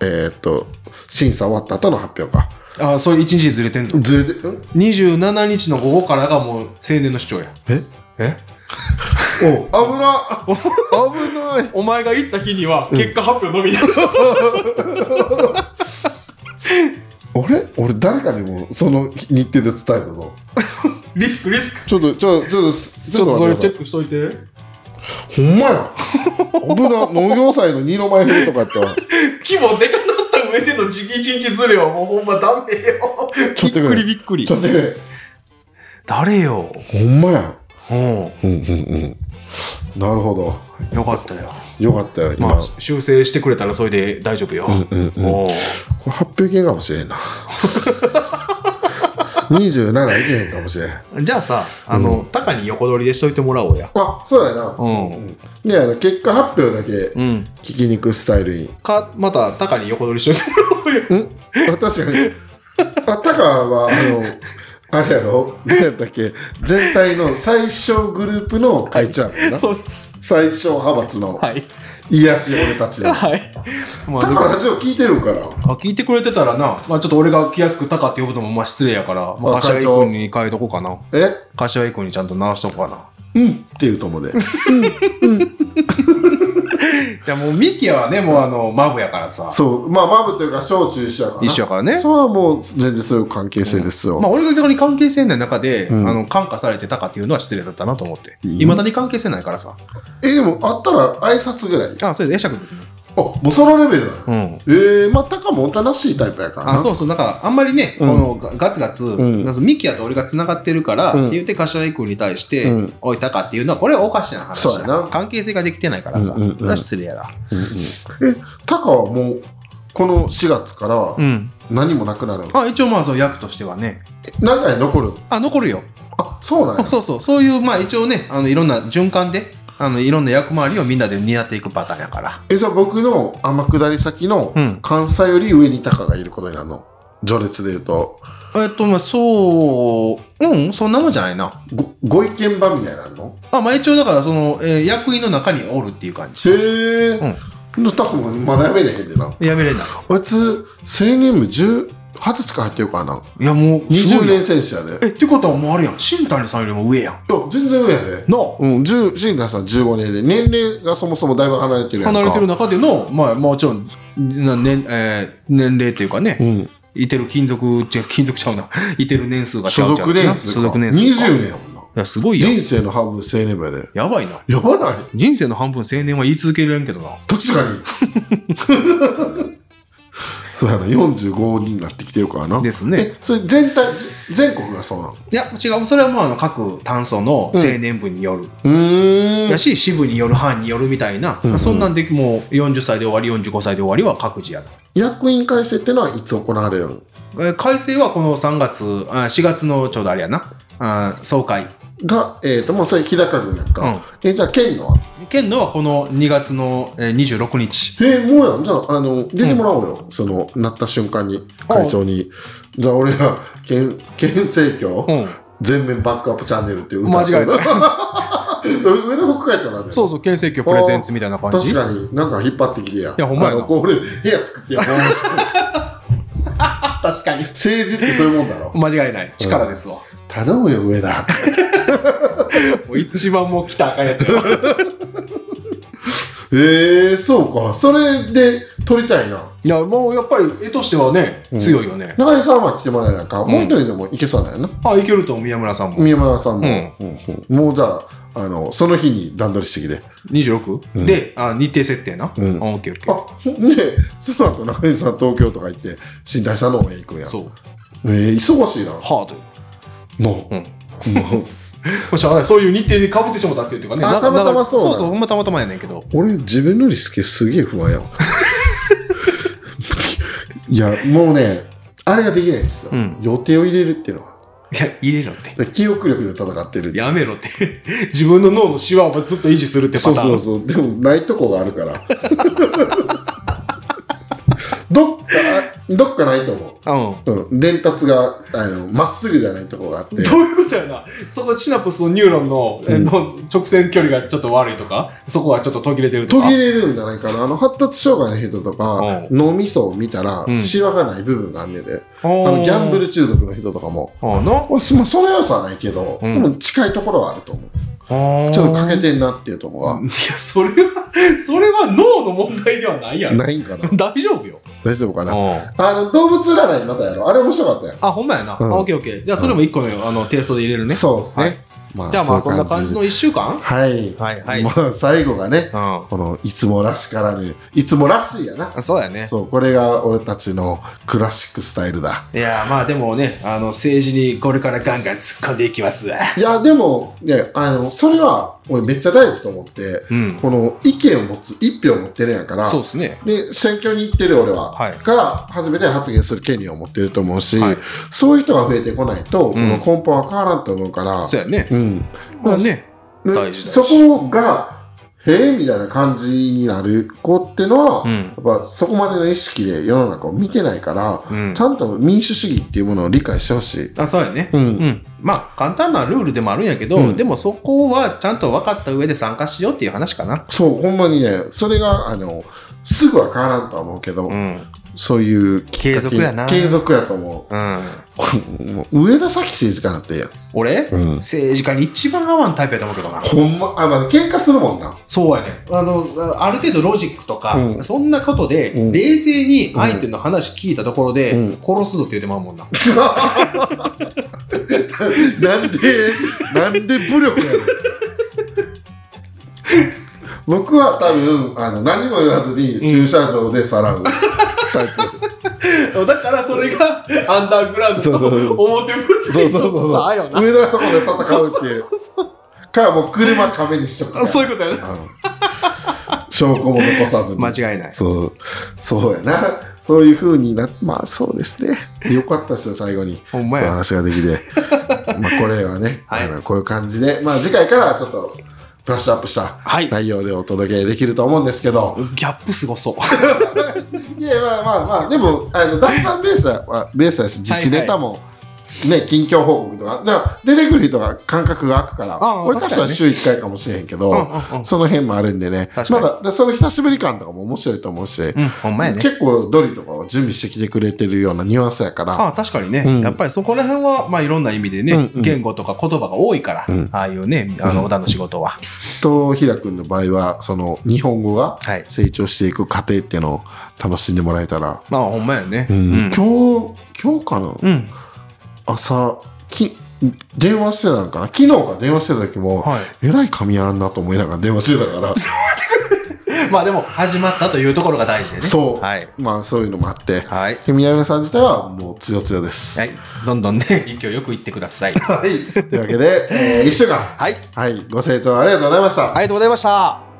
S1: えーっと審査終わった後の発表か
S2: あそれ1日ずれてんぞ
S1: ずれてん
S2: 27日の午後からがもう青年の主張や
S1: え
S2: え
S1: お危な危ない
S2: お前が行った日には結果発表のみだ、
S1: 俺俺誰かにもその日程で伝えたぞ
S2: リスクリスク
S1: ちょっとちょっとちょっと
S2: ちょっとそ
S1: 待てください
S2: れチェックしといて
S1: ほんまや。危な、農業祭の二の舞風とかっては、
S2: 規模でかなった上での時期1日ずれはもうほんまダメよ
S1: ちょっとぐらい
S2: びっくり
S1: ちょっとね、
S3: 誰よ。
S1: ほんまや。
S3: うん。
S1: うんうんうん。なるほど。
S3: よかったよ。
S1: よかったよ、今。
S2: まあ、修正してくれたらそれで大丈夫よ。
S1: うんうんうん、こ
S3: おう
S1: れ発表系かもしれんな。27いけへんかもしれん。
S3: じゃあさ、
S2: あの、タカに横取りでしといてもらおうや。
S1: あ、そうやな。
S2: うん。
S1: ねあの結果発表だけ
S2: うん。
S1: 聞きに行くスタイルに。
S2: か、またタカに横取りしといてもらおうよ。
S1: あ確かに。あたかは、あの、あれやろ何やったっけ全体の最小グループの会長やもんな。
S2: そうです。
S1: 最小派閥の。
S2: はい。
S1: 癒し俺たちだか
S2: はい。まあ、だ
S1: ら
S2: から
S1: ラジオ聞いてるんから
S2: あ聞いてくれてたらな、まあちょっと俺が来やすくタカって呼ぶのもまあ失礼やから、まあ、
S1: あ
S2: 柏
S1: 会
S2: 井
S1: 長
S2: 君に変えとこうかな。
S1: え
S2: 柏井君にちゃんと直しとこうか
S1: うんっていう友で
S2: な。いやもうミキヤはね、もうあの、マブやからさ、
S1: そうまあマブというか小中一緒やからな
S2: 一緒やからね。
S1: それはもう全然そういう関係性ですよ、
S2: まあ、俺が逆に関係性ない中で、
S1: うん
S2: あの感化されてたかっていうのは失礼だったなと思って、
S1: うん
S2: いまだに関係性ないからさ。
S1: えでもあったら挨拶ぐらいあ
S2: あ、それで会釈ですね。
S1: もうそのレベルなの
S2: うん。
S1: えー、まあたかもおとなしいタイプやからな
S2: あそうそう、なんかあんまりね、
S1: うん
S2: このガガツガツ、
S1: ん
S2: なんかミキヤと俺がつながってるから、
S1: うん
S2: って言って柏木君に対して、
S1: うん
S2: おい、タカっていうのは、これはおかしな話
S1: そうやな
S2: 関係性ができてないからさ、
S1: うんうんうん
S2: それは失礼やな。
S1: うんうんえタカはもうこの4月から
S2: うん。
S1: 何もなくなるの、
S2: あ、一応まあ、そう役としてはね、
S1: 何回残る
S2: あ、残るよ。
S1: あそうなんや
S2: あそうそう、そういう、まあ一応ね、あのいろんな循環で、あのいろんな役回りをみんなで担っていくパターンやから。
S1: えじゃあ僕の天下り先の
S2: うん
S1: 関西より上にタカがいることになるの序列で言うと
S2: えっと、まあ、そう、うん、そんなもんじゃないな。
S1: ごご意見番みたいなの
S2: あ、まあ、一応だから、その、えー役員の中におるっていう感じ。
S1: へえ、うん、タコもまだやめれへんでな
S2: やめれんな。
S1: あいつ青年部10 20歳から入ってるからない
S2: や、もう、
S1: 20
S2: 20年。
S1: 年選手やで
S2: え、ってことはもうあれやん。新谷さんよりも上やん。
S1: いや全然上やで
S2: の、
S1: うん10新田さん15年で年齢がそもそもだいぶ離れてるやんか
S2: 離れてる中での、まあ、もちろん、な年、えー年齢っていうかね、
S1: うん
S2: いてる金属、違う、金属ちゃうな。 いてる年数が違
S1: 所
S2: うちゃ
S1: 属
S2: うしな
S1: 年数か
S2: 所属年数か。
S1: 20
S2: い
S1: 年やもんな
S2: や、すごいやん。
S1: 人生の半分青年部やで
S2: やばいな。
S1: やばない
S2: 人生の半分青年は言い続けられんけどな。
S1: 確かに そうやな45人になってきてるからな
S2: ですね
S1: えそれ全体全国がそうなの
S2: いや、違う。それはもう、あの、各単素の青年部による。
S1: うーん
S2: やし、支部による、班によるみたいな、
S1: うんうん
S2: そんなんでもう40歳で終わり、45歳で終わりは各自やな。
S1: 役員改正ってのはいつ行われるの
S2: えー改正はこの3月、あ4月のちょうどあれやな、あー総会。
S1: が、えー、ともうそれ日高君やんか、
S2: うん
S1: えじゃあ県のは
S2: 県のはこの2月のえー26日。
S1: えーもうやんじゃああの出てもらおうよ、そのなった瞬間に会長にじゃあ俺ら県県政協、
S2: うん。
S1: 全面バックアップチャンネルっていう歌
S2: 間違え
S1: ない
S2: た。
S1: 上の副会長なんです
S2: そうそう、県政教プレゼンツみたいな感じ。
S1: 確かになんか引っ張ってきてや
S2: いやほんまや
S1: あ
S2: な
S1: のこう俺部屋作 ってや本質
S2: 確かに。
S1: 政治ってそういうもんだろ
S2: 間違いない。力ですわ。
S1: 頼むよ上だ
S2: もう一番もう来た赤いやつ。
S1: ええー、そうかそれで撮りたいない
S2: や、もうやっぱり絵としてはね、強いよね。
S1: 中井さんは来てもらえないか、
S2: ん
S1: もう一人でもいけそうだよな
S2: あ、いけると思う宮村さんも。
S1: 宮村さん
S2: う
S1: も、
S2: ん。
S1: うんもうじゃああのその日に段取りしてきて
S2: 26?、
S1: ん
S2: で、あ、日程設定な。
S1: うん
S2: あ、オッケーオッケー。
S1: あねその後中井さん東京とか行って新大さんの方へ行くんや
S2: そう。
S1: えー、忙しいな
S2: ハードよ。
S1: の、
S2: うん
S1: もう
S2: まあしゃあない。そういう日程に被ってしまったっていうていうかね。
S1: あ
S2: な
S1: たまたまそうだ
S2: そうそう、ほんまたまたまやねんけど。
S1: 俺自分のリスケすげえ不 安やわいやもうねあれができないんですよ、
S3: うん
S1: 予定を入れるっていうのはい
S3: や、入れろって。
S1: だから記憶力で戦ってるっていう
S3: やめろって。
S2: 自分の脳のシワをずっと維持するってパタ
S1: そ
S2: ー
S1: う
S2: ン。
S1: そうそうでもないとこがあるから どっかどっかないと思
S3: うん。
S1: う、うん、伝達があのまっすぐじゃないとこがあって
S2: どういうことやなそこシナプスのニューロンの,、え
S1: うん
S2: の直線距離がちょっと悪いとかそこがちょっと途切れてると
S1: 途
S2: か
S1: 切れるんじゃないかなあの発達障害の人とか脳みそを見たら
S3: うん
S1: シワがない部分があんねんで、
S3: あ
S1: あのギャンブ
S3: ル。
S1: ル中毒の人とかも
S3: あの
S1: 俺そまあその要素はないけど、
S3: うん
S1: でも近いところはあると思うち
S3: ち
S1: ょっと欠けてんなっていうところはい
S2: やそれはそれは脳の問題ではないやろ
S1: ないんかな
S2: 大丈夫よ
S1: 大丈夫かな
S3: あ
S1: あの動物占いまたやろうあれ面白かったよ、
S2: あほんまやな、
S1: うん
S2: あオッケーオッケーじゃあそれも一個の,、あのテイストで入れるね
S1: そうですね、
S2: はい
S1: ま
S2: じゃあまあそんな感じの1週間
S1: はい、
S3: はいはい
S1: まあ最後がね
S3: うん
S1: このいつもらしからぬいつもらしいやな、
S3: あ。そうやね。
S1: そうこれが俺たちのクラシックスタイルだ
S2: いやまあでもねあの政治にこれからガンガン突っ込んでいきます
S1: いやでもねあのそれは俺めっちゃ大事と思って
S3: うん。
S1: この意見を持つ一票を持ってるんやから
S2: そうですね
S1: で選挙に行ってる俺は、
S3: はい
S1: から初めて発言する権利を持ってると思うし、
S3: はい
S1: そういう人が増えてこないと、
S3: ん
S1: この根本は変わらんと思うから、
S2: そうやね
S1: うん
S3: まあね。
S1: で
S3: 大事だし
S1: そこがへえみたいな感じになる子ってのは、
S3: う
S1: や
S3: ん。
S1: っぱそこまでの意識で世の中を見てないから、
S3: うん
S1: ち。ゃんと民主主義っていうものを理解してほしい。
S3: あ、そうやね。
S1: うん
S3: うん、まあ簡単なルールでもあるんやけど、
S1: うん
S3: でもそこはちゃんと分かった上で参加しようっていう話かな。
S1: そうほんまにねそれがあのすぐは変わらんとは思うけど、
S3: ん。
S1: そういうきっか
S3: 継
S1: け
S3: 続やな
S1: 継続やと思
S3: うん。
S1: う もう上田咲紀政治家なってええやん
S3: 俺、
S1: うん
S3: 政治家に一番合わんタイプやと思うけどな。
S1: ほんま、あ、まあ、喧嘩するもんな。
S3: そうやね。あの、ある程度ロジックとか、
S1: うん
S3: そんなことで、
S1: うん
S3: 冷静に相手の話聞いたところで、
S1: うん
S3: 殺すぞって言うてまうもんな。
S1: なんで、 なんで武力やろ。僕は多分あの何も言わずに駐車場でさらうタイプ、
S2: だからそれがアンダーグラウンド
S1: そうそうそ
S2: と表舞
S1: そう
S2: 台
S1: そうそう
S2: の差よ
S1: そ
S2: な
S1: う上田はそこで戦
S2: そう
S1: うって
S2: そう
S1: い
S2: そううそう
S1: からもう車壁にしとくから
S2: あそういうことやな。
S1: あの証拠も残さずに
S3: 間違いない。
S1: そうそうやなそういうふうになまあそうですねよかったですよ最後に
S3: ほん
S1: そ
S3: ま
S1: ういう
S3: や。
S1: 話ができて まあこれはね、
S3: はい
S1: あのこういう感じで、まあ、次回からはちょっとブラッシュアップした
S3: はい。
S1: 内容でお届けできると思うんですけど、
S3: ギャップすごそう。
S1: い、やまあまあまあでもあの第3ベースはまあベースだし自治ネタも、ね、近況報告とかだから出てくる人が感覚が空くから
S3: ああ
S1: 俺たち
S3: 確か
S1: は
S3: にね
S1: 週1回かもしれへんけど、
S3: うんうん
S1: その辺もあるんでね
S3: 確か
S1: ま
S3: に
S1: だでその久しぶり感とかも面白いと思うし、
S3: うん、ほんまやね。
S1: 結構ドリとかを準備してきてくれてるようなニュアンスやから
S3: ああ確かにね、
S1: うん
S3: やっぱりそこら辺は、まあ、いろんな意味でね、
S1: うんうん
S3: 言語とか言葉が多いから、
S1: うん
S3: ああいうねあの小田の仕事は、
S1: と平君の場合はその日本語が
S3: はい
S1: 成長していく過程っていうのを楽しんでもらえたら、
S3: まあほんまやね
S1: うん
S3: うん
S1: 今日今日かな、
S3: うん
S1: 朝き電話してたんかな昨日か電話してた時も、
S3: は
S1: えらい噛み合わんなと思いながら電話してた から
S3: い、 まあでも始まったというところが大事でね
S1: そう
S3: はい
S1: まあそういうのもあって
S3: はい、
S1: で宮部さん自体はもう強強です。
S3: はい、どんどんね 勢いよく言ってくださ い
S1: はいというわけで、え1週間、
S3: はい
S1: はい、ご清聴ありがとうございました。
S3: ありがとうございました